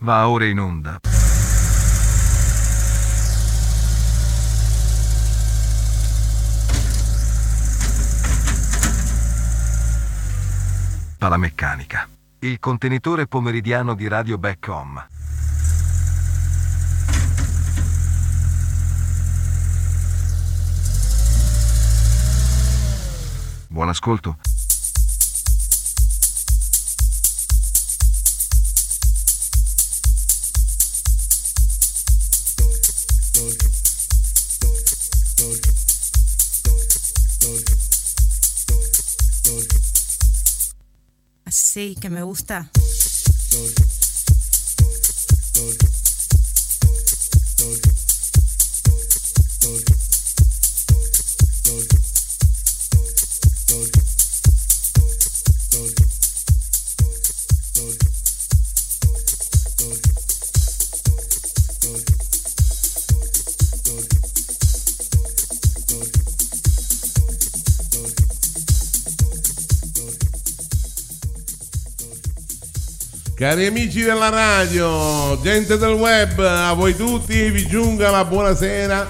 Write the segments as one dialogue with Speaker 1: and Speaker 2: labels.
Speaker 1: va ora in onda. Palameccanica. Il contenitore pomeridiano di Radio Back Home. Buon ascolto.
Speaker 2: Así que me gusta.
Speaker 3: Cari amici della radio, gente del web, a voi tutti vi giunga la buonasera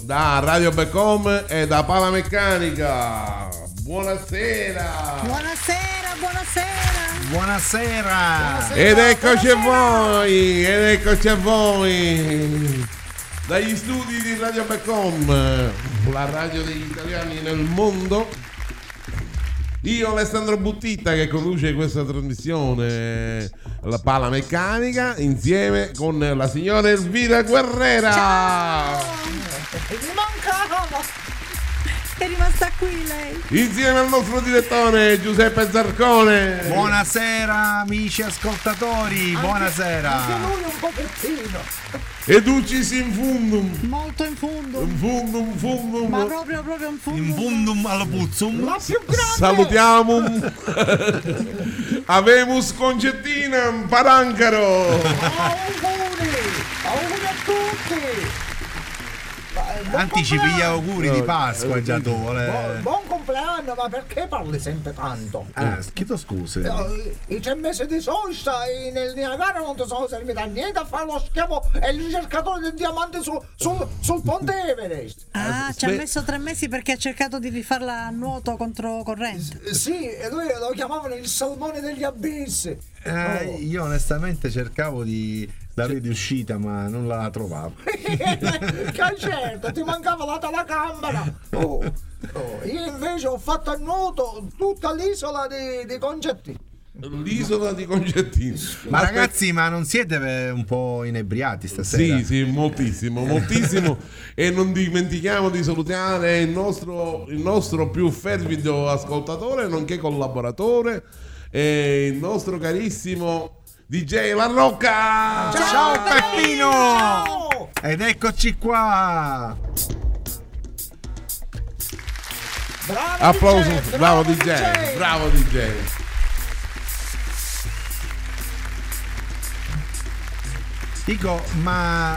Speaker 3: da Radio Becom e da Palameccanica. Buonasera!
Speaker 2: Buonasera, buonasera.
Speaker 4: Buonasera!
Speaker 3: Ed eccoci a voi, ed eccoci a voi dagli studi di Radio Becom, la radio degli italiani nel mondo. Io Alessandro Buttitta che conduce questa trasmissione La Pala Meccanica insieme con la signora Elvira Guerrera.
Speaker 2: Manca! È rimasta qui lei.
Speaker 3: Insieme al nostro direttore Giuseppe Zarcone.
Speaker 4: Buonasera amici ascoltatori, buonasera!
Speaker 2: un pochettino.
Speaker 3: E Ducis in fundum.
Speaker 2: Molto in fondo.
Speaker 3: In fundum, fundum.
Speaker 2: Ma proprio, proprio in fondo.
Speaker 4: In bundum alla puzzum,
Speaker 2: Ma più grande.
Speaker 3: Salutiamo Avemus Concettinam Parancaro
Speaker 2: Auguri. Auguri a tutti.
Speaker 5: eh,
Speaker 4: anticipi gli auguri di Pasqua già tu.
Speaker 5: Oh,
Speaker 4: eh.
Speaker 5: Buon compleanno, ma perché parli sempre tanto?
Speaker 6: Eh,
Speaker 4: Ah, chiedo scuse.
Speaker 5: Eh, I tre mesi di sosta eh, nel Niagara non ti sono serviti a niente a fare lo schiavo e il ricercatore del diamante su- sul- sul ponte Everest.
Speaker 2: Ah, ci ha messo tre mesi perché ha cercato di rifarla a nuoto contro corrente.
Speaker 5: Eh, Sì, e lui lo chiamavano il salmone degli abissi. Oh.
Speaker 6: Eh,
Speaker 3: oh.
Speaker 6: Io onestamente cercavo di la via di uscita, ma non la trovavo.
Speaker 5: che certo, ti mancava la telecamera. Oh, oh, Io invece ho fatto a nuoto tutta l'isola di, di Concetti.
Speaker 3: L'isola di Concettino
Speaker 6: Ma ragazzi, ma non siete eh, un po' inebriati stasera?
Speaker 3: Sì, sì, moltissimo, moltissimo. e non dimentichiamo di salutare il nostro, il nostro più fervido ascoltatore, nonché collaboratore, e il nostro carissimo DJ La Rocca.
Speaker 6: Ciao Peppino!
Speaker 5: Oh,
Speaker 6: Ed eccoci qua!
Speaker 5: bravo
Speaker 3: Applauso,
Speaker 5: DJ,
Speaker 3: bravo DJ, bravo DJ.
Speaker 6: Dico, ma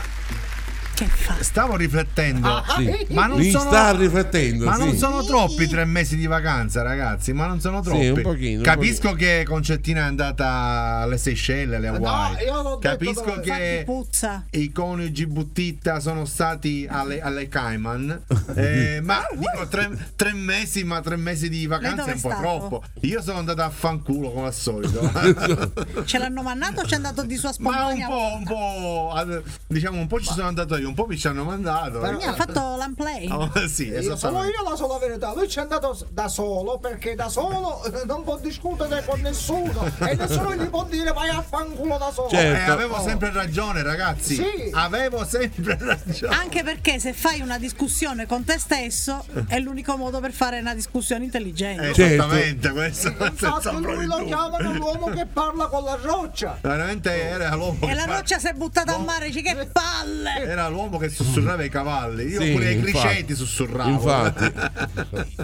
Speaker 2: Che fa?
Speaker 6: stavo riflettendo.
Speaker 5: Ah, eh,
Speaker 6: Ma non
Speaker 3: Mi
Speaker 6: sono-
Speaker 3: sta riflettendo,
Speaker 6: Ma
Speaker 3: sì.
Speaker 6: non sono troppi tre mesi di vacanza, ragazzi. Ma non sono troppi.
Speaker 3: un pochino, un
Speaker 6: Capisco che Concettina è andata alle Seychelles, alle Hawaii.
Speaker 5: io l'ho detto
Speaker 6: Capisco
Speaker 5: dove-
Speaker 2: Infatti
Speaker 6: che
Speaker 2: puzza.
Speaker 6: i coniugi Buttitta sono stati alle, alle Cayman. eh, ma dico tre, tre mesi, ma tre mesi di vacanza
Speaker 2: dove
Speaker 6: è un po'
Speaker 2: stavo?
Speaker 6: troppo. Io sono andato a fanculo come al solito.
Speaker 2: Ce l'hanno mannato o ci è andato di sua
Speaker 6: ma un
Speaker 2: spontanea?
Speaker 6: po', un po'. ad- Diciamo un po' ci sono andato io, un po' mi ci hanno mandato. eh.
Speaker 2: Mi ha fatto l'unplay.
Speaker 6: Ah, sì,
Speaker 5: Io, solo
Speaker 6: esattamente.
Speaker 5: io la sola verità, lui c'è andato da solo perché da solo eh, non può discutere con nessuno e nessuno gli può dire vai a fanculo da solo.
Speaker 3: Certo.
Speaker 6: Eh,
Speaker 2: Oh.
Speaker 6: avevo sempre ragione, ragazzi.
Speaker 5: Sì.
Speaker 6: Avevo sempre ragione.
Speaker 2: Anche perché se fai una discussione con te stesso è l'unico modo per fare una discussione intelligente.
Speaker 6: Eh,
Speaker 3: Certo.
Speaker 6: Esattamente, questo senza
Speaker 5: Eh, Infatti
Speaker 6: ombra
Speaker 5: lui
Speaker 6: di
Speaker 5: lo
Speaker 6: dubbio.
Speaker 5: chiamano l'uomo che parla con la roccia.
Speaker 6: Veramente era l'uomo.
Speaker 2: E la
Speaker 6: che- Eh.
Speaker 2: roccia si è buttata a mare, dici che palle!
Speaker 6: Era l'uomo che sussurrava i cavalli. Io
Speaker 3: Sì,
Speaker 6: pure i
Speaker 3: infatti.
Speaker 6: criceti sussurravo.
Speaker 3: Infatti.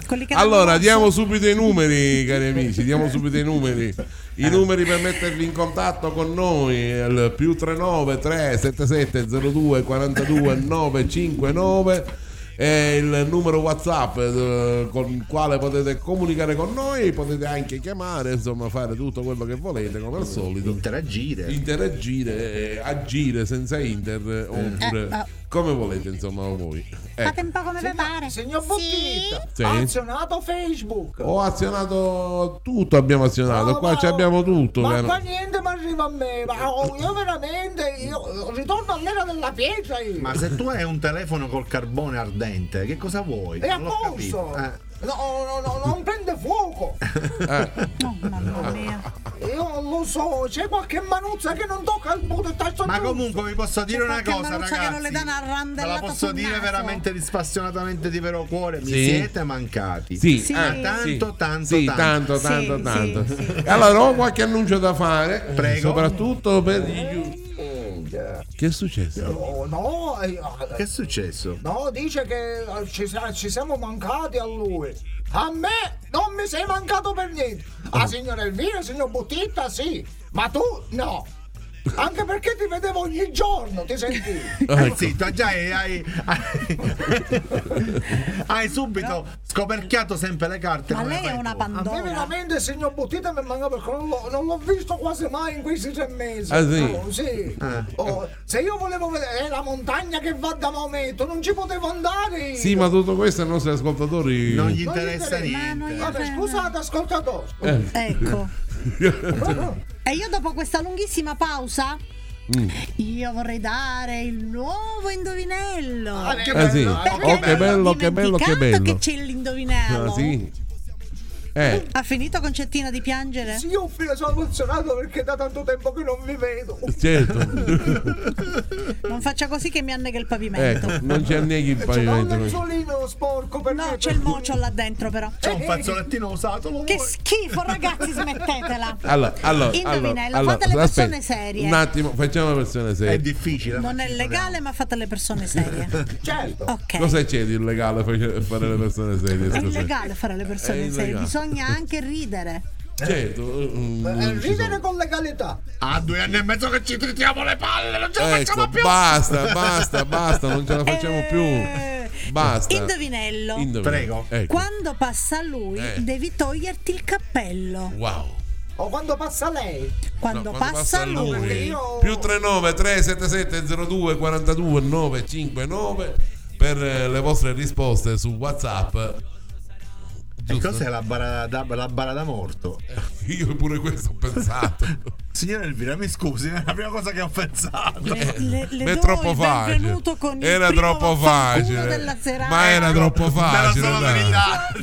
Speaker 2: Quelli che
Speaker 3: Allora,
Speaker 2: danno-
Speaker 3: diamo subito i numeri, cari amici, diamo subito i numeri. I numeri per mettervi in contatto con noi, il più 39 377 02 42 959 è il numero WhatsApp eh, con il quale potete comunicare con noi, potete anche chiamare, insomma, fare tutto quello che volete come al solito.
Speaker 6: interagire.
Speaker 3: Interagire, eh, agire senza inter eh, oppure
Speaker 2: ma-
Speaker 3: come volete, insomma, voi.
Speaker 2: Fate
Speaker 3: Ecco.
Speaker 2: un po' come vi pare.
Speaker 5: Signor Bottitta,
Speaker 3: Sì. Oh,
Speaker 5: ha azionato Facebook.
Speaker 3: Ho azionato tutto, abbiamo azionato,
Speaker 5: No,
Speaker 3: qua
Speaker 5: ma-
Speaker 3: ci abbiamo tutto. eh,
Speaker 5: Ma
Speaker 3: caro.
Speaker 5: qua niente mi arriva a me. Ma oh, io veramente io ritorno all'era della pietra io.
Speaker 6: Ma se tu hai un telefono col carbone ardente, che cosa vuoi?
Speaker 5: è a
Speaker 6: Non l'ho
Speaker 5: posto.
Speaker 6: capito. Eh,
Speaker 5: No, no, no, non prende fuoco.
Speaker 3: Eh.
Speaker 2: Oh, mamma mia.
Speaker 5: Io lo so, c'è qualche manuzza che non tocca il punto e tasto
Speaker 6: Ma
Speaker 5: giusto.
Speaker 6: comunque vi posso dire
Speaker 2: C'è
Speaker 6: una
Speaker 2: qualche
Speaker 6: cosa,
Speaker 2: manuccia che non le
Speaker 6: ragazzi.
Speaker 2: dà una
Speaker 3: Eh,
Speaker 6: Ve la
Speaker 2: randellata
Speaker 6: posso
Speaker 2: sul
Speaker 6: dire
Speaker 2: naso.
Speaker 6: veramente dispassionatamente di vero cuore. Mi
Speaker 3: Sì.
Speaker 6: siete mancati.
Speaker 3: Sì,
Speaker 2: Sì.
Speaker 3: ah,
Speaker 6: Tanto,
Speaker 3: sì.
Speaker 6: tanto,
Speaker 3: Sì, tanto,
Speaker 6: tanto.
Speaker 2: Sì,
Speaker 3: tanto,
Speaker 2: sì,
Speaker 3: tanto.
Speaker 2: sì.
Speaker 3: Allora, ho qualche annuncio da fare, eh,
Speaker 6: Prego. Eh.
Speaker 3: soprattutto per gli giu- Che è successo?
Speaker 5: Oh, Eh, no, eh,
Speaker 6: Che è successo?
Speaker 5: no, dice che eh, ci, sa- ci siamo mancati a lui. A me non mi sei mancato per niente. Ah,
Speaker 3: Ah.
Speaker 5: A signor Elvira, signor Bottitta, sì. Ma tu no. Anche perché ti vedevo ogni giorno, ti sentivi.
Speaker 3: Ah, ecco.
Speaker 6: Zitto, già hai, hai, hai- hai subito scoperchiato sempre le carte.
Speaker 2: Ma
Speaker 6: come
Speaker 2: lei è
Speaker 6: fai
Speaker 2: una
Speaker 6: tu.
Speaker 5: A me
Speaker 2: pandora.
Speaker 5: veramente il signor Bottita mi manca perché non l'ho, non l'ho visto quasi mai in questi tre mesi.
Speaker 3: Ah, sì?
Speaker 5: Oh, sì.
Speaker 6: Ah.
Speaker 5: Oh, se io volevo vedere la montagna che va da Maometto, non ci potevo andare. io.
Speaker 3: Sì, ma tutto questo ai nostri ascoltatori.
Speaker 5: Non
Speaker 6: Non gli
Speaker 5: gli
Speaker 6: interessa
Speaker 5: interessa.
Speaker 2: Ma non
Speaker 6: niente.
Speaker 2: gli-
Speaker 5: Vabbè, scusate, ascoltatore.
Speaker 3: Eh.
Speaker 2: Ecco. E io dopo questa lunghissima pausa io vorrei dare il nuovo indovinello.
Speaker 5: Ah, che
Speaker 3: Ah, sì.
Speaker 5: bello, eh?
Speaker 2: Perché
Speaker 3: Oh, che bello, che bello, che
Speaker 2: dimenticato
Speaker 3: bello.
Speaker 2: che c'è l'indovinello.
Speaker 3: Ah, sì. Eh,
Speaker 2: Ha finito Concettina di piangere?
Speaker 5: Sì, io fino sono emozionato perché da tanto tempo che non vi vedo.
Speaker 3: certo.
Speaker 2: Non faccia così che mi annega il pavimento.
Speaker 3: ecco, non c'è neanche il
Speaker 5: C'è un
Speaker 3: pavimento.
Speaker 5: lenzuolino sporco per me.
Speaker 2: No, c'è il mocio là dentro però.
Speaker 6: C'è un fazzolettino usato, lo
Speaker 2: Che
Speaker 6: vuoi?
Speaker 2: schifo, ragazzi, smettetela.
Speaker 3: Allora, allora, allora,
Speaker 2: Indovinello,
Speaker 3: allora,
Speaker 2: fate le
Speaker 3: aspetta,
Speaker 2: persone serie.
Speaker 3: Un attimo, facciamo una persona
Speaker 6: È
Speaker 3: seria.
Speaker 6: difficile.
Speaker 2: Non
Speaker 6: ma
Speaker 2: è
Speaker 6: ci
Speaker 2: legale, ma fate le persone serie.
Speaker 5: Certo.
Speaker 2: Ok.
Speaker 3: Cosa c'è di illegale face- fare le persone serie?
Speaker 2: È
Speaker 3: scusa?
Speaker 2: illegale fare le
Speaker 3: È
Speaker 2: persone serie,
Speaker 3: illegale.
Speaker 2: bisogna anche ridere.
Speaker 3: Certo. mm,
Speaker 5: Eh,
Speaker 3: non ci
Speaker 5: ridere
Speaker 3: sono.
Speaker 5: con legalità.
Speaker 6: proviamo. Ah, due anni e mezzo che ci tritiamo le palle, non ce la
Speaker 3: Ecco,
Speaker 6: facciamo più.
Speaker 3: basta, basta, basta, non ce la facciamo
Speaker 2: Eh,
Speaker 3: più. Basta.
Speaker 2: Indovinello.
Speaker 3: Indovinello.
Speaker 6: Prego.
Speaker 3: Ecco.
Speaker 2: Quando passa lui,
Speaker 3: Eh.
Speaker 2: devi toglierti il cappello.
Speaker 3: Wow.
Speaker 5: O quando passa lei.
Speaker 2: Quando, passa, lui,
Speaker 5: lui. Io-
Speaker 3: più 39 377 02 42 959 per eh, le vostre risposte su WhatsApp.
Speaker 6: E
Speaker 3: Giusto?
Speaker 6: cos'è la bara da, la bara da morto?
Speaker 3: Io pure questo ho pensato.
Speaker 6: Signora Elvira, mi scusi, è la prima cosa che ho pensato.
Speaker 2: Le, le- le
Speaker 3: Eh, Ma è
Speaker 2: do
Speaker 3: troppo
Speaker 2: il
Speaker 3: facile.
Speaker 2: benvenuto con il
Speaker 3: Era
Speaker 2: primo
Speaker 3: troppo
Speaker 2: vaffanculo
Speaker 3: facile.
Speaker 2: della serata.
Speaker 3: Ma era troppo facile.
Speaker 6: sono
Speaker 3: dai.
Speaker 6: meritato.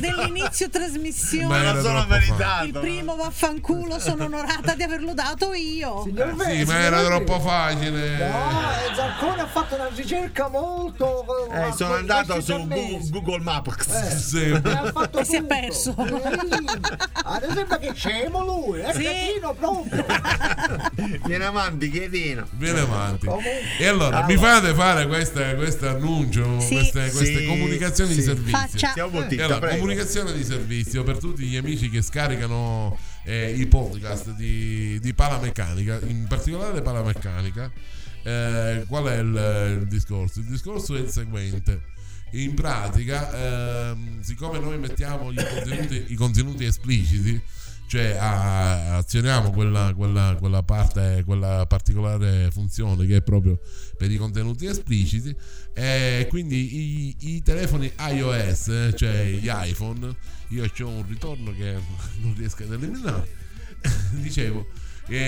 Speaker 2: dell'inizio
Speaker 3: Ma
Speaker 2: trasmissione.
Speaker 3: era
Speaker 6: Non sono
Speaker 3: troppo
Speaker 6: verità.
Speaker 2: Il primo vaffanculo, sono onorata di averlo dato io.
Speaker 5: Signor
Speaker 3: Sì,
Speaker 5: Vesi,
Speaker 3: ma era
Speaker 5: signor Vesi.
Speaker 3: troppo facile.
Speaker 5: No, Eh, Zaccone ha fatto una ricerca molto.
Speaker 6: Eh, sono andato su Gu-
Speaker 5: Google.
Speaker 6: Google Maps.
Speaker 3: Sì.
Speaker 5: Eh, Ha fatto
Speaker 2: E si è
Speaker 5: tutto.
Speaker 2: perso.
Speaker 5: Sì. Adesso sembra che è scemo lui, è
Speaker 2: Sì.
Speaker 5: cretino proprio.
Speaker 6: Vieni avanti, chiedino.
Speaker 3: Vieni avanti.
Speaker 5: Comunque-
Speaker 3: E allora, mi fate fare questa- questo annuncio,
Speaker 2: Sì.
Speaker 3: queste, queste
Speaker 6: Sì,
Speaker 3: comunicazioni di
Speaker 6: sì.
Speaker 3: servizio.
Speaker 2: Faccia. eh.
Speaker 6: Siamo
Speaker 3: E
Speaker 6: bottita,
Speaker 3: allora,
Speaker 6: prego.
Speaker 3: comunicazione di servizio per tutti gli amici che scaricano eh, i podcast di, di Palameccanica, in particolare Palameccanica. Eh, qual è il, il discorso? Il discorso è il seguente. In pratica, ehm, siccome noi mettiamo gli contenuti, i contenuti espliciti, cioè a- azioniamo quella, quella- quella parte, quella particolare funzione che è proprio per i contenuti espliciti, e quindi i, i telefoni iOS, eh, cioè gli iPhone, io ho un ritorno che non riesco ad eliminare. Dicevo,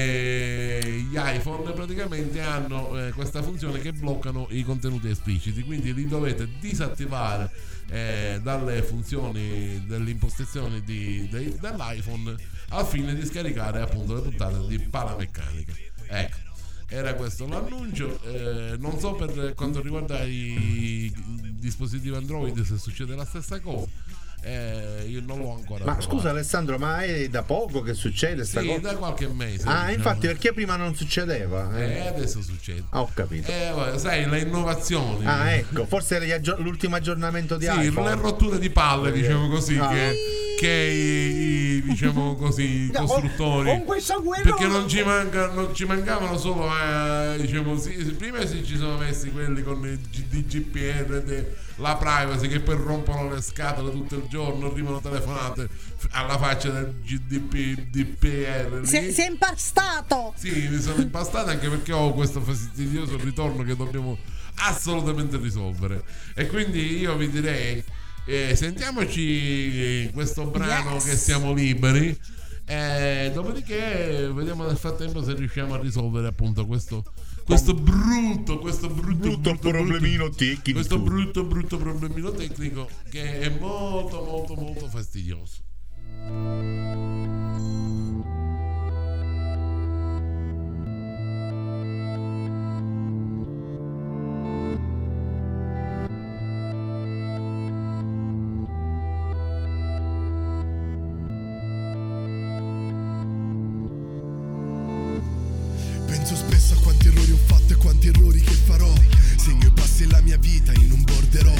Speaker 3: eh, gli iPhone praticamente hanno eh, questa funzione che bloccano i contenuti espliciti, quindi li dovete disattivare eh, dalle funzioni dell'impostazione di- dei- dell'iPhone al fine di scaricare appunto le puntate di parameccanica. Ecco. Era questo l'annuncio, eh, non so per quanto riguarda i i dispositivi Android se succede la stessa cosa, eh, io non l'ho ancora
Speaker 6: Ma
Speaker 3: provato.
Speaker 6: scusa Alessandro, ma è da poco che succede sta
Speaker 3: Sì,
Speaker 6: cosa?
Speaker 3: da qualche mese.
Speaker 6: Ah,
Speaker 3: diciamo.
Speaker 6: infatti perché prima non succedeva? Eh,
Speaker 3: Eh, adesso succede.
Speaker 6: Ah, ho capito.
Speaker 3: Eh, vabbè, sai, le innovazioni.
Speaker 6: Ah, ecco, forse era gli aggio- l'ultimo aggiornamento di
Speaker 3: Sì,
Speaker 6: iPhone.
Speaker 3: le rotture di palle, diciamo così,
Speaker 6: Ah.
Speaker 3: che, perché i, i, diciamo così, i
Speaker 5: No,
Speaker 3: costruttori.
Speaker 5: con questa guerra-
Speaker 3: perché non ci, manca- non ci mancavano solo eh, diciamo, sì, prima si ci sono messi quelli con il G- di GPR de- la privacy che poi rompono le scatole tutto il giorno arrivano telefonate f- alla faccia del GDP DPR lì.
Speaker 2: Si è, si è impastato!
Speaker 3: Sì, mi sono impastato anche perché ho questo fastidioso ritorno che dobbiamo assolutamente risolvere. E quindi io vi direi, eh, sentiamoci eh, questo brano
Speaker 2: Yes.
Speaker 3: che siamo liberi. E dopodiché vediamo nel frattempo se riusciamo a risolvere appunto questo, questo brutto, questo brutto,
Speaker 4: Brutto problemino tecnico.
Speaker 3: Questo brutto, brutto problemino tecnico che è molto, molto, molto fastidioso.
Speaker 7: Penso spesso a quanti errori ho fatto e quanti errori che farò. Segno i passi la mia vita in un borderò.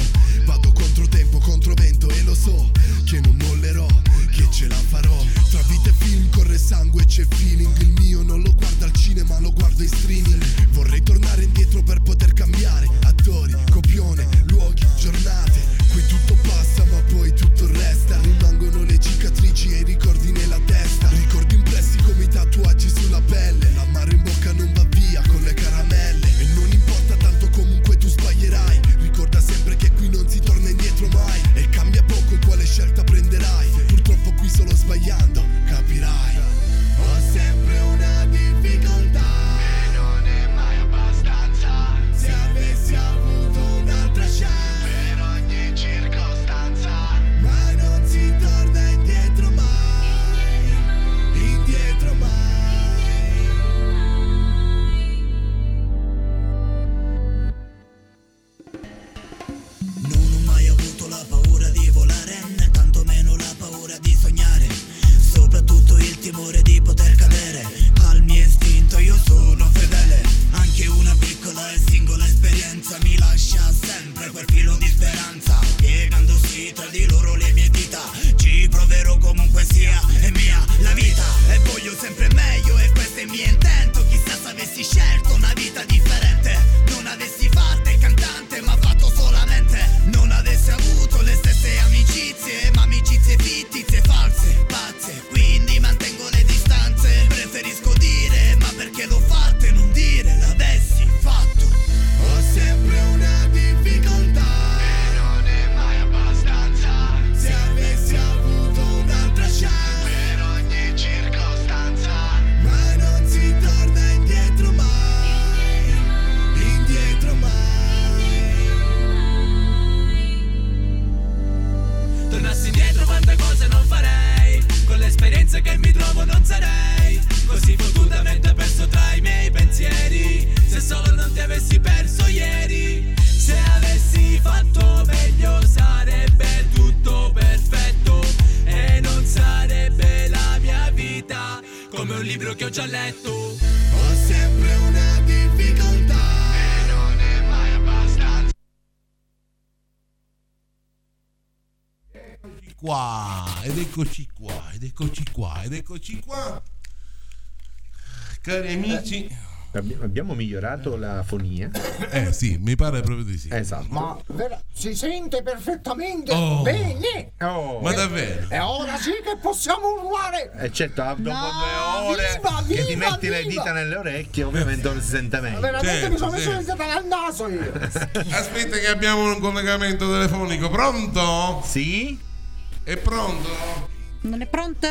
Speaker 7: Vado contro tempo, contro vento e lo so che non mollerò, che ce la farò. Tra vita e film corre sangue e c'è feeling. Il mio non lo guardo al cinema, lo guardo in streaming. Vorrei tornare indietro per poter cambiare. Attori, copione, luoghi, giornate. Qui tutto passa ma poi tutto resta. Rimangono le cicatrici e i ricordi nella testa. Ricordi impressi come i tatuaggi sulla pelle. L'amaro in bocca non va via con le caramelle. E non importa tanto comunque tu sbaglierai. Ricorda sempre che qui non si torna indietro mai. E cambia poco quale scelta prenderai. Purtroppo qui solo sbagliando capirai. Ho sempre una difficoltà. E non è mai abbastanza. Se avessi avuto un'altra chance. Per ogni circostanza. Ma non si torna indietro mai. Indietro mai. Non ho mai avuto la paura di volare, né tantomeno la paura di sognare. Soprattutto il timore di poter cadere. Al mio istinto io sono fedele. Anche una piccola e singola esperienza mi lascia sempre quel filo di speranza. Piegandosi tra di loro le mie dita, ci proverò comunque sia, è mia la vita. E voglio sempre meglio e questo è il mio intento. Chissà se avessi scelto una vita differente, non avessi fatto il cantante ma fatto solamente non avessi avuto le stesse amicizie ma amicizie fittizie false pazze quindi mantengo le distanze preferisco dire ma perché l'ho fatto e non dire l'avessi fatto ho sempre una difficoltà e non è mai abbastanza se avessi avuto un'altra chance per ogni circostanza ma non si torna indietro mai indietro mai
Speaker 8: Tornassi indietro quante cose non farei Con l'esperienza che mi trovo non sarei Così fottutamente perso tra i miei pensieri Se solo non ti avessi perso ieri Se avessi fatto meglio sarebbe tutto perfetto E non sarebbe la mia vita Come un libro che ho già letto
Speaker 7: Ho sempre una difficoltà e non è mai abbastanza.
Speaker 3: qua, ed eccoci qua, ed eccoci qua, ed eccoci qua. Cari amici,
Speaker 6: Eh, Abbi- Abbiamo migliorato la fonia.
Speaker 3: eh sì, mi pare proprio di sì.
Speaker 6: Esatto.
Speaker 5: Ma vera- si sente perfettamente
Speaker 3: Oh.
Speaker 5: bene.
Speaker 6: Oh,
Speaker 3: Ma davvero?
Speaker 5: E ora sì che possiamo urlare.
Speaker 6: eh, certo, dopo
Speaker 5: No,
Speaker 6: due ore
Speaker 5: viva,
Speaker 6: che ti
Speaker 5: viva,
Speaker 6: metti le
Speaker 5: viva.
Speaker 6: dita nelle orecchie, ovviamente non si sente meglio.
Speaker 5: Veramente mi
Speaker 3: Certo,
Speaker 5: sono messo
Speaker 3: sì.
Speaker 5: le dita dal naso io.
Speaker 3: Aspetta che abbiamo un collegamento telefonico. Pronto?
Speaker 6: Sì?
Speaker 3: È pronto?
Speaker 2: Non è pronto?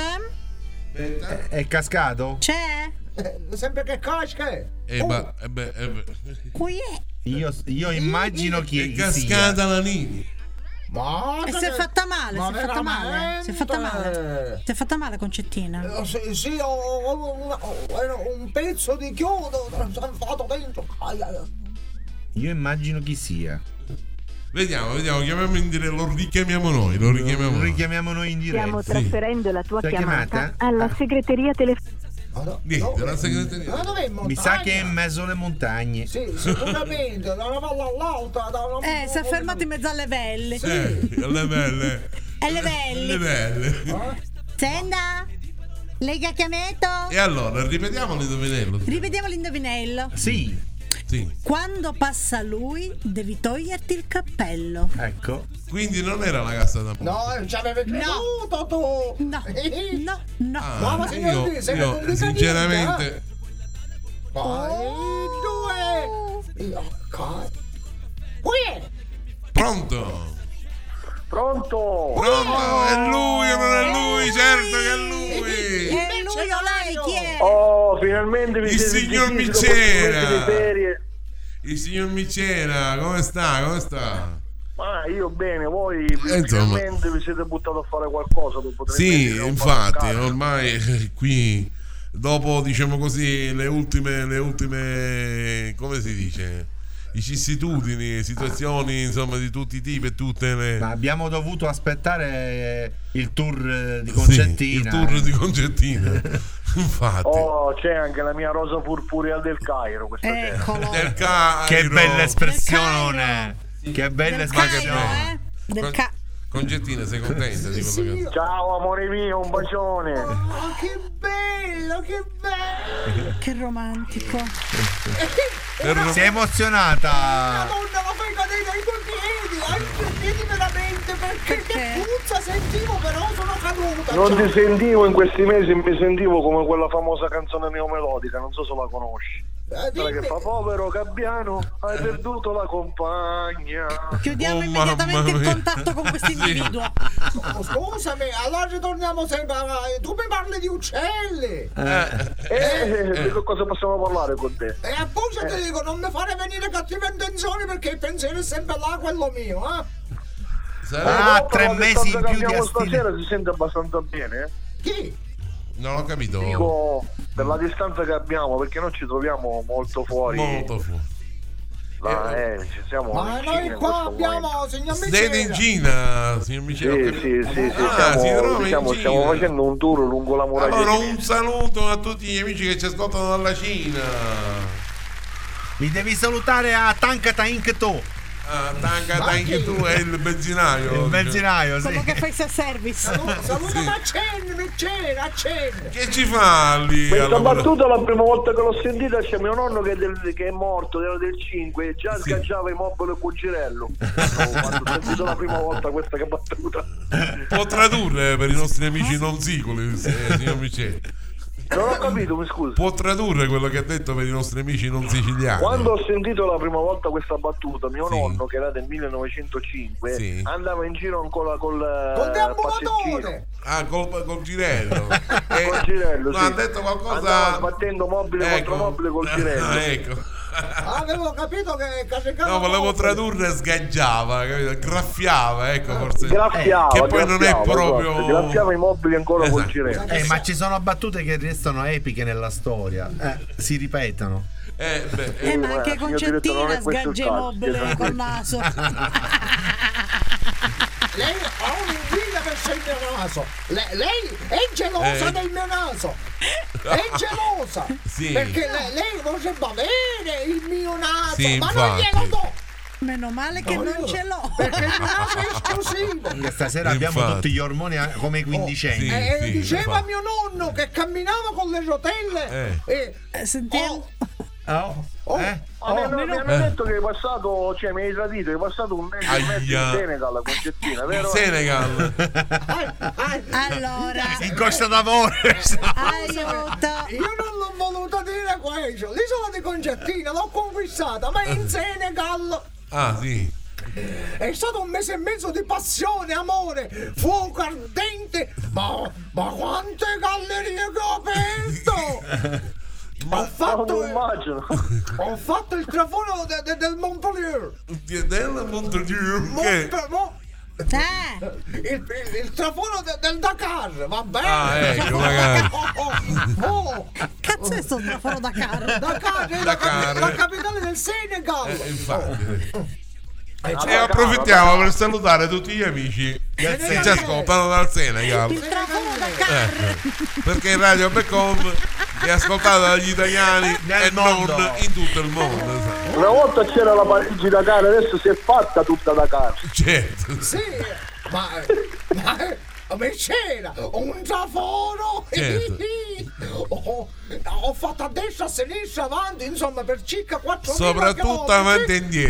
Speaker 3: Aspetta.
Speaker 6: Eh, È cascato?
Speaker 2: C'è?
Speaker 5: Eh, Sempre che casca. eh.
Speaker 3: E
Speaker 5: Oh,
Speaker 3: ba- e beh, e beh.
Speaker 2: Qui è.
Speaker 6: Io, io immagino chi
Speaker 3: È
Speaker 6: chi sia.
Speaker 3: cascata la Nini.
Speaker 5: ma
Speaker 2: E si
Speaker 5: che-
Speaker 2: è fatta male,
Speaker 5: ma
Speaker 2: si è fatta male. eh. Si è fatta male.
Speaker 5: veramente.
Speaker 2: Si è fatta male Concettina.
Speaker 5: Eh, Sì, sì, ho, ho- ho- una- ho- era un pezzo di chiodo transato dentro. Ai, ai, ai.
Speaker 6: Io immagino chi sia.
Speaker 3: Vediamo, vediamo, chiamiamo in dire, lo richiamiamo noi, lo richiamiamo. noi.
Speaker 6: Richiamiamo noi in diretta.
Speaker 9: Stiamo trasferendo la tua
Speaker 6: C'è
Speaker 9: chiamata,
Speaker 6: chiamata?
Speaker 9: alla
Speaker 6: Ah.
Speaker 9: segreteria telefonica.
Speaker 5: Madonna,
Speaker 3: Niente,
Speaker 5: dove-
Speaker 3: la segreteria.
Speaker 5: Ma dove è
Speaker 6: Mi sa
Speaker 5: montagna?
Speaker 6: che è in mezzo alle montagne.
Speaker 5: Sì, sicuramente, da una valle all'altra. da una-
Speaker 2: Eh, si è fermato in mezzo alle velle.
Speaker 3: Eh, le belle.
Speaker 10: E le belli.
Speaker 3: Le belle.
Speaker 10: Senda. Lega chiametto.
Speaker 3: E allora, ripetiamo l'indovinello.
Speaker 2: Ripetiamo l'indovinello.
Speaker 6: Sì.
Speaker 3: Sì.
Speaker 2: Quando passa lui, devi toglierti il cappello.
Speaker 6: Ecco.
Speaker 3: Quindi non era la cassa da
Speaker 5: No, non ci avevi creduto tu!
Speaker 2: No, no, no.
Speaker 3: Ah,
Speaker 5: Brava, signor
Speaker 3: io-
Speaker 5: Di, sei
Speaker 3: io,
Speaker 5: convinta di
Speaker 3: sinceramente,
Speaker 5: Vai, due! Io, cazzo! Uè!
Speaker 3: pronto.
Speaker 5: Oh!
Speaker 11: Pronto?
Speaker 3: Pronto, è lui o non è lui? Certo che
Speaker 5: Eh,
Speaker 3: è lui.
Speaker 2: E lui o lei chi è?
Speaker 11: Oh, finalmente mi
Speaker 3: Il
Speaker 11: siete
Speaker 3: signor
Speaker 11: zittiti dopo
Speaker 3: Micera.
Speaker 11: due mesi di ferie.
Speaker 3: Il signor Micena, come sta? Come sta?
Speaker 11: Ma io bene, voi
Speaker 3: Eh, insomma.
Speaker 11: finalmente vi siete buttato a fare qualcosa dopo tre mesi che
Speaker 3: Sì,
Speaker 11: non
Speaker 3: infatti,
Speaker 11: fate un
Speaker 3: ormai eh, qui dopo diciamo così le ultime le ultime come si dice? vicissitudini, situazioni, insomma, di tutti i tipi e tutte le
Speaker 6: Ma abbiamo dovuto aspettare eh, il tour eh, di
Speaker 3: Sì,
Speaker 6: Concettina.
Speaker 3: il tour di Concettina. infatti.
Speaker 11: cazzo. Oh, c'è anche la mia rosa purpurea del Cairo questa sera.
Speaker 2: Eccolo.
Speaker 3: Del Cairo.
Speaker 6: Che bella espressione! Che bella
Speaker 2: Del Cairo,
Speaker 6: espressione!
Speaker 2: eh? Del Ca-
Speaker 3: Concettina, sei contenta di quello che
Speaker 11: Ciao amore mio, un bacione.
Speaker 5: Oh, che bello, che bello!
Speaker 2: che romantico.
Speaker 6: Si è emozionata!
Speaker 5: Madonna, ma fai cadere i tuoi piedi! Ai tuoi piedi veramente, perché,
Speaker 2: Perché?
Speaker 5: che puzza sentivo, però sono caduta! cioè,
Speaker 11: Non ti sentivo in questi mesi, mi sentivo come quella famosa canzone neomelodica, non so se la conosci.
Speaker 5: Eh,
Speaker 11: Quella che
Speaker 5: dimmi.
Speaker 11: fa povero Gabbiano, hai perduto la compagna.
Speaker 2: Chiudiamo
Speaker 3: Oh,
Speaker 2: immediatamente
Speaker 3: mamma
Speaker 2: il
Speaker 3: mia.
Speaker 2: contatto con questo
Speaker 3: Sì.
Speaker 2: individuo.
Speaker 5: Oh, Scusami, allora ritorniamo sempre alla- Tu mi parli di uccelli!
Speaker 11: Eh, di che cosa possiamo parlare con te?
Speaker 5: E appunto ti
Speaker 11: Eh.
Speaker 5: dico, non mi fare venire cattive intenzioni perché il pensiero è sempre là quello mio, eh!
Speaker 3: Sarà-
Speaker 6: Ah,
Speaker 11: Dopo
Speaker 6: tre
Speaker 11: la
Speaker 6: mesi in
Speaker 11: distanza che
Speaker 6: più di
Speaker 11: abbiamo
Speaker 6: astinenza.
Speaker 11: stasera si sente abbastanza bene. eh?
Speaker 5: Chi?
Speaker 3: Non ho capito.
Speaker 11: Dico per la distanza che abbiamo, perché noi ci troviamo molto fuori.
Speaker 3: Molto fu.
Speaker 11: Là, eh, ci siamo
Speaker 5: Ma
Speaker 11: vicini
Speaker 5: noi
Speaker 11: in
Speaker 5: qua
Speaker 11: questo momento.
Speaker 5: abbiamo, signor
Speaker 3: Siete in
Speaker 5: Micera!
Speaker 3: Cina, signor Micena. ho
Speaker 11: Sì, sì,
Speaker 3: capito.
Speaker 11: sì, sì,
Speaker 3: Ah, si
Speaker 11: stiamo,
Speaker 3: trova in
Speaker 11: diciamo,
Speaker 3: Cina.
Speaker 11: stiamo facendo un tour lungo la muraglia.
Speaker 3: Allora,
Speaker 11: cinese.
Speaker 3: un saluto a tutti gli amici che ci ascoltano dalla Cina.
Speaker 6: Mi devi salutare a Tankata Inc. Tu,
Speaker 3: Ah, tanca, anche tu è il benzinaio.
Speaker 6: il benzinaio, sì.
Speaker 2: Quello che fa il service.
Speaker 5: Saluta ma accendi, Micera, accendi!
Speaker 3: Che ci fa lì?
Speaker 11: Questa
Speaker 3: allora?
Speaker 11: battuta la prima volta che l'ho sentita c'è mio nonno che è, del- che è morto, era del 5 e già sganciava i mobili e cucirello. Quando ho sentito la prima volta questa che battuta.
Speaker 3: Può tradurre per i nostri amici non sicoli, se- signor Micena.
Speaker 11: Non ho capito, mi scusi.
Speaker 3: Può tradurre quello che ha detto per i nostri amici non siciliani.
Speaker 11: Quando ho sentito la prima volta questa battuta, mio
Speaker 3: Sì.
Speaker 11: nonno, che era del 1905,
Speaker 3: Sì.
Speaker 11: andava in giro ancora col eh,
Speaker 5: Con
Speaker 11: passeggino,
Speaker 5: deambulatore!
Speaker 3: Ah, col, col girello. Eh,
Speaker 11: col girello,
Speaker 3: no,
Speaker 11: sì.
Speaker 3: ha detto qualcosa.
Speaker 11: Andava sbattendo mobile
Speaker 3: Ecco.
Speaker 11: contro mobile col
Speaker 3: Ah,
Speaker 11: girello.
Speaker 3: ecco.
Speaker 5: Avevo capito che caricava...
Speaker 3: No, volevo
Speaker 5: molto.
Speaker 3: tradurre sgaggiava, capito? graffiava, ecco forse.
Speaker 11: Graffiava,
Speaker 3: che poi non è
Speaker 11: graffiava,
Speaker 3: proprio-
Speaker 11: guarda, graffiava i mobili ancora
Speaker 3: Esatto.
Speaker 11: col girello.
Speaker 6: Eh, ma ci sono battute che restano epiche nella storia. Eh, si ripetono.
Speaker 3: Eh, beh, eh,
Speaker 2: Eh, ma anche
Speaker 11: signor direttore, non
Speaker 2: Concettina
Speaker 11: è questo il
Speaker 2: sgaggia
Speaker 11: caso,
Speaker 2: mobile
Speaker 11: chiaramente.
Speaker 2: col naso.
Speaker 5: Lei ha un'invidia verso il mio naso! Le- lei è gelosa
Speaker 3: Eh.
Speaker 5: del mio naso! È gelosa!
Speaker 3: Sì.
Speaker 5: Perché le- lei vorrebbe avere il mio naso!
Speaker 3: Sì,
Speaker 5: ma non
Speaker 3: infatti.
Speaker 5: glielo do!
Speaker 2: Meno male che non ce l'ho.
Speaker 5: Perché il mio naso è esclusivo!
Speaker 6: Che stasera abbiamo
Speaker 3: Infatti. Oh,
Speaker 6: tutti gli ormoni a- come i quindicenni.
Speaker 3: sì.
Speaker 5: Eh, diceva
Speaker 3: infatti.
Speaker 5: mio nonno che camminava con le rotelle e
Speaker 2: Eh, Sentiamo.
Speaker 6: Oh, eh?
Speaker 11: Ma mi hanno- mi hanno detto che è passato, cioè mi hai tradito, è passato un mese e mezzo in
Speaker 3: Aia.
Speaker 11: Senegal la concettina,
Speaker 3: in
Speaker 11: vero?
Speaker 3: Senegal.
Speaker 5: ah, eh.
Speaker 2: Allora,
Speaker 6: In Costa d'Avorio.
Speaker 2: aiuto.
Speaker 5: io non l'ho voluto dire questo l'isola di Concettina l'ho conquistata ma
Speaker 3: Eh.
Speaker 5: in Senegal
Speaker 3: Ah, sì.
Speaker 5: è stato un mese e mezzo di passione amore fuoco ardente ma, ma quante gallerie che ho aperto ho
Speaker 11: Non lo
Speaker 5: fatto,
Speaker 11: immagino.
Speaker 5: ho fatto il traforo de- de- del Montpellier
Speaker 3: Diadella Montagiù. Che?
Speaker 5: Monte- mo-
Speaker 2: Eh,
Speaker 5: il, il, il traforo de- del Dakar va bene
Speaker 3: Ah, ecco, magari.
Speaker 5: Oh, oh, oh.
Speaker 2: cazzo è sto traforo da carro?
Speaker 5: Dakar è la,
Speaker 3: Dakar.
Speaker 5: capi- la capitale del Senegal.
Speaker 3: Eh, infatti. E
Speaker 11: Allora,
Speaker 3: approfittiamo per salutare tutti gli amici che ci ascoltano dal Senegal. Eh,
Speaker 2: Il traforo da carro.
Speaker 3: Perché il Radio Becom è ascoltato dagli italiani
Speaker 6: Nel
Speaker 3: e
Speaker 6: mondo.
Speaker 3: non in tutto il mondo. sai.
Speaker 11: Una volta c'era la Parigi da cara, adesso si è fatta tutta da cara.
Speaker 3: Certo.
Speaker 5: Sì, ma, ma, ma c'era un traforo
Speaker 3: Certo.
Speaker 5: ho, ho fatto a destra, a sinistra, avanti insomma per circa 4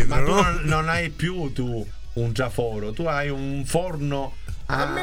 Speaker 6: Ma tu non- non hai più tu un traforo, tu hai un forno a,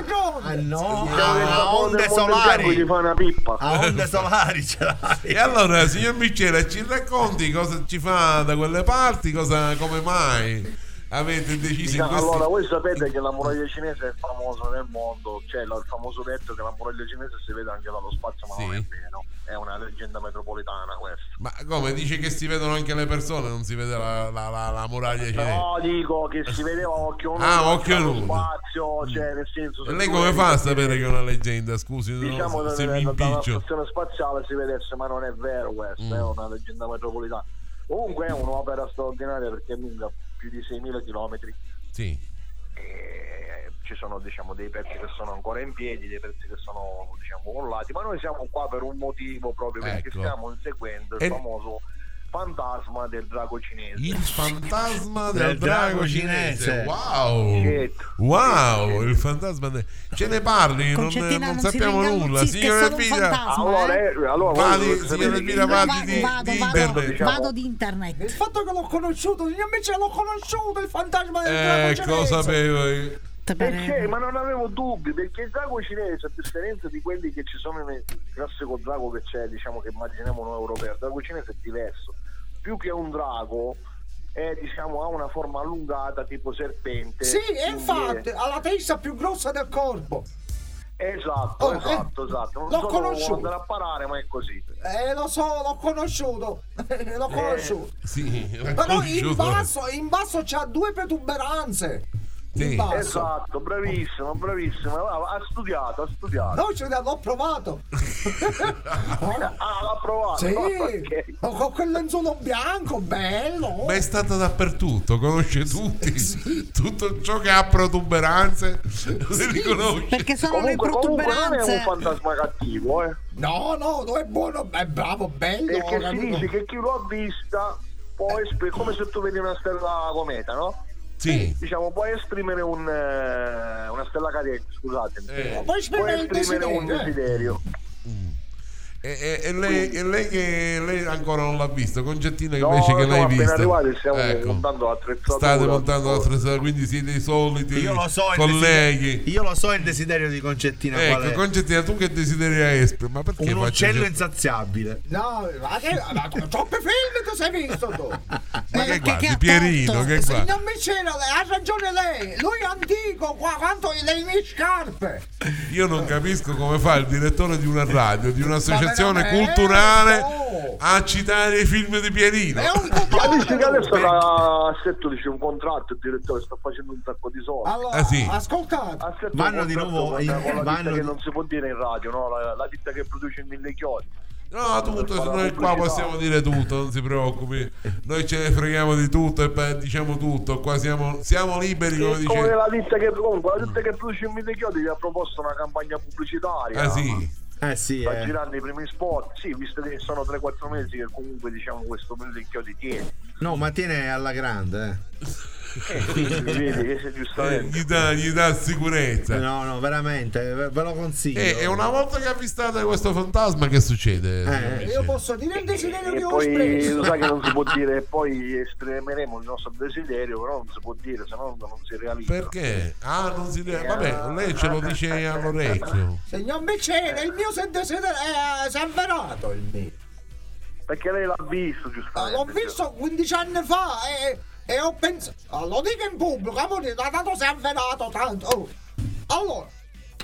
Speaker 6: a, no, a onde solari.
Speaker 11: Gli fa una pippa.
Speaker 6: A onde solari ce l'hai.
Speaker 3: E allora, signor Micera, ci racconti cosa ci fa da quelle parti, cosa, come mai avete deciso in
Speaker 11: Diciamo,
Speaker 3: questi...
Speaker 11: Allora, voi sapete che la muraglia cinese è famosa nel mondo, c'è la- il famoso detto che la muraglia cinese si vede anche dallo spazio, ma non è vero, è una leggenda metropolitana questa.
Speaker 3: Ma come, dice che si vedono anche le persone, non si vede la, la- la- la muraglia cinese?
Speaker 11: No, dico che si vedeva occhio nudo,
Speaker 3: Ah, occhio
Speaker 11: dallo
Speaker 3: nudo.
Speaker 11: spazio, cioè nel senso...
Speaker 3: E
Speaker 11: se
Speaker 3: lei
Speaker 11: tu
Speaker 3: come
Speaker 11: vedi-
Speaker 3: fa a sapere che è una leggenda? Scusi, non-
Speaker 11: Diciamo che
Speaker 3: se mi
Speaker 11: dalla- dalla
Speaker 3: impiccio.
Speaker 11: stazione spaziale si vedesse, ma non è vero questo,
Speaker 3: Mm.
Speaker 11: è una leggenda metropolitana. Comunque è un'opera straordinaria perché lunga più di 6.000 km
Speaker 3: Sì.
Speaker 11: e ci sono diciamo, dei pezzi che sono ancora in piedi, dei pezzi che sono diciamo, crollati, ma noi siamo qua per un motivo proprio perché
Speaker 3: Ecco.
Speaker 11: stiamo inseguendo il
Speaker 3: E-
Speaker 11: famoso fantasma del drago cinese.
Speaker 3: Il fantasma
Speaker 11: Del
Speaker 3: del drago
Speaker 11: drago
Speaker 3: cinese.
Speaker 11: cinese.
Speaker 3: Wow!
Speaker 11: Certo.
Speaker 3: Wow, il fantasma del... Ce ne parli, non, non
Speaker 11: Concettina, non si
Speaker 3: sappiamo
Speaker 11: venga
Speaker 3: nulla.
Speaker 11: impazzisca, è
Speaker 3: Signora
Speaker 11: solo un
Speaker 3: Elvira,
Speaker 11: fantasma, Allora, eh. eh, allora, voi
Speaker 3: vadi,
Speaker 11: dovete
Speaker 3: signora
Speaker 11: sapere
Speaker 3: Elvira,
Speaker 11: che-
Speaker 3: vadi
Speaker 11: Vado,
Speaker 3: di,
Speaker 11: vado,
Speaker 3: di
Speaker 11: vado.
Speaker 3: internet.
Speaker 11: Diciamo-
Speaker 10: Vado di internet.
Speaker 5: Il fatto che l'ho conosciuto, signor amici, l'ho conosciuto, il fantasma del
Speaker 3: Ecco,
Speaker 5: drago
Speaker 3: lo
Speaker 5: cinese.
Speaker 3: sapevo io.
Speaker 11: Perché? Ma non avevo dubbi, perché il drago cinese, a differenza di quelli che ci sono nel classico drago che c'è, diciamo che immaginiamo noi europeo, il drago cinese è diverso. Più che un drago, è, diciamo, ha una forma allungata tipo serpente.
Speaker 5: Sì,
Speaker 11: quindi
Speaker 5: e
Speaker 11: è-
Speaker 5: infatti, ha la testa più grossa del corpo.
Speaker 11: Esatto,
Speaker 5: Oh, eh,
Speaker 11: esatto, esatto. Non
Speaker 5: l'ho
Speaker 11: so dove
Speaker 5: conosciuto.
Speaker 11: vuole andare a parare, ma è così.
Speaker 5: Eh, lo so, l'ho conosciuto. l'ho conosciuto.
Speaker 3: Eh, Sì, ho
Speaker 5: Però in
Speaker 3: conosciuto.
Speaker 5: basso, in basso c'ha due protuberanze. In basso.
Speaker 11: Esatto, bravissimo, bravissimo. Ah, Ha ha studiato, ha studiato.
Speaker 5: No, ce l'ho- l'ho provato.
Speaker 11: Ah, l'ha provato.
Speaker 5: Sì,
Speaker 11: Ok.
Speaker 5: con con quel lenzuolo bianco, bello.
Speaker 3: Ma è stata dappertutto, conosce tutti. Tutto ciò che ha protuberanze si riconosce.
Speaker 2: Perché sono
Speaker 11: comunque,
Speaker 2: le
Speaker 11: comunque non è un
Speaker 2: protuberanze.
Speaker 11: fantasma cattivo, eh.
Speaker 5: No, no, no, è buono, è bravo, bello.
Speaker 11: Perché si
Speaker 5: capito?
Speaker 11: dice che chi lo ha vista può esprimere, come se tu vedi una stella cometa, no?
Speaker 3: Sì.
Speaker 11: Diciamo, puoi esprimere un, eh, una stella cadente, scusatemi.
Speaker 3: Eh.
Speaker 5: Puoi esprimere il
Speaker 11: un
Speaker 5: desiderio, eh.
Speaker 11: desiderio.
Speaker 3: E, Eh, e- e lei, e lei che lei ancora non l'ha visto, Concettina che
Speaker 11: No,
Speaker 3: invece che
Speaker 11: siamo
Speaker 3: l'hai
Speaker 11: appena
Speaker 3: visto.
Speaker 11: arrivati, stiamo
Speaker 3: Ecco,
Speaker 11: montando l'attrezzatura.
Speaker 3: State montando la stessa, quindi siete i soliti
Speaker 6: Io lo so il
Speaker 3: colleghi.
Speaker 6: desiderio- Io lo so il desiderio di Concettina qual
Speaker 3: Ecco,
Speaker 6: è.
Speaker 3: Concettina, tu che desideri esprimere? Ma perché
Speaker 6: un
Speaker 3: faccio
Speaker 6: uccello
Speaker 3: gio-
Speaker 6: insaziabile.
Speaker 5: No, ma che ma con troppi film tu sei visto tu.
Speaker 3: Ma che guardi, Pierino, che guardi?
Speaker 5: Signor Micino, ha ragione lei. Lui è antico, qua quanto le mie scarpe.
Speaker 3: Io non capisco come fa il direttore di una radio, di un'associazione
Speaker 5: Ma veramente?
Speaker 3: culturale a citare i film di Pierino.
Speaker 11: Ma dici che adesso ha assetto dice, un contratto, il direttore sta facendo un sacco di soldi.
Speaker 5: Allora,
Speaker 3: Ah, sì.
Speaker 5: ascoltate.
Speaker 11: Assetto
Speaker 6: Vanno
Speaker 11: un
Speaker 6: di
Speaker 11: contratto
Speaker 6: nuovo
Speaker 11: con-
Speaker 6: in-
Speaker 11: con la ditta
Speaker 6: vanno
Speaker 11: che
Speaker 6: di-
Speaker 11: non si può dire in radio, no? La, la ditta che produce mille chiodi.
Speaker 3: No, tutto,
Speaker 11: Per fare
Speaker 3: noi
Speaker 11: la
Speaker 3: qua
Speaker 11: pubblicità.
Speaker 3: possiamo dire tutto, non si preoccupi. Noi ce ne freghiamo di tutto e beh, diciamo tutto. Qua siamo, siamo liberi, come
Speaker 11: Come,
Speaker 3: dice.
Speaker 11: la ditta che comunque la ditta che produce mille chiodi vi ha proposto una campagna pubblicitaria.
Speaker 3: Ah sì,
Speaker 6: Eh sì,
Speaker 11: Sta
Speaker 6: eh.
Speaker 11: girando i primi spot, sì, visto che sono 3-4 mesi che comunque diciamo questo mille chiodi tiene.
Speaker 6: No, ma tiene alla grande.
Speaker 11: Eh, quindi vedi che se giustamente.
Speaker 3: gli dà, gli dà
Speaker 6: eh.
Speaker 3: sicurezza.
Speaker 6: No, no, veramente, ve ve lo consiglio.
Speaker 3: E, e una volta che avvistate questo fantasma, che succede?
Speaker 6: Eh.
Speaker 5: Io posso dire il desiderio
Speaker 11: E
Speaker 5: che ho
Speaker 11: poi lo
Speaker 5: espresso.
Speaker 11: sai che non si può dire, poi estremeremo il nostro desiderio, però non si può dire, se no non si realizza.
Speaker 3: Perché? Ah, non si deve. Vabbè, lei ce lo dice all'orecchio.
Speaker 5: Signor Micino, il mio desiderio è eh, si è avverato il mio.
Speaker 11: Perché lei l'ha visto, giustamente. cioè.
Speaker 5: L'ho visto 15 anni fa e, e ho pensato. ah, Lo dico in pubblico, amore, da tanto sei avverato tanto. Oh. Allora,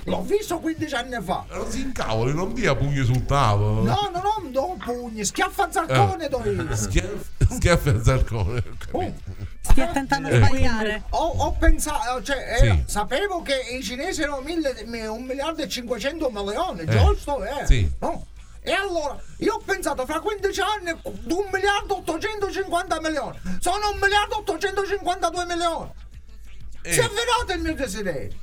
Speaker 5: l'ho visto 15 anni fa.
Speaker 3: Non si incavoli, non dia pugni sul tavolo. Eh.
Speaker 5: No, no, no, do pugni, schiaffa al zarcone do io.
Speaker 3: Schiaff- schiaffa il zarcone. ho
Speaker 5: Oh.
Speaker 3: capito.
Speaker 2: Stia tentando di
Speaker 3: Eh.
Speaker 2: sbagliare.
Speaker 5: Ho, ho pensato, cioè, era-
Speaker 3: Sì.
Speaker 5: sapevo che i cinesi erano mille- mi- un miliardo e 500 milioni,
Speaker 3: Eh,
Speaker 5: giusto? Eh?
Speaker 3: sì.
Speaker 5: No? E allora, io ho pensato, fra 15 anni, un miliardo e 850 milioni, sono un miliardo e 852 milioni. Si è
Speaker 3: Eh.
Speaker 5: avverato il mio desiderio.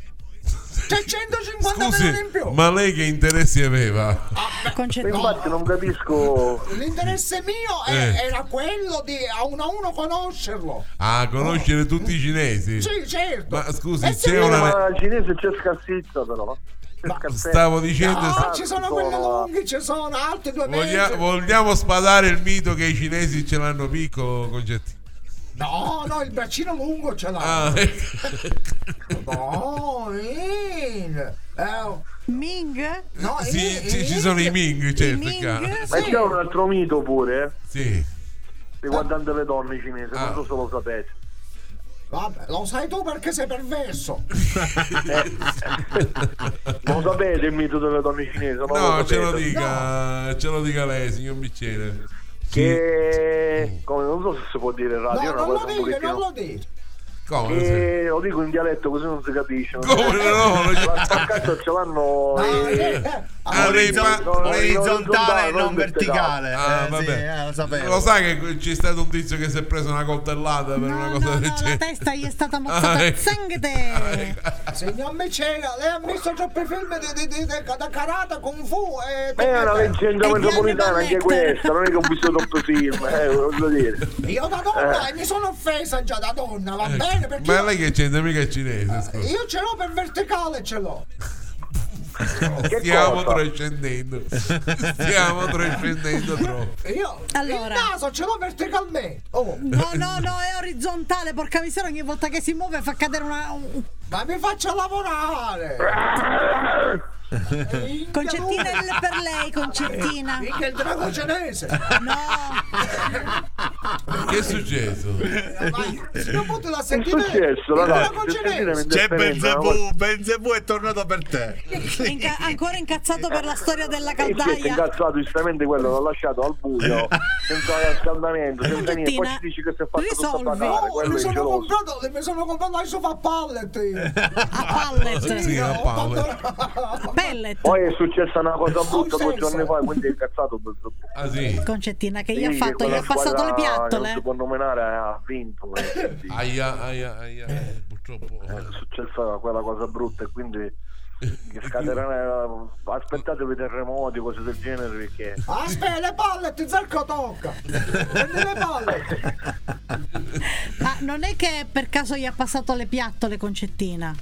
Speaker 5: Cioè, C'è 150
Speaker 3: Scusi,
Speaker 5: milioni in più.
Speaker 3: ma lei che interessi aveva?
Speaker 11: Infatti non capisco.
Speaker 5: L'interesse mio è-
Speaker 3: Eh.
Speaker 5: era quello di a uno a uno conoscerlo.
Speaker 3: Ah, conoscere tutti i cinesi?
Speaker 6: Cioè,
Speaker 5: Sì, certo.
Speaker 3: Ma scusi,
Speaker 5: Eh,
Speaker 3: c'è
Speaker 5: sì,
Speaker 3: una...
Speaker 11: Ma il cinese c'è scarsizza però.
Speaker 3: Stavo dicendo...
Speaker 5: No, ci sono quelli lunghi, ci sono altri due
Speaker 3: Voglia-
Speaker 5: mesi.
Speaker 3: vogliamo spadare il mito che i cinesi ce l'hanno piccolo, Concetti?
Speaker 5: No, no, il braccino lungo ce l'ha.
Speaker 3: Ah,
Speaker 5: No, Ming. Eh,
Speaker 2: Ming?
Speaker 5: No,
Speaker 3: sì,
Speaker 5: Ming-
Speaker 3: sì, ci sono i Ming, certo, è chiaro.
Speaker 11: Ma c'è un altro mito pure, eh?
Speaker 3: Sì.
Speaker 11: Riguardante le donne cinesi,
Speaker 3: Ah.
Speaker 11: non so se lo sapete.
Speaker 5: Vabbè, lo sai tu perché sei perverso.
Speaker 11: Non Eh. sapete il mito delle donne cinesi? Non
Speaker 3: No, ce lo
Speaker 11: sapete?
Speaker 3: dica, ce lo dica lei, signor Bicciere.
Speaker 11: Che come, non so se si può dire in radio,
Speaker 5: No,
Speaker 11: è una
Speaker 5: non lo
Speaker 11: cosa un
Speaker 5: dire,
Speaker 11: pochettino-
Speaker 5: non lo dire.
Speaker 3: Come?
Speaker 11: Che lo dico in dialetto così non si capisce.
Speaker 3: Oh, Come no?
Speaker 11: L'attaccato ce l'hanno eh,
Speaker 6: Orizzon- orizzontale e non verticale.
Speaker 3: Ah,
Speaker 6: Eh,
Speaker 3: vabbè.
Speaker 6: sì, eh, lo sapevo.
Speaker 3: Lo sa che c'è stato un tizio che si è preso una coltellata per una cosa del
Speaker 2: La
Speaker 3: genere?
Speaker 2: testa gli è stata
Speaker 3: Ah,
Speaker 2: mozzata.
Speaker 3: ecco.
Speaker 2: Zangate!
Speaker 5: Signor Mecena, lei ha visto troppi film di, di, di, di- da karate, kung fu e...
Speaker 11: Ma Eh, è una leggenda
Speaker 5: e
Speaker 11: metropolitana
Speaker 5: Gianni
Speaker 11: anche
Speaker 5: Barletta.
Speaker 11: questa, non è che ho visto troppo film, eh, voglio dire.
Speaker 5: Io da donna
Speaker 11: Eh.
Speaker 5: e mi sono offesa già da donna, va bene? Perché
Speaker 3: Ecco.
Speaker 5: Ah,
Speaker 3: Ma lei che c'entra mica il cinese, scusa.
Speaker 5: io ce l'ho per verticale, ce l'ho.
Speaker 3: Stiamo
Speaker 11: cosa?
Speaker 3: trascendendo. Stiamo trascendendo troppo.
Speaker 5: Io il naso ce l'ho verticalmente. Oh.
Speaker 2: No, no, no, è orizzontale, porca miseria, ogni volta che si muove fa cadere una. un-
Speaker 5: Ma mi faccia lavorare!
Speaker 2: Concettina il- per lei, concettina.
Speaker 5: Eh, Mica il drago cinese!
Speaker 3: Che è successo?
Speaker 5: Signor Putin l'ha
Speaker 11: Che è
Speaker 5: sentito?
Speaker 11: successo? La
Speaker 5: Il
Speaker 11: dai,
Speaker 5: drago
Speaker 11: se sentite
Speaker 5: cinese!
Speaker 6: C'è
Speaker 11: un'indifferenza, no?
Speaker 6: Benzebu, Benzebu è tornato per te.
Speaker 2: Inca- ancora incazzato per la storia della
Speaker 11: E si Eh, è
Speaker 2: caldaia.
Speaker 11: incazzato giustamente quello l'ho lasciato al
Speaker 3: Eh.
Speaker 11: buio senza riscaldamento senza niente poi
Speaker 2: Tina,
Speaker 11: ci dice che si è fatto tutta
Speaker 2: risolvi.
Speaker 11: pagare
Speaker 5: Oh,
Speaker 11: quello
Speaker 5: mi
Speaker 11: è
Speaker 5: sono
Speaker 11: geloso
Speaker 5: comprato, mi sono comprato il sofà pallet! io.
Speaker 2: A pallet.
Speaker 3: Sì, a palle.
Speaker 2: Pellet.
Speaker 11: poi è successa una cosa brutta due
Speaker 5: Successo.
Speaker 11: giorni fa quindi è incazzato per
Speaker 3: Ah, sì.
Speaker 2: Concettina che
Speaker 11: Sì,
Speaker 2: gli ha fatto, gli
Speaker 11: quella
Speaker 2: ha passato le
Speaker 11: squadra che Non
Speaker 2: piattole.
Speaker 11: si può nominare, ha vinto. eh, sì.
Speaker 3: Aia, aia, aia. eh, Purtroppo.
Speaker 11: È successa quella cosa brutta e quindi che scatenerà- aspettatevi terremoti, cose del genere perché
Speaker 5: Ah, Aspetta, le pallet, zerco tocca! Prendi le pallet!
Speaker 2: Ma non è che per caso gli ha passato le piattole, concettina?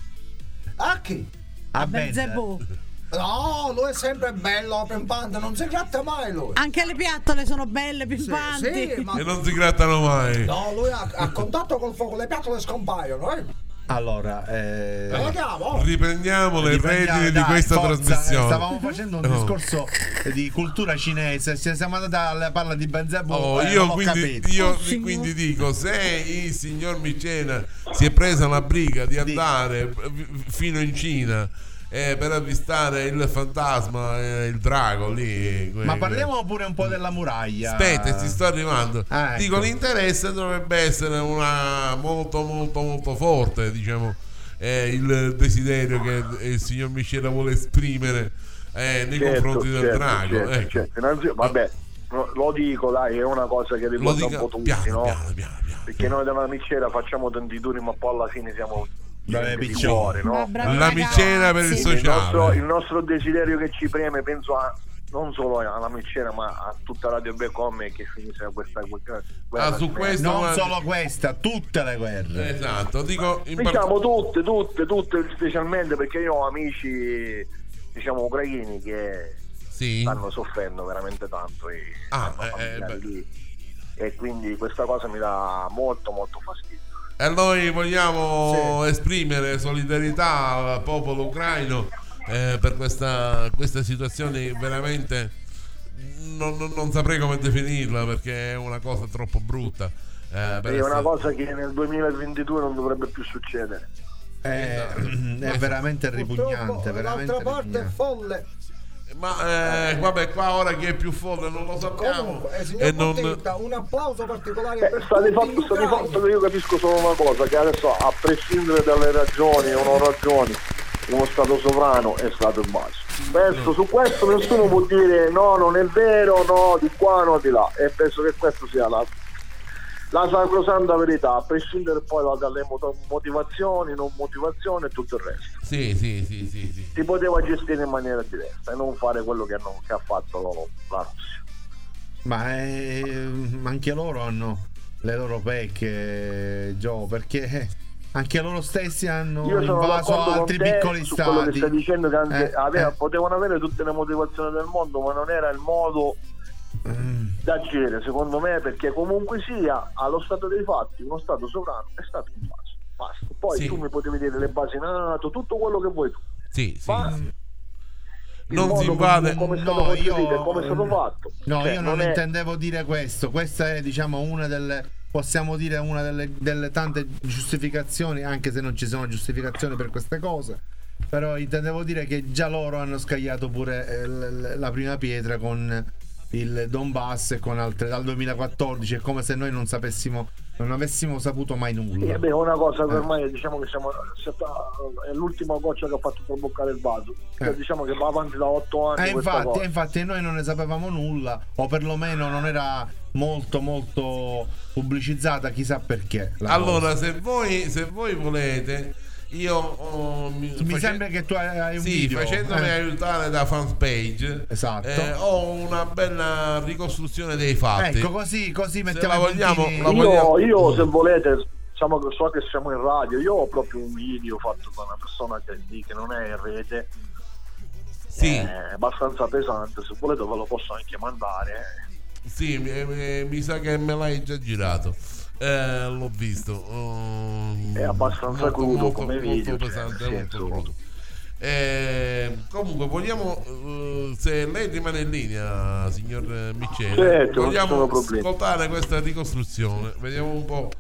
Speaker 5: A chi?
Speaker 6: A
Speaker 2: Belzebù.
Speaker 3: eh.
Speaker 5: No, lui è sempre bello, open panda, non si gratta mai lui!
Speaker 2: Anche le piattole sono belle, pimpanti.
Speaker 5: Sì, ma...
Speaker 3: E non si grattano mai.
Speaker 5: No, lui ha, ha contatto col fuoco, le piattole scompaiono, eh!
Speaker 6: Allora, eh,
Speaker 5: Lo chiamo!
Speaker 3: Riprendiamo le
Speaker 6: riprendiamo,
Speaker 3: redini di
Speaker 6: dai,
Speaker 3: questa
Speaker 6: forza, eh,
Speaker 3: trasmissione.
Speaker 6: Stavamo facendo un
Speaker 3: No.
Speaker 6: discorso di cultura cinese. se Siamo andati alla parla di Benzebu.
Speaker 3: Oh,
Speaker 6: eh,
Speaker 3: io
Speaker 6: non ho
Speaker 3: quindi,
Speaker 6: capito.
Speaker 3: io quindi dico: se il signor Micena si è presa la briga di andare f- fino in Cina eh, per avvistare il fantasma, eh, il drago lì. eh, que-
Speaker 6: Ma parliamo pure un po' della muraglia.
Speaker 3: Aspetta, ci sto arrivando.
Speaker 6: Eh. Ah, ecco.
Speaker 3: Dico, l'interesse dovrebbe essere una molto molto molto forte, diciamo, eh, il desiderio che il signor Miscela vuole esprimere eh, nei
Speaker 11: Certo,
Speaker 3: confronti del
Speaker 11: certo,
Speaker 3: drago.
Speaker 11: certo,
Speaker 3: ecco.
Speaker 11: certo. Innanzitutto- vabbè, no, lo dico, dai, è una cosa che
Speaker 3: Lo
Speaker 11: riguarda
Speaker 3: dica
Speaker 11: un po' tutti,
Speaker 3: piano,
Speaker 11: no?
Speaker 3: piano, piano, piano.
Speaker 11: Perché noi dalla micera facciamo tanti duri, ma poi alla fine siamo
Speaker 6: Brave
Speaker 11: di
Speaker 6: piccioni.
Speaker 11: cuore, no?
Speaker 3: La micena per il
Speaker 11: Il nostro,
Speaker 3: sociale.
Speaker 11: il nostro desiderio che ci preme, penso a non solo alla micera, ma a tutta Radio Becom è che finisse questa eh, guerra.
Speaker 3: Ah, su questo
Speaker 6: Non
Speaker 3: guarda-
Speaker 6: solo questa, tutte le guerre.
Speaker 3: Esatto, dico in par-
Speaker 11: Diciamo tutte, tutte, tutte, specialmente perché io ho amici, diciamo, ucraini che
Speaker 3: Sì.
Speaker 11: stanno soffrendo veramente tanto e
Speaker 3: Ah,
Speaker 11: hanno
Speaker 3: eh, eh,
Speaker 11: familiari
Speaker 3: beh.
Speaker 11: lì. e quindi questa cosa mi dà molto molto fastidio
Speaker 3: E noi vogliamo esprimere solidarietà al popolo ucraino eh, per questa, questa situazione veramente non, non- non saprei come definirla perché è una cosa troppo brutta. eh, per
Speaker 11: è una
Speaker 3: essere-
Speaker 11: cosa che nel 2022 non dovrebbe più succedere
Speaker 6: Eh,
Speaker 3: Esatto.
Speaker 6: È veramente ripugnante.
Speaker 5: Purtroppo,
Speaker 6: Veramente
Speaker 5: L'altra parte è
Speaker 6: ripugnante.
Speaker 5: folle!
Speaker 3: Ma eh, vabbè, qua ora chi è più folle non lo sappiamo.
Speaker 5: Comunque, eh, signor
Speaker 3: E non...
Speaker 5: Potetta, un applauso particolare
Speaker 11: Eh,
Speaker 5: per
Speaker 11: sta di
Speaker 5: tutti
Speaker 11: fatto,
Speaker 5: gli
Speaker 11: sta di
Speaker 5: ucraini.
Speaker 11: fatto che io capisco solo una cosa che adesso a prescindere dalle ragioni o non ragioni uno stato sovrano è stato il basso penso su questo nessuno può dire no non è vero no di qua no di là e penso che questa sia la la sacrosanta verità, a prescindere poi da- dalle mot- motivazioni, non motivazioni e tutto il resto.
Speaker 3: Sì, sì, sì, sì, sì.
Speaker 11: Si poteva gestire in maniera diversa e non fare quello che, hanno- che ha fatto la Russia.
Speaker 6: Ma eh, ma anche loro hanno le loro pecche, Joe, perché anche loro stessi hanno
Speaker 11: Io sono
Speaker 6: invaso
Speaker 11: d'accordo con
Speaker 6: altri
Speaker 11: te
Speaker 6: piccoli
Speaker 11: su quello che
Speaker 6: stati.
Speaker 11: stai dicendo che anche-
Speaker 6: Eh,
Speaker 11: aveva-
Speaker 6: eh.
Speaker 11: potevano avere tutte le motivazioni del mondo, ma non era il modo
Speaker 6: Mm.
Speaker 11: da agire, secondo me, perché comunque sia, allo stato dei fatti, uno Stato sovrano è stato in base. Basta. Poi tu mi potevi dire le basi NATO, tutto quello che vuoi tu.
Speaker 3: Sì, sì.
Speaker 11: non
Speaker 6: si invade-
Speaker 11: come è stato
Speaker 6: no,
Speaker 11: costruito
Speaker 6: io-
Speaker 11: e come è stato fatto.
Speaker 6: No,
Speaker 11: Cioè,
Speaker 6: io non,
Speaker 11: è-
Speaker 6: intendevo dire questo. Questa è, diciamo, una delle possiamo dire una delle, delle tante giustificazioni, anche se non ci sono giustificazioni per queste cose. Però intendevo dire che già loro hanno scagliato pure eh, l- l- la prima pietra con il Donbass e con altre dal 2014. È come se noi non sapessimo, non avessimo saputo mai
Speaker 11: Sì,
Speaker 6: nulla.
Speaker 11: vabbè, è una cosa che
Speaker 6: Eh.
Speaker 11: ormai diciamo che siamo, è l'ultima goccia che ha fatto traboccare il vaso. Cioè,
Speaker 6: Eh.
Speaker 11: Diciamo che va avanti da otto anni.
Speaker 6: Eh,
Speaker 11: questa
Speaker 6: infatti,
Speaker 11: cosa.
Speaker 6: eh, infatti noi non ne sapevamo nulla, o perlomeno non era molto molto pubblicizzata, chissà perché. la
Speaker 3: Allora,
Speaker 6: cosa.
Speaker 3: se voi, se voi volete, io oh, mi,
Speaker 6: mi
Speaker 3: face-
Speaker 6: sembra che tu hai, hai un
Speaker 3: sì,
Speaker 6: video.
Speaker 3: facendomi
Speaker 6: eh.
Speaker 3: aiutare da fanpage,
Speaker 6: Esatto.
Speaker 3: eh, ho una bella ricostruzione dei fatti.
Speaker 6: Ecco, così, così
Speaker 3: se
Speaker 6: mettiamo
Speaker 3: la
Speaker 6: i
Speaker 3: vogliamo,
Speaker 6: puntini.
Speaker 3: la
Speaker 11: Io,
Speaker 3: vogliamo- Mm.
Speaker 11: io, se volete, diciamo che so che siamo in radio, io ho proprio un video fatto da una persona che, lì, che non è in rete.
Speaker 3: Sì.
Speaker 11: È abbastanza pesante, se volete ve lo posso anche mandare. eh.
Speaker 3: Sì, mi, eh, mi- mi sa che me l'hai già girato. Eh, l'ho visto. Mm,
Speaker 11: È abbastanza
Speaker 3: molto,
Speaker 11: crudo
Speaker 3: molto,
Speaker 11: come
Speaker 3: molto
Speaker 11: video, cioè,
Speaker 3: pesante,
Speaker 11: nel
Speaker 3: molto
Speaker 11: senso-
Speaker 3: crudo. Eh, comunque vogliamo eh, se lei rimane in linea signor eh, Miceli
Speaker 11: Certo, non ci sono
Speaker 3: vogliamo
Speaker 11: problemi.
Speaker 3: ascoltare questa ricostruzione vediamo un po'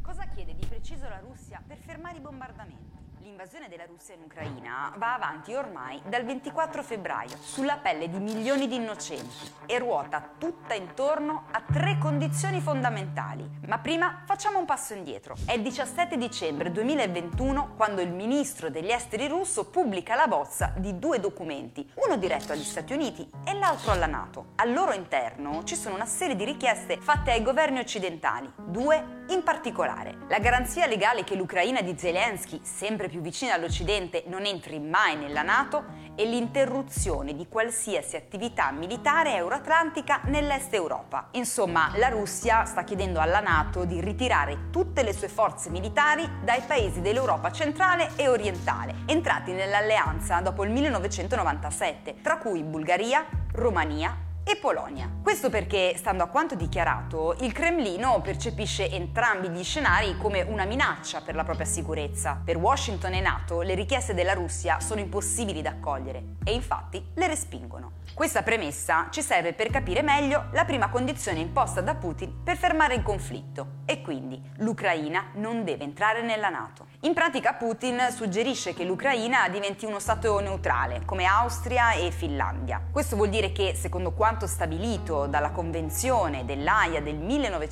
Speaker 12: Cosa chiede di preciso la Russia per fermare i bombardamenti? L'invasione della Russia in Ucraina va avanti ormai dal 24 febbraio sulla pelle di milioni di innocenti e ruota tutta intorno a tre condizioni fondamentali. Ma prima facciamo un passo indietro. È il 17 dicembre 2021 quando il ministro degli esteri russo pubblica la bozza di due documenti, uno diretto agli Stati Uniti e l'altro alla Nato. Al loro interno ci sono una serie di richieste fatte ai governi occidentali, due in particolare. La garanzia legale che l'Ucraina di Zelensky, sempre più vicina all'Occidente, non entri mai nella Nato e l'interruzione di qualsiasi attività militare euroatlantica nell'est Europa. Insomma, la Russia sta chiedendo alla Nato di ritirare tutte le sue forze militari dai paesi dell'Europa centrale e orientale, entrati nell'alleanza dopo il 1997, tra cui Bulgaria, Romania, e Polonia. Questo perché, stando a quanto dichiarato, il Cremlino percepisce entrambi gli scenari come una minaccia per la propria sicurezza. Per Washington e NATO le richieste della Russia sono impossibili da accogliere e infatti le respingono. Questa premessa ci serve per capire meglio la prima condizione imposta da Putin per fermare il conflitto e quindi l'Ucraina non deve entrare nella NATO. In pratica Putin suggerisce che l'Ucraina diventi uno stato neutrale, come Austria e Finlandia. Questo vuol dire che, secondo quanto stabilito dalla Convenzione dell'AIA del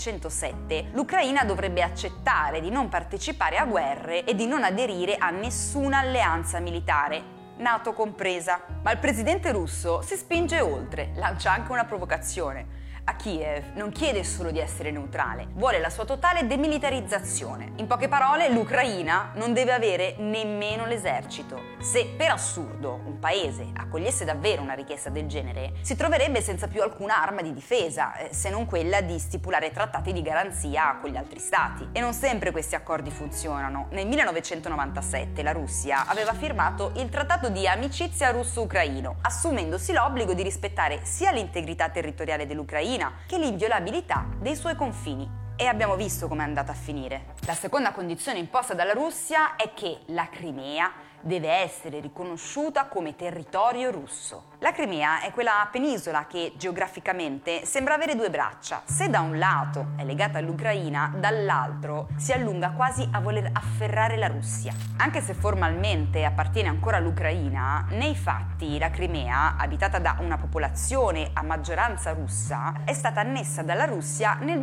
Speaker 12: 1907, l'Ucraina dovrebbe accettare di non partecipare a guerre e di non aderire a nessuna alleanza militare, NATO compresa. Ma il presidente russo si spinge oltre, lancia anche una provocazione. A Kiev non chiede solo di essere neutrale, vuole la sua totale demilitarizzazione. In poche parole, l'Ucraina non deve avere nemmeno l'esercito. Se per assurdo un paese accogliesse davvero una richiesta del genere, si troverebbe senza più alcuna arma di difesa, eh, se non quella di stipulare trattati di garanzia con gli altri stati. E non sempre questi accordi funzionano. Nel 1997 la Russia aveva firmato il Trattato di amicizia russo-ucraino, assumendosi l'obbligo di rispettare sia l'integrità territoriale dell'Ucraina che l'inviolabilità dei suoi confini. E abbiamo visto com'è andata a finire. La seconda condizione imposta dalla Russia è che la Crimea deve essere riconosciuta come territorio russo. La Crimea è quella penisola che geograficamente sembra avere due braccia. Se da un lato è legata all'Ucraina, dall'altro si allunga quasi a voler afferrare la Russia. Anche se formalmente appartiene ancora all'Ucraina, nei fatti la Crimea, abitata da una popolazione a maggioranza russa, è stata annessa dalla Russia nel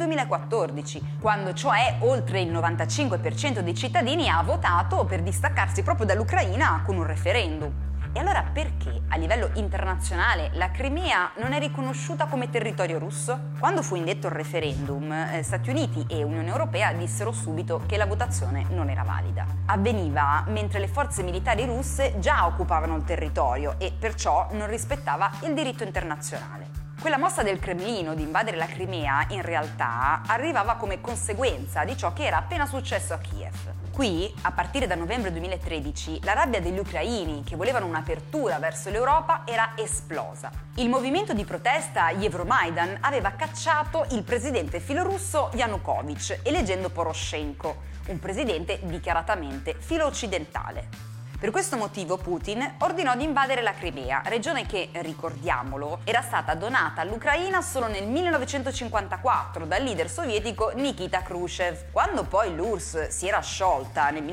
Speaker 12: 2014, quando cioè oltre il 95% dei cittadini ha votato per distaccarsi proprio dall'Ucraina con un referendum. E allora perché a livello internazionale la Crimea non è riconosciuta come territorio russo? Quando fu indetto il referendum, eh, Stati Uniti e Unione Europea dissero subito che la votazione non era valida. Avveniva mentre le forze militari russe già occupavano il territorio e perciò non rispettava il diritto internazionale. Quella mossa del Cremlino di invadere la Crimea in realtà arrivava come conseguenza di ciò che era appena successo a Kiev. Qui, a partire da novembre 2013, la rabbia degli ucraini che volevano un'apertura verso l'Europa era esplosa. Il movimento di protesta Euromaidan aveva cacciato il presidente filorusso Yanukovych, eleggendo Poroshenko, un presidente dichiaratamente filo-occidentale. Per questo motivo Putin ordinò di invadere la Crimea, regione che, ricordiamolo, era stata donata all'Ucraina solo nel 1954 dal leader sovietico Nikita Khrushchev. Quando poi l'URSS si era sciolta nel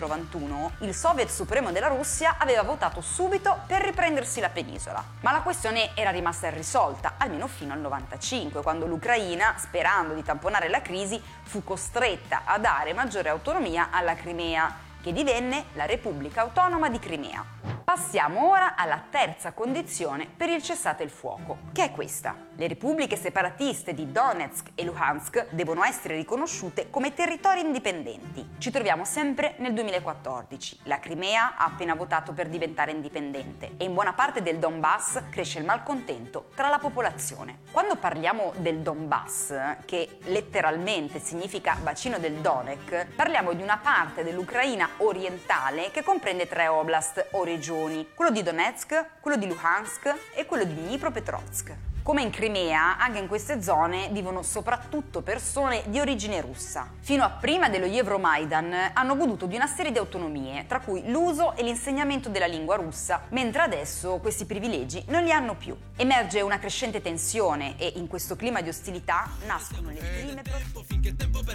Speaker 12: 1991, il Soviet Supremo della Russia aveva votato subito per riprendersi la penisola. Ma la questione era rimasta irrisolta, almeno fino al 95, quando l'Ucraina, sperando di tamponare la crisi, fu costretta a dare maggiore autonomia alla Crimea che divenne la Repubblica Autonoma di Crimea. Passiamo ora alla terza condizione per il cessate il fuoco, che è questa. Le repubbliche separatiste di Donetsk e Luhansk devono essere riconosciute come territori indipendenti. Ci troviamo sempre nel 2014. La Crimea ha appena votato per diventare indipendente e in buona parte del Donbass cresce il malcontento tra la popolazione. Quando parliamo del Donbass, che letteralmente significa bacino del Donetsk, parliamo di una parte dell'Ucraina orientale che comprende tre oblast o regioni, quello di Donetsk, quello di Luhansk e quello di Dnipropetrovsk. Come in Crimea, anche in queste zone vivono soprattutto persone di origine russa. Fino a prima dello Euromaidan hanno goduto di una serie di autonomie, tra cui l'uso e l'insegnamento della lingua russa, mentre adesso questi privilegi non li hanno più. Emerge una crescente tensione e in questo clima di ostilità nascono le prime...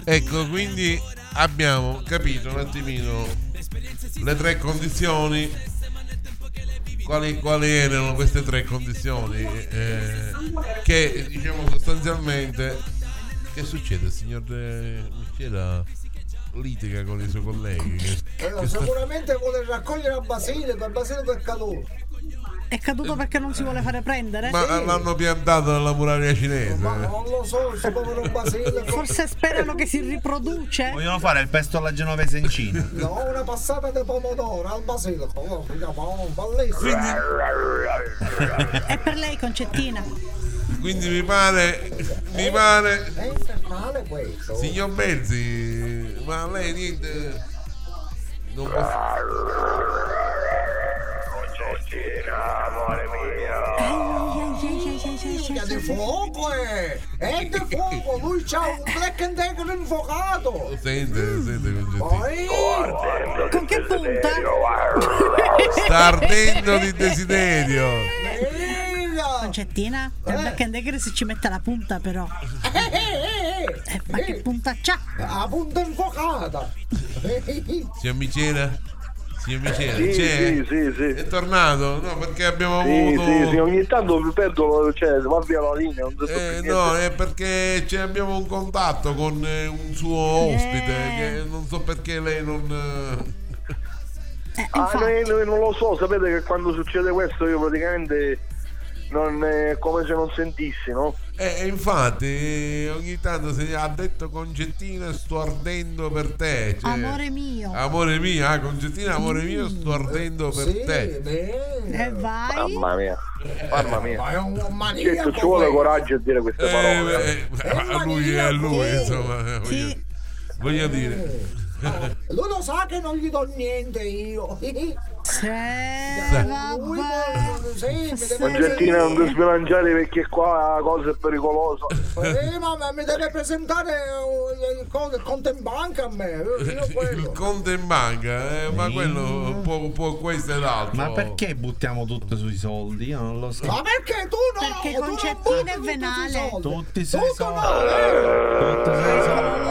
Speaker 3: Ecco, quindi abbiamo capito un attimino le tre condizioni. Quali, quali erano queste tre condizioni? eh, che diciamo sostanzialmente. Che succede, signor eh, Michela? Litiga con i suoi colleghi. che-
Speaker 5: Eh,
Speaker 3: che sta-
Speaker 5: sicuramente vuole raccogliere a Basilico, il Basilico è caduto.
Speaker 2: È caduto perché non si vuole fare prendere?
Speaker 3: Ma l'hanno piantato nella muraria cinese.
Speaker 5: Non lo so, questo povero Basilico.
Speaker 2: Forse sperano che si riproduce.
Speaker 6: Vogliono fare il pesto alla genovese in Cina.
Speaker 5: No, una passata di pomodoro al basilico. Oh, figa, oh, bellissimo.
Speaker 2: È per lei concettina.
Speaker 5: Eh.
Speaker 3: Quindi mi pare, mi pare,
Speaker 5: È infernale questo.
Speaker 3: signor Mezzi, ma lei niente. Non
Speaker 11: Concettina, amore
Speaker 5: Minchia, di fuoco è! È di fuoco! Lui c'ha un black and decker infuocato!
Speaker 3: Sente, sente
Speaker 5: Poi...
Speaker 2: Con che punta?
Speaker 3: Sta ardendo di desiderio.
Speaker 2: Concettina, per Black and Decker si ci mette la punta però. Eh, ma che punta c'ha?
Speaker 5: Eh, La punta infuocata!
Speaker 3: Signor Micena? Signor Micena,
Speaker 11: Sì,
Speaker 3: c'è?
Speaker 11: sì, sì, sì.
Speaker 3: È tornato? No, perché abbiamo
Speaker 11: Sì,
Speaker 3: avuto.
Speaker 11: sì, sì, ogni tanto mi perdo, cioè, va via la linea, non so più
Speaker 3: Eh,
Speaker 11: niente.
Speaker 3: no, è perché ci abbiamo un contatto con eh, un suo ospite. Che non so perché lei non.
Speaker 11: Ah, noi- noi non lo so, sapete che quando succede questo io praticamente non è come se non sentissi, no?
Speaker 3: Eh, e infatti, eh, ogni tanto se ha detto Concettina, sto ardendo per te. cioè,
Speaker 2: Amore mio.
Speaker 3: Amore mio, ah, Concettina, amore mio, sto ardendo per te. Eh,
Speaker 2: E vai.
Speaker 11: Mamma mia, mamma
Speaker 5: Ma è
Speaker 11: mia.
Speaker 5: un maniaco!
Speaker 11: Certo, ci vuole
Speaker 5: questo.
Speaker 11: coraggio a dire queste parole.
Speaker 3: Eh, eh, a lui, a lui, insomma, eh, voglio, voglio dire.
Speaker 5: Lui lo sa che non gli do niente io!
Speaker 2: Se vabbè.
Speaker 11: Concettina, non ti sbilanciare perché qua la cosa è pericolosa.
Speaker 5: Eh, ma ma mi deve presentare eh, il, co- il conto in banca a me! eh? Io
Speaker 3: eh, Il conto in banca, eh, ma quello può, può questo ed altro.
Speaker 6: Ma perché buttiamo tutto sui soldi? Io non lo so.
Speaker 5: Ma perché tu no?
Speaker 2: Perché
Speaker 5: Tu non
Speaker 2: concettina è venale.
Speaker 6: Tutti sui
Speaker 5: Tutto
Speaker 6: soldi. Tutti sui soldi.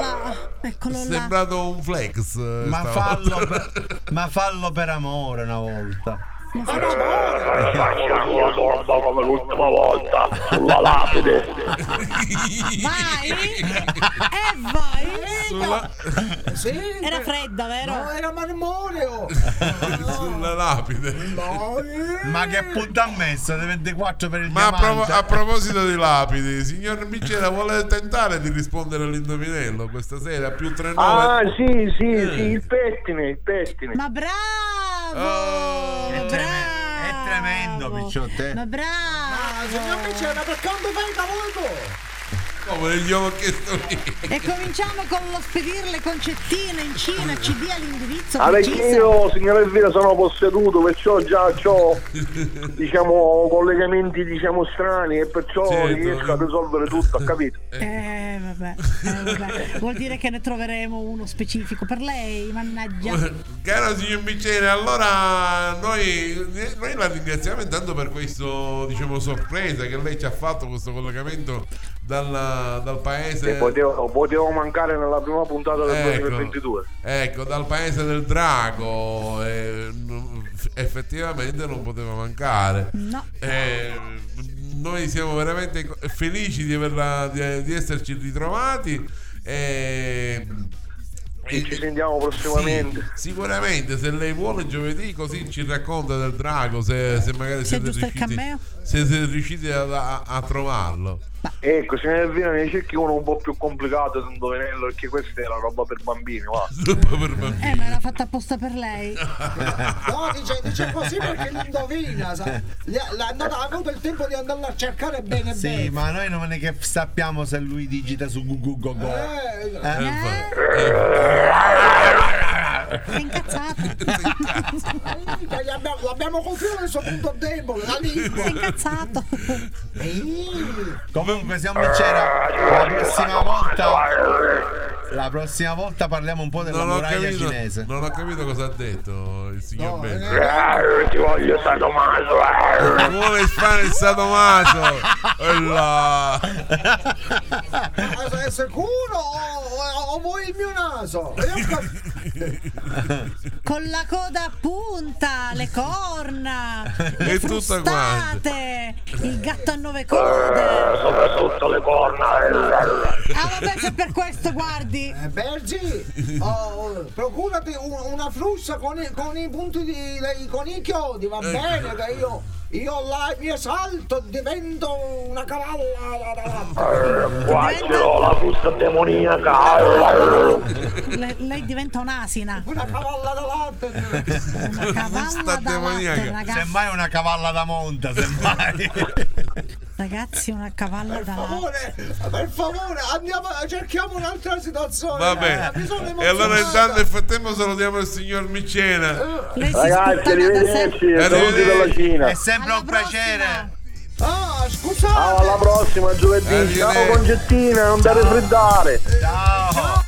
Speaker 2: Eccolo là.
Speaker 3: Sembrato un flex. eh,
Speaker 6: Ma
Speaker 3: stavolta.
Speaker 6: fallo, per, ma fallo per amore una volta.
Speaker 11: come l'ultima volta sulla lapide.
Speaker 2: Eh, Era fredda, vero?
Speaker 5: No, era marmoreo.
Speaker 3: Sulla lapide.
Speaker 4: Ma che punta ha messo? Le 24 per il
Speaker 3: Ma a, provo-
Speaker 4: diamante?
Speaker 3: a proposito di lapidi, signor Micera, vuole tentare di rispondere all'indovinello questa sera? Più 39.
Speaker 11: Ah, sì, sì, sì, il pettine, il pettine.
Speaker 2: Ma
Speaker 3: Oh.
Speaker 2: bravo!
Speaker 4: È, treme- è tremendo, picciotte.
Speaker 2: Ah, Ma bravo!
Speaker 5: Signor Micena, per quanto fai da voto?
Speaker 3: Come gli ho chiesto lì.
Speaker 2: E cominciamo con lo spedire le concettine in Cina, ci dia l'indirizzo
Speaker 11: Ah, perché
Speaker 2: preciso.
Speaker 11: io, signora Elvira, sono posseduto, perciò già ho diciamo, collegamenti diciamo, strani e perciò
Speaker 3: Certo.
Speaker 11: riesco a risolvere tutto, ha capito?
Speaker 2: Eh, vabbè, eh, vabbè. Vuol dire che ne troveremo uno specifico per lei, mannaggia.
Speaker 3: Caro signor Micena, allora noi, noi la ringraziamo intanto per questo diciamo sorpresa che lei ci ha fatto, questo collegamento dalla- dal
Speaker 11: E
Speaker 3: paese.
Speaker 11: potevo, potevo mancare nella prima puntata del
Speaker 3: Esatto. Ecco.
Speaker 11: 2022.
Speaker 3: Ecco, dal paese del drago, eh, n- effettivamente non poteva mancare.
Speaker 2: No.
Speaker 3: Eh, noi siamo veramente co- felici di, averla, di, di esserci ritrovati. eh,
Speaker 11: E ci sentiamo prossimamente.
Speaker 3: sì, sicuramente, se lei vuole giovedì così ci racconta del drago, se, se magari
Speaker 2: Se è
Speaker 3: siete
Speaker 2: giusto il
Speaker 3: riusciti,
Speaker 2: cameo?
Speaker 3: se siete riusciti a, a- a trovarlo.
Speaker 11: Ecco, se ne viene ne cerchi uno un po' più complicato di un dovenello, perché questa è la roba per bambini, va.
Speaker 2: Eh, ma l'ha fatta apposta per lei.
Speaker 5: No, dice, dice Cioè, così perché l'indovina, sa. Gli ha- l'ha andata- ha avuto il tempo di andarla a cercare bene
Speaker 6: Sì,
Speaker 5: bene.
Speaker 6: ma noi non è che sappiamo se lui digita su Google Go Go. Eh?
Speaker 5: Minchia, cioè, gli abbiamo- L'abbiamo confidato il suo punto debole, la lingua.
Speaker 2: Sei incazzato.
Speaker 6: Comunque siamo
Speaker 11: Eh,
Speaker 6: c'era la prossima volta.
Speaker 11: eh.
Speaker 6: La prossima volta parliamo un po' della
Speaker 3: Non ho,
Speaker 6: muraglia
Speaker 3: capito,
Speaker 6: cinese.
Speaker 3: non ho capito cosa ha detto il signor Benzo.
Speaker 6: eh,
Speaker 11: Eh, Ti voglio San Tommaso. eh.
Speaker 3: Vuole fare il sadomaso. E Eh là.
Speaker 5: Ma sei sicuro o, o- o vuoi il mio naso? Io cap-
Speaker 2: Con la coda a punta, le corna,
Speaker 3: E
Speaker 2: le
Speaker 3: tutto
Speaker 2: frustate, il gatto a nove code.
Speaker 11: Soprattutto le corna.
Speaker 2: Ah, vabbè, se per questo guardi.
Speaker 5: Eh, Bergi, oh, oh, procurati un- una frusta con, i- con i punti di, dei- con i chiodi, va bene? Che io, io là mi esalto, divento una cavalla. da- da- da-
Speaker 11: Qua ce l'ho la fusta demoniaca.
Speaker 2: Le- lei diventa un'asina.
Speaker 5: Una cavalla da latte.
Speaker 2: Una cavalla da latte, ragazzi.
Speaker 6: Semmai una cavalla da monta, semmai.
Speaker 2: Ragazzi, una cavalla da
Speaker 5: Per
Speaker 2: latte.
Speaker 5: favore, per favore, andiamo, cerchiamo un'altra situazione.
Speaker 3: Va
Speaker 5: Eh, mi sono
Speaker 3: bene. E allora intanto
Speaker 5: emozionata.
Speaker 3: nel frattempo salutiamo il signor Micena.
Speaker 2: Lei si
Speaker 11: Ragazzi,
Speaker 2: sputtana da sé.
Speaker 11: arrivederci. Saluti dalla Cina.
Speaker 6: È sempre
Speaker 2: Alla
Speaker 6: un piacere.
Speaker 5: Ah,
Speaker 11: Ciao,
Speaker 5: scusate.
Speaker 11: alla prossima giovedì. Ciao
Speaker 3: Arrivederci.
Speaker 11: concettina, non dare freddare.
Speaker 6: Ciao.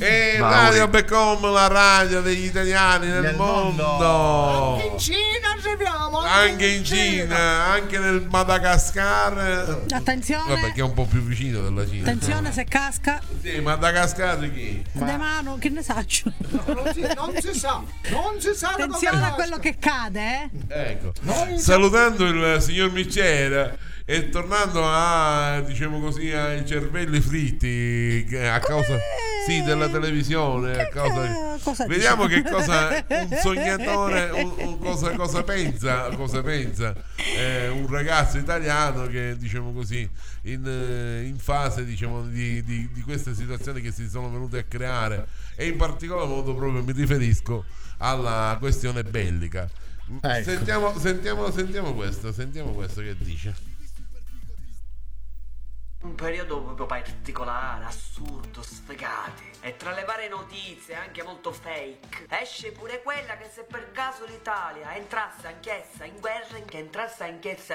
Speaker 2: Eh?
Speaker 3: E Radio Becom, la radio degli italiani nel,
Speaker 6: Nel
Speaker 3: mondo.
Speaker 6: mondo.
Speaker 5: In Cina arriviamo.
Speaker 3: Anche in Cina, anche nel Madagascar.
Speaker 2: Attenzione,
Speaker 3: Vabbè, che è un po' più vicino della Cina.
Speaker 2: attenzione se casca.
Speaker 3: Sì, Madagascar di chi?
Speaker 2: De mano, che ne saccio.
Speaker 5: Non si, non si sa, non si sa da dove
Speaker 2: Attenzione a
Speaker 5: nasca.
Speaker 2: quello che cade, eh.
Speaker 3: Ecco. Salutando il signor Micera e tornando a diciamo così ai cervelli fritti che- a causa sì, della televisione, a causa-
Speaker 2: eh, cosa
Speaker 3: Vediamo
Speaker 2: dice?
Speaker 3: che cosa un sognatore un- un cosa, cosa pensa, cosa pensa eh, un ragazzo italiano che diciamo così in, eh, in fase diciamo, di, di- di queste situazioni che si sono venute a creare e in particolar modo proprio mi riferisco alla questione bellica.
Speaker 6: Ecco.
Speaker 3: Sentiamo, sentiamo, sentiamo questo, sentiamo questo che dice.
Speaker 13: Un periodo proprio particolare, assurdo, sfegate. E tra le varie notizie, anche molto fake, esce pure quella che se per caso l'Italia entrasse anch'essa in guerra, che entrasse anch'essa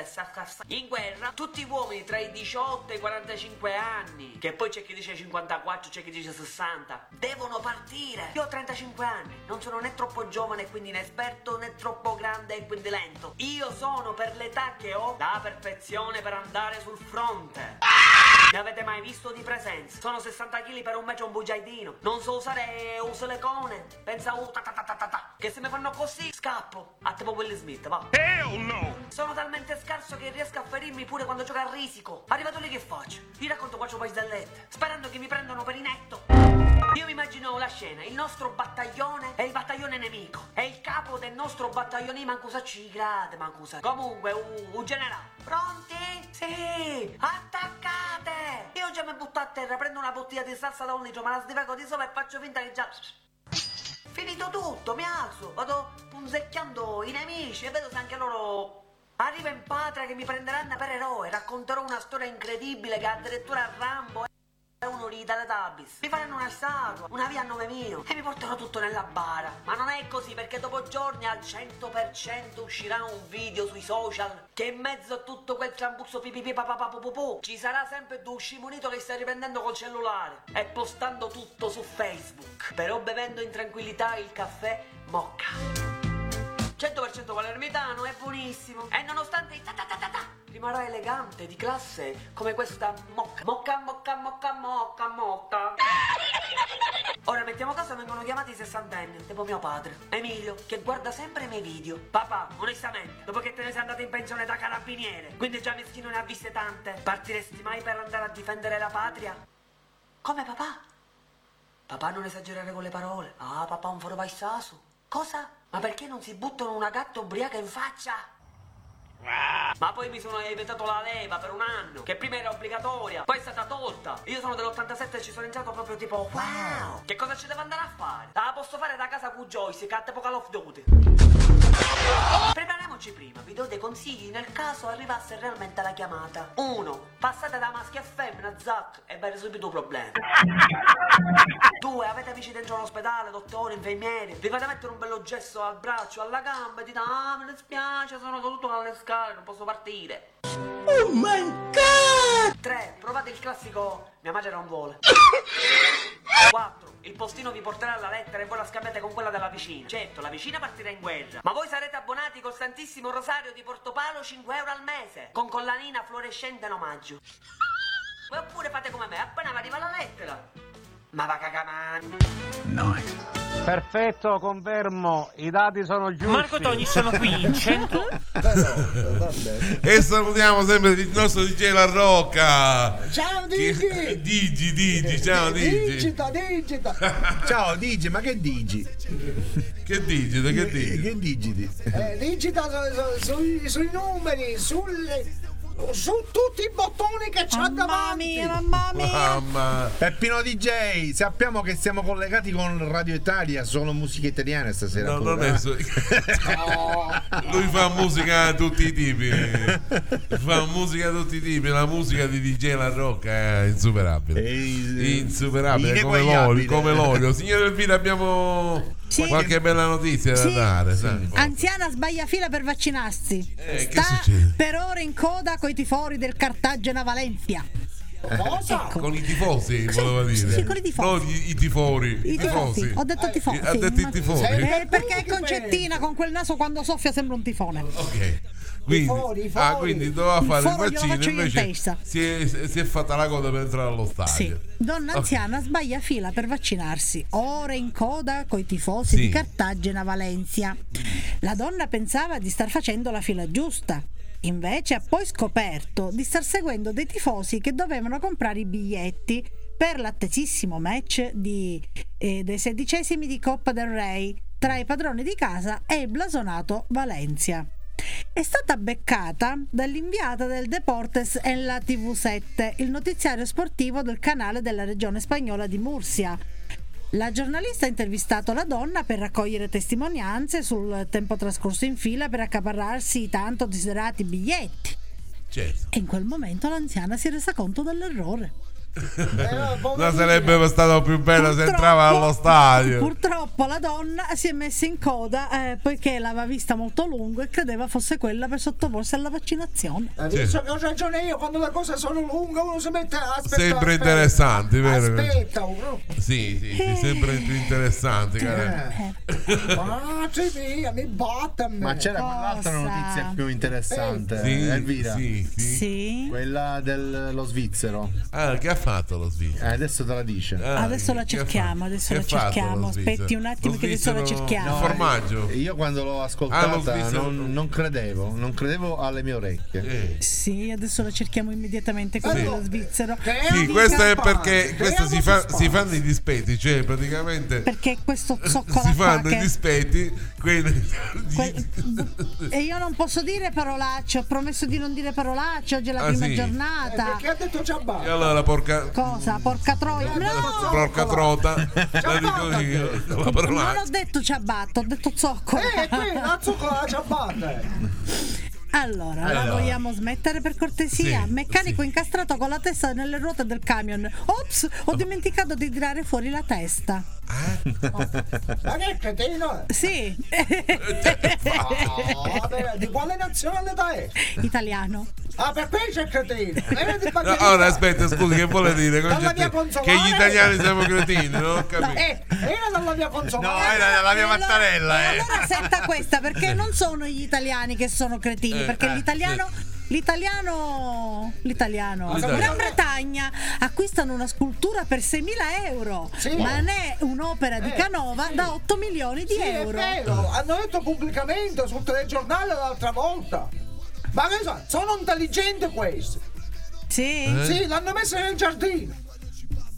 Speaker 13: in guerra, tutti i uomini tra i 18 e i 45 anni, che poi c'è chi dice 54, c'è chi dice 60, devono partire. Io ho 35 anni, non sono né troppo giovane e quindi inesperto né troppo grande e quindi lento. Io sono per l'età che ho la perfezione per andare sul fronte. Ne avete mai visto di presenza? Sono 60 kg per un mezzo un bugiardino. Non so usare, uso le cone. Pensa, uh, ta ta ta ta ta ta. Che se mi fanno così, scappo. A tipo Will Smith, va. Hell no! Sono talmente scarso che riesco a ferirmi pure quando gioco a risico. Arrivato lì che faccio? Gli racconto qua c'ho paesellette, sperando che mi prendano per inetto. Io mi immagino la scena, il nostro battaglione è il battaglione nemico. E il capo del nostro battaglione mancusa ci grade, mancusa. Comunque, un, un generale. Pronti? Sì! Attaccate! Io già mi butto a terra, prendo una bottiglia di salsa da un litro, me la sdivago di sopra e faccio finta che già. Finito tutto, mi alzo, vado punzecchiando i nemici e vedo se anche loro. Arriva in patria che mi prenderanno per eroe, racconterò una storia incredibile che addirittura Rambo è uno di Italia Tabis. Mi faranno una statua, una via a nome mio e mi porterò tutto nella bara. Ma non è così perché dopo giorni al 100% uscirà un video sui social che in mezzo a tutto quel trambusto pipipi papapapupupù ci sarà sempre Dusci munito che sta riprendendo col cellulare e postando tutto su Facebook. Però bevendo in tranquillità il caffè mocca. 100% palermitano è buonissimo e nonostante i ta ta ta ta ta rimarrà elegante di classe come questa mocca mocca mocca mocca mocca mocca ora mettiamo caso vengono chiamati i sessantenni tipo mio padre Emilio che guarda sempre i miei video papà onestamente dopo che te ne sei andato in pensione da carabiniere quindi già meschino ne ha viste tante partiresti mai per andare a difendere la patria come papà papà non esagerare con le parole ah papà un foro paesaso cosa ma perché non si buttano una gatta ubriaca in faccia? Ah. Ma poi mi sono inventato la leva per un anno, che prima era obbligatoria, poi è stata tolta. Io sono dell'87 e ci sono entrato proprio tipo wow! Che cosa ci devo andare a fare? La posso fare da casa con Joyce, che ha tipo Call of Duty. Prepariamoci prima, vi do dei consigli nel caso arrivasse realmente la chiamata. 1. Passate da maschio a femmina, zac, e beh subito problemi. 2. Avete amici dentro l'ospedale, dottore, infermieri, vi fate mettere un bello gesso al braccio, alla gamba e dite ah mi dispiace, sono caduto dalle scale, non posso partire. Oh my god! 3. Provate il classico mia madre non vuole. 4. Il postino vi porterà la lettera e voi la scambiate con quella della vicina. Certo, la vicina partirà in guerra. Ma voi sarete abbonati col Santissimo Rosario di Portopalo 5 euro al mese. Con collanina fluorescente in omaggio. Voi Oppure fate come me, appena vi arriva la lettera. Ma va cagaman.
Speaker 14: Perfetto, confermo, i dati sono giusti.
Speaker 13: Marco Togni, sono qui, in centro.
Speaker 3: E salutiamo sempre il nostro DJ La Rocca.
Speaker 5: Ciao
Speaker 3: Che-
Speaker 5: Digi!
Speaker 3: Digi, Digi, ciao Digi.
Speaker 5: Eh, Digita, digita!
Speaker 6: Ciao Digi, ma che Digi?
Speaker 3: Che digita, che digita?
Speaker 6: Che digiti?
Speaker 5: Eh, digita su- su- sui, sui numeri, sulle- su tutti i bottoni che c'ha davanti!
Speaker 2: mamma
Speaker 3: Mamma.
Speaker 6: Peppino DJ, sappiamo che siamo collegati con Radio Italia, sono musica italiana stasera.
Speaker 3: No,
Speaker 6: pure,
Speaker 3: non è
Speaker 6: eh.
Speaker 3: so- Lui fa musica di tutti i tipi. Fa musica di tutti i tipi. La musica di DJ La Rocca è insuperabile. insuperabile come l'olio,
Speaker 6: ineguagliabile.
Speaker 3: come l'olio. Signor Elvira, abbiamo
Speaker 2: Sì.
Speaker 3: qualche bella notizia da
Speaker 2: Sì.
Speaker 3: dare. sai.
Speaker 2: Anziana sbaglia fila per vaccinarsi.
Speaker 3: Eh, che
Speaker 2: Sta
Speaker 3: succede?
Speaker 2: per ore in coda coi tifori del Cartagena Valencia.
Speaker 3: Cosa? Con i tifosi, voleva dire.
Speaker 2: sì, con i tifosi.
Speaker 3: No, i, i tifori.
Speaker 2: I tifosi. Ho detto tifosi.
Speaker 3: Ha detto i
Speaker 2: ma-
Speaker 3: tifosi.
Speaker 2: Eh, perché è concettina con quel naso quando soffia sembra un tifone.
Speaker 3: Ok. Quindi,
Speaker 2: fori, i
Speaker 3: ah,
Speaker 2: fori.
Speaker 3: quindi doveva
Speaker 2: Il
Speaker 3: fare il
Speaker 2: foro glielo
Speaker 3: vaccino
Speaker 2: faccio io in
Speaker 3: invece
Speaker 2: testa.
Speaker 3: si è, si è fatta la coda per entrare allo stadio.
Speaker 2: Donna
Speaker 3: Ok.
Speaker 2: anziana sbaglia fila per vaccinarsi, ore in coda coi tifosi
Speaker 3: Sì.
Speaker 2: di Cartagena Valencia. La donna pensava di star facendo la fila giusta. Invece ha poi scoperto di star seguendo dei tifosi che dovevano comprare i biglietti per l'attesissimo match di, eh, dei sedicesimi di Coppa del Rey tra i padroni di casa e il blasonato Valencia. È stata beccata dall'inviata del Deportes en la TV7, il notiziario sportivo del canale della regione spagnola di Mursia. La giornalista ha intervistato la donna per raccogliere testimonianze sul tempo trascorso in fila per accaparrarsi i tanto desiderati biglietti.
Speaker 3: Certo.
Speaker 2: E in quel momento l'anziana si è resa conto dell'errore.
Speaker 3: No, sarebbe stato più bello se entrava allo stadio.
Speaker 2: Purtroppo la donna si è messa in coda eh, poiché l'aveva vista molto lungo e credeva fosse quella per sottoporsi alla vaccinazione.
Speaker 5: Hai visto che ho ragione io quando le cose sono lunghe uno si mette a aspettare.
Speaker 3: Sempre interessanti, vero?
Speaker 5: Aspetta, uno.
Speaker 3: Sì, sì, sì, sempre più interessanti. cara.
Speaker 5: Mazzi via, mi botta a me.
Speaker 6: Ma c'era quell'altra notizia più interessante, Eh,
Speaker 3: Sì,
Speaker 6: Elvira.
Speaker 3: sì,
Speaker 6: Quella dello svizzero. Eh,
Speaker 3: Ah, che ha fatto lo svizzero?
Speaker 6: adesso te la dice.
Speaker 3: Ah,
Speaker 2: adesso la cerchiamo, adesso
Speaker 6: Che
Speaker 2: la
Speaker 6: ha fatto
Speaker 2: cerchiamo.
Speaker 6: lo svizzero?
Speaker 2: Aspetti un attimo
Speaker 6: Lo
Speaker 2: che adesso la
Speaker 6: svizzero-
Speaker 2: cerchiamo.
Speaker 6: No,
Speaker 3: formaggio.
Speaker 6: Io quando l'ho
Speaker 3: Ah, lo
Speaker 6: ascoltata
Speaker 3: svizzero- Eh.
Speaker 6: non, non credevo, non credevo alle mie orecchie.
Speaker 2: Sì, adesso la cerchiamo immediatamente con
Speaker 6: Sì.
Speaker 2: lo svizzero.
Speaker 3: Sì, questo è
Speaker 2: Campania.
Speaker 3: perché questo si, fa- si fanno i dispetti, cioè praticamente
Speaker 2: Perché questo
Speaker 3: si
Speaker 2: zoccola qua
Speaker 3: fanno i
Speaker 2: che...
Speaker 3: dispetti. Quei...
Speaker 2: E io non posso dire parolacce, ho promesso di non dire parolacce, oggi è la
Speaker 3: Ah,
Speaker 2: prima
Speaker 3: sì.
Speaker 2: giornata. perché
Speaker 5: Eh, ha detto Eh, già
Speaker 3: E allora, porca,
Speaker 2: Cosa? Porca troia. No!
Speaker 3: porca trota, la dico io. La
Speaker 2: Non
Speaker 3: parolaccia.
Speaker 2: ho detto ciabatto, ho detto zoccola.
Speaker 5: Eh, qui, la zoccola la ciabatta.
Speaker 2: Allora, la
Speaker 5: Allora.
Speaker 2: vogliamo smettere per cortesia?
Speaker 5: Sì,
Speaker 2: Meccanico incastrato con la testa nelle ruote del camion. Ops, ho dimenticato di tirare fuori la testa.
Speaker 5: Ma che cretino!
Speaker 2: Sì.
Speaker 5: Vabbè, di quale nazionalità è?
Speaker 2: Italiano.
Speaker 5: Ah, per qui c'è il cretino! Eh, di
Speaker 3: No,
Speaker 5: Bagheria.
Speaker 3: allora aspetta, scusi, che vuole dire?
Speaker 5: Dalla
Speaker 3: Concetto?
Speaker 5: mia consolare.
Speaker 3: Che gli italiani siamo cretini, non ho capito.
Speaker 5: Eh, era dalla mia consolare!
Speaker 3: No, era dalla mia mattarella, eh.
Speaker 2: Allora senta questa, perché non sono gli italiani che sono cretini,
Speaker 3: Eh,
Speaker 2: perché
Speaker 3: eh,
Speaker 2: l'italiano. L'italiano. L'italiano.
Speaker 10: L'italiano.
Speaker 2: Gran Bretagna acquistano una scultura per 6.000 euro,
Speaker 5: Sì.
Speaker 2: ma ne è un'opera di
Speaker 5: Eh,
Speaker 2: Canova
Speaker 5: sì.
Speaker 2: da 8 milioni di
Speaker 5: Sì, è
Speaker 2: euro.
Speaker 5: vero, hanno detto pubblicamente sul telegiornale l'altra volta. Ma che so, sono intelligenti questi.
Speaker 2: Sì.
Speaker 5: Eh? Sì, l'hanno messo nel giardino.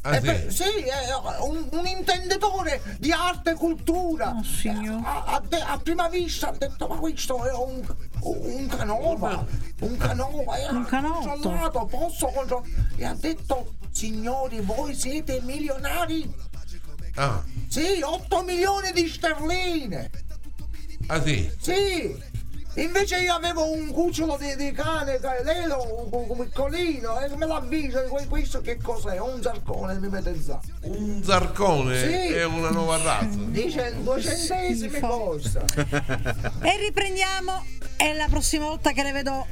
Speaker 3: Ah,
Speaker 5: E
Speaker 3: sì.
Speaker 5: per- sì, è un, un intenditore di arte e cultura.
Speaker 2: Ah,
Speaker 5: a, a- a- a prima vista ha detto, ma questo è un, un canova. Un canova. eh,
Speaker 2: Un canotto.
Speaker 5: controllato, posso controllare. E ha detto, signori, voi siete milionari.
Speaker 3: Ah,
Speaker 5: Sì, 8 milioni di sterline.
Speaker 3: ah sì.
Speaker 5: Sì! Invece io avevo un cucciolo di, di cane, che- lei lo un- un piccolino, e me l'ha visto, que- questo che cos'è? Un zarcone, mi mette za.
Speaker 3: Un zarcone
Speaker 5: Sì.
Speaker 3: è una nuova razza.
Speaker 5: Dice 200 costa.
Speaker 2: E riprendiamo. E la prossima volta che le vedo.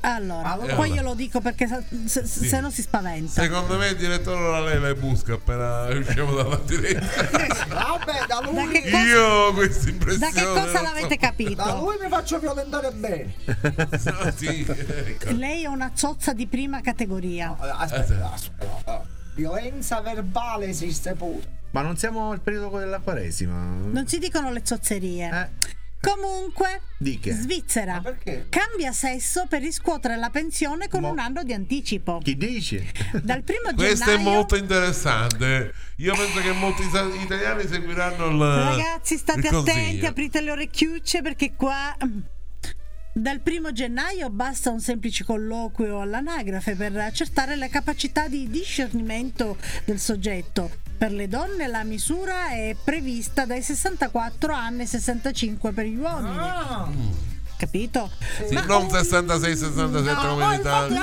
Speaker 2: Allora,
Speaker 3: Allora.
Speaker 2: poi glielo dico perché sa- se, se- se no si spaventa.
Speaker 3: Secondo me il direttore la leva e busca appena usciamo dalla diretta.
Speaker 5: Vabbè, da lui.
Speaker 3: Io ho questa
Speaker 2: Da
Speaker 3: impressione.
Speaker 2: che cosa
Speaker 3: non
Speaker 2: l'avete
Speaker 3: so.
Speaker 5: Da
Speaker 2: capito?
Speaker 5: lui mi faccio violentare bene.
Speaker 3: No, sì, ecco.
Speaker 2: Lei è una zozza di prima categoria.
Speaker 5: eh,
Speaker 3: Eh.
Speaker 5: Aspetta, aspetta. Violenza verbale esiste pure.
Speaker 6: Ma non siamo al periodo quello della quaresima.
Speaker 2: Non si dicono le zozzerie.
Speaker 5: Eh.
Speaker 2: Comunque,
Speaker 6: Di che?
Speaker 2: Svizzera cambia sesso per riscuotere la pensione con un anno di anticipo.
Speaker 6: Chi dici?
Speaker 2: Dal primo
Speaker 3: Questo è
Speaker 2: gennaio,
Speaker 3: molto interessante. Io penso che molti isa- italiani seguiranno il.
Speaker 2: ragazzi,
Speaker 3: il
Speaker 2: state
Speaker 3: consiglio.
Speaker 2: attenti, aprite le orecchiucce perché qua. mm, Dal primo gennaio basta un semplice colloquio all'anagrafe per accertare la capacità di discernimento del soggetto. Per le donne la misura è prevista dai 64 anni e 65 per gli uomini. Capito?
Speaker 3: Mm. Sì,
Speaker 2: Ma
Speaker 3: non 66-67 come in Italia.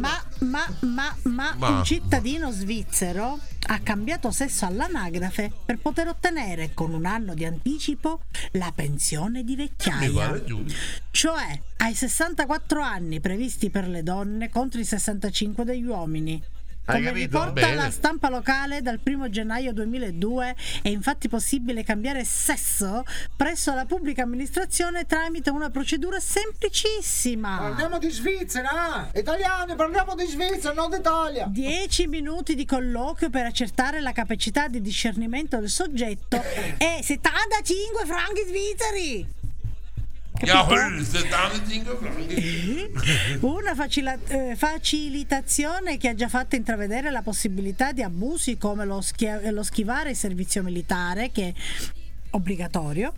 Speaker 2: ma, ma, ma, ma,
Speaker 3: Ma.
Speaker 2: un cittadino svizzero ha cambiato sesso all'anagrafe per poter ottenere con un anno di anticipo la pensione di
Speaker 3: Mi pare
Speaker 2: vecchiaia.
Speaker 3: giusto.
Speaker 2: Cioè ai 64 anni previsti per le donne contro i 65 degli uomini.
Speaker 6: Hai
Speaker 2: Come
Speaker 6: capito?
Speaker 2: riporta
Speaker 6: Bene.
Speaker 2: la stampa locale dal 1 gennaio 2002 è infatti possibile cambiare sesso presso la pubblica amministrazione tramite una procedura semplicissima.
Speaker 5: Parliamo di Svizzera, eh. italiani, parliamo di Svizzera, non d'Italia.
Speaker 2: 10 minuti di colloquio per accertare la capacità di discernimento del soggetto e 75 franchi svizzeri.
Speaker 3: Yahoo, 75
Speaker 2: Eh?
Speaker 3: franchi.
Speaker 2: Una facila- eh, facilitazione che ha già fatto intravedere la possibilità di abusi come lo, schia- lo schivare il servizio militare che è obbligatorio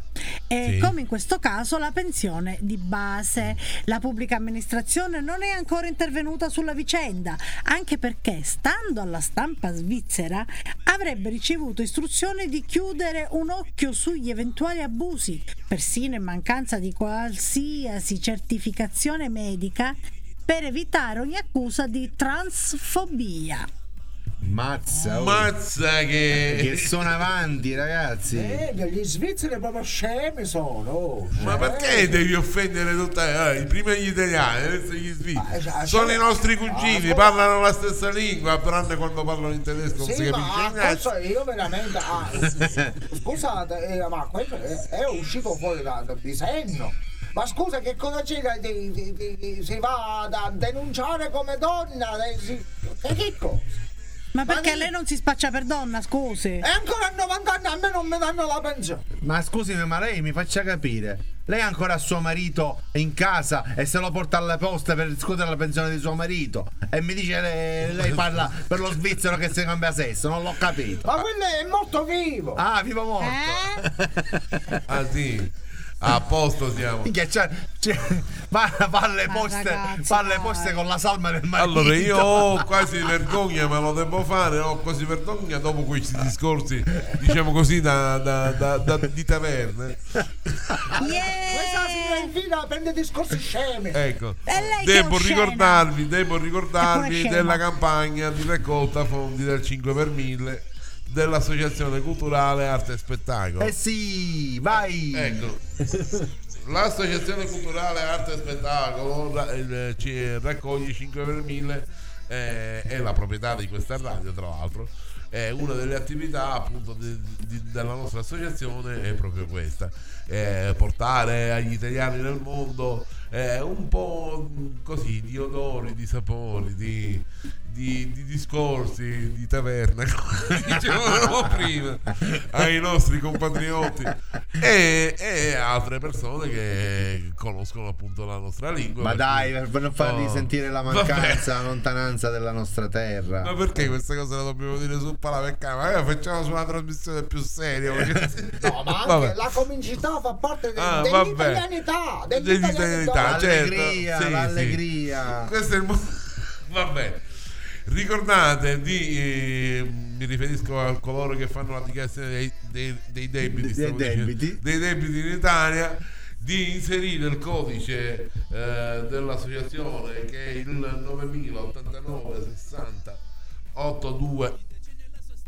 Speaker 2: e
Speaker 10: Sì.
Speaker 2: come in questo caso la pensione di base. La pubblica amministrazione non è ancora intervenuta sulla vicenda, anche perché stando alla stampa svizzera avrebbe ricevuto istruzioni di chiudere un occhio sugli eventuali abusi, persino in mancanza di qualsiasi certificazione medica per evitare ogni accusa di transfobia.
Speaker 6: Mazza, oh.
Speaker 3: Mazza che...
Speaker 6: che sono avanti, ragazzi.
Speaker 5: Eh, gli svizzeri proprio scemi sono.
Speaker 3: Ma perché devi offendere tutta... eh, prima gli italiani, adesso gli svizzeri. Sono i nostri cugini, parlano la stessa lingua, tranne quando parlano in tedesco non si
Speaker 5: Ah, Sì,
Speaker 3: capisce
Speaker 5: ma ah,
Speaker 3: niente.
Speaker 5: questo io veramente. ah, scusate, eh, ma questo è, è uscito fuori da- dal disegno. Ma scusa, che cosa c'era? Di, di- di- di- si va a denunciare come donna? eh, si- E che cosa?
Speaker 2: Ma perché lei non si spaccia per donna, scusi?
Speaker 5: E ancora a 90 anni a me non mi danno la pensione.
Speaker 6: Ma scusami, ma lei mi faccia capire. Lei ha ancora suo marito in casa e se lo porta alla posta per discutere la pensione di suo marito. E mi dice lei, lei parla per lo svizzero che si cambia sesso, non l'ho capito.
Speaker 5: Ma quello è morto vivo!
Speaker 6: Ah, vivo morto!
Speaker 3: Ah sì, Ah, a posto siamo.
Speaker 6: Minchia, cioè, cioè, va, va alle poste, va alle poste con la salma del marito.
Speaker 3: Allora io ho quasi vergogna, ma lo devo fare, ho quasi vergogna dopo questi discorsi, diciamo così, da, da- da- da- di taverne.
Speaker 5: Questa signora in fila prende discorsi scemi.
Speaker 3: Ecco,
Speaker 5: E Eh, lei che è
Speaker 3: devo
Speaker 5: oscena.
Speaker 3: ricordarvi, devo
Speaker 5: È
Speaker 3: ricordarvi
Speaker 5: pure
Speaker 3: della
Speaker 5: scema.
Speaker 3: campagna di raccolta fondi del 5 per 1000 dell'Associazione Culturale Arte e Spettacolo.
Speaker 6: Eh sì, vai!
Speaker 3: Ecco. L'Associazione Culturale Arte e Spettacolo ra- eh, ci raccoglie 5 per 1000 eh, è la proprietà di questa radio tra l'altro è una delle attività appunto di- di- della nostra associazione è proprio questa Eh, portare agli italiani nel mondo eh, un po' mh, così di odori di sapori di, di- di discorsi di taverna come dicevamo prima ai nostri compatrioti e, e altre persone che conoscono appunto la nostra lingua
Speaker 6: Ma
Speaker 3: per
Speaker 6: dai,
Speaker 3: cui-
Speaker 6: per non fargli
Speaker 3: Oh.
Speaker 6: sentire la mancanza, la lontananza della nostra terra.
Speaker 3: Ma perché questa cosa la dobbiamo dire su Palavecca? Ma eh, facciamo su una trasmissione più seria. perché-
Speaker 5: No, ma anche
Speaker 3: Vabbè.
Speaker 5: la comicità fa parte de-
Speaker 3: Ah, vabbè.
Speaker 5: dell'italianità.
Speaker 3: Dell'italianità, certo. Sì, sì. Questo è il mo- Vabbè. Ricordate di... eh, mi riferisco a coloro che fanno la dichiarazione dei, dei- dei debiti. stavo dicendo. Dei debiti in Italia. Di inserire il codice eh, dell'associazione che è il 9089 60 82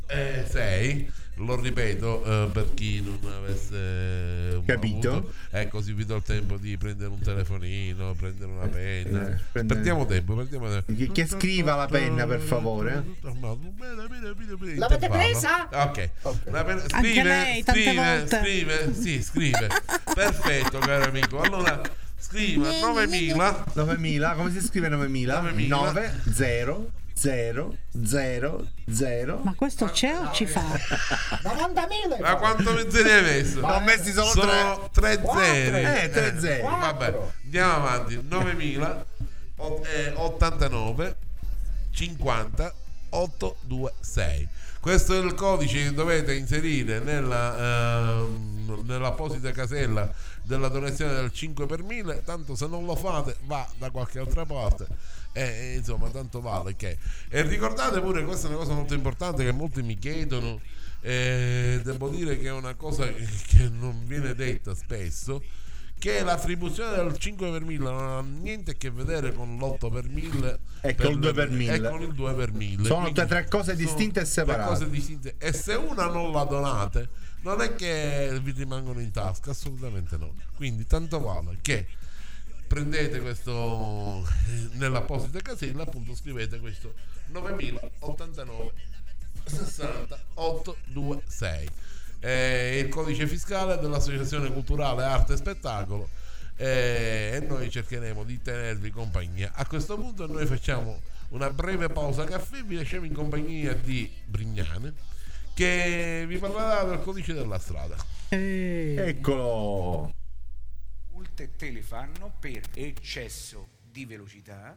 Speaker 3: eh, 6 lo ripeto eh, per chi non avesse eh,
Speaker 6: Capito.
Speaker 3: avuto. ecco così vi do il tempo di prendere un telefonino prendere una penna
Speaker 6: Eh, prendere-
Speaker 3: perdiamo tempo perdiamo tempo
Speaker 6: Che, che scriva la penna, per favore.
Speaker 3: L'avete presa? Ok. La penna-
Speaker 6: Anche
Speaker 3: scrive,
Speaker 6: lei, tante
Speaker 3: scrive,
Speaker 6: volte.
Speaker 3: scrive, sì, scrive. Perfetto, caro amico. Allora, scriva 9000
Speaker 6: 9000, come si scrive 9000? 9 0 0 0 0.
Speaker 2: Ma questo c'è o ci fa?
Speaker 5: 90.000
Speaker 3: Ma quanto mezze ne hai messo?
Speaker 6: Ho messi solo
Speaker 3: Sono tre, zeri.
Speaker 6: Eh, tre zeri.
Speaker 3: Vabbè, andiamo avanti. 9000 o- eh, 89 50 826. Questo è il codice che dovete inserire nella, ehm, nell'apposita casella della donazione del 5 per 1000. Tanto se non lo fate va da qualche altra parte. E, e, insomma, tanto vale che. E ricordate pure, questa è una cosa molto importante che molti mi chiedono. eh, devo dire che è una cosa che non viene detta spesso che l'attribuzione del 5 per 1000 non ha niente a che vedere con l'8 per 1000
Speaker 6: E col 2 per 1000.
Speaker 3: e con il 2 per 1000
Speaker 6: Sono
Speaker 3: Quindi
Speaker 6: tre- tre cose
Speaker 3: sono
Speaker 6: distinte e
Speaker 3: tre
Speaker 6: separate.
Speaker 3: cose distinte. e se una non la donate non è che vi rimangono in tasca assolutamente no quindi tanto vale che prendete questo eh, nell'apposita casella appunto scrivete questo 9089 60 826 è Eh, il codice fiscale dell'associazione culturale arte e spettacolo eh, e noi cercheremo di tenervi compagnia a questo punto noi facciamo una breve pausa caffè vi lasciamo in compagnia di Brignane che vi parlerà del codice della strada
Speaker 2: Eh.
Speaker 6: Eccolo.
Speaker 15: multe te le fanno per eccesso di velocità,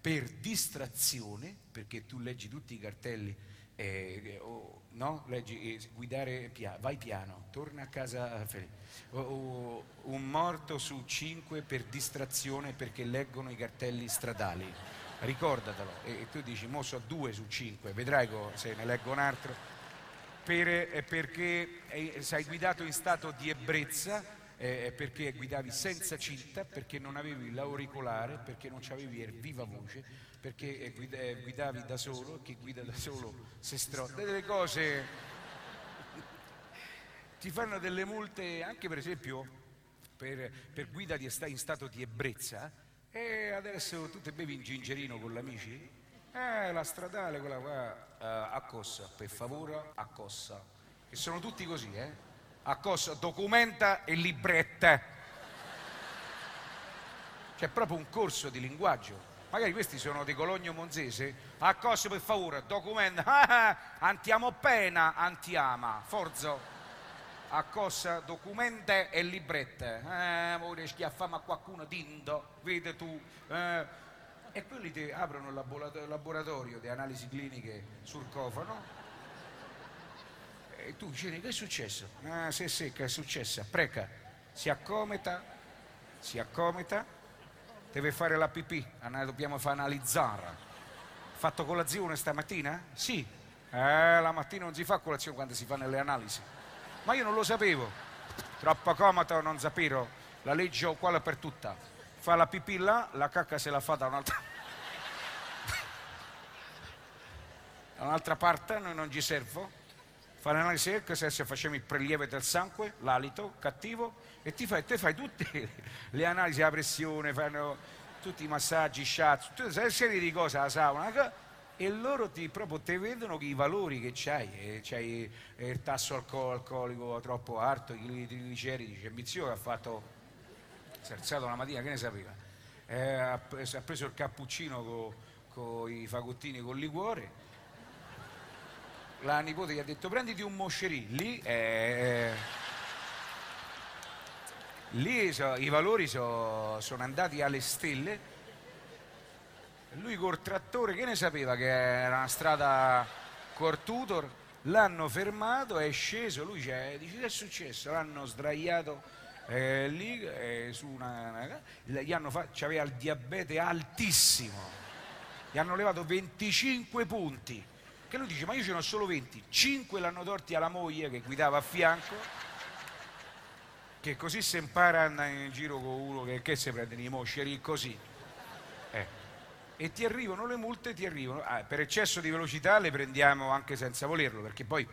Speaker 15: per distrazione, perché tu leggi tutti i cartelli, eh, eh, o- no? Leggi, eh, guidare, pia- vai piano, torna a casa felice. O- o- un morto su cinque per distrazione perché leggono i cartelli stradali. Ricordatelo, e, e tu dici, mo so due su cinque, vedrai co- se ne leggo un altro per- eh, perché eh, sei guidato in stato di ebbrezza, eh, eh, perché guidavi senza cinta, perché non avevi l'auricolare, perché non avevi il viva voce, perché eh, guida- eh, guidavi da solo, chi guida da solo si strotta. Delle cose ti fanno delle multe anche per esempio per, per guida di sta- in stato di ebbrezza e adesso tu te bevi in gingerino con gli amici eh la stradale quella qua eh, accossa per favore accossa che sono tutti così eh accossa documenta e libretta c'è proprio un corso di linguaggio magari questi sono di Cologno Monzese accossa per favore documenta Ah, ah, antiamo pena antiama forzo a cosa documenta e librette. Eh, ora schiaffiamo a qualcuno dindo, vede tu. eh. E quelli ti aprono il laborato- laboratorio di analisi cliniche sul cofano. E tu dici, che è successo? Ah, sì, sì, che è successo? Preca, si accometa, si accometa, deve fare la pipì, Ana- dobbiamo far analizzare. Fatto colazione stamattina? Sì. Eh, la mattina non si fa colazione quando si fanno le analisi ma io non lo sapevo. Troppo comodo non sapere, la legge è uguale per tutta. Fa la pipì là, la cacca se la fa da un'altra da un'altra parte, noi non ci servo. Fa l'analisi del caso, se facciamo il prelievo del sangue, l'alito, cattivo, e ti fai, te fai tutte le analisi della pressione, fanno tutti i massaggi, sciazzi, tutta una serie di cose alla sauna, che- e loro ti, proprio te vedono che i valori che c'hai, eh, c'hai eh, il tasso alco- alcolico troppo alto, i gli- i gliceri, dice, mio zio che ha fatto, si è alzato una mattina, che ne sapeva? Eh, ha, pres- ha preso il cappuccino con i fagottini col liquore, la nipote gli ha detto prenditi un moscerì lì eh, lì so- i valori so- sono andati alle stelle lui col trattore che ne sapeva che era una strada col tutor l'hanno fermato è sceso lui c'è, dice che è successo l'hanno sdraiato eh, lì eh, su una, una- gli hanno fatto c'aveva il diabete altissimo gli hanno levato 25 punti. Che lui dice: Ma io ce ne ho solo 20. 5 l'hanno torti alla moglie che guidava a fianco. Che così si impara a andare in giro con uno che, che si prende i mosceri così. Eh. E ti arrivano le multe, ti arrivano. Ah, per eccesso di velocità le prendiamo anche senza volerlo, perché poi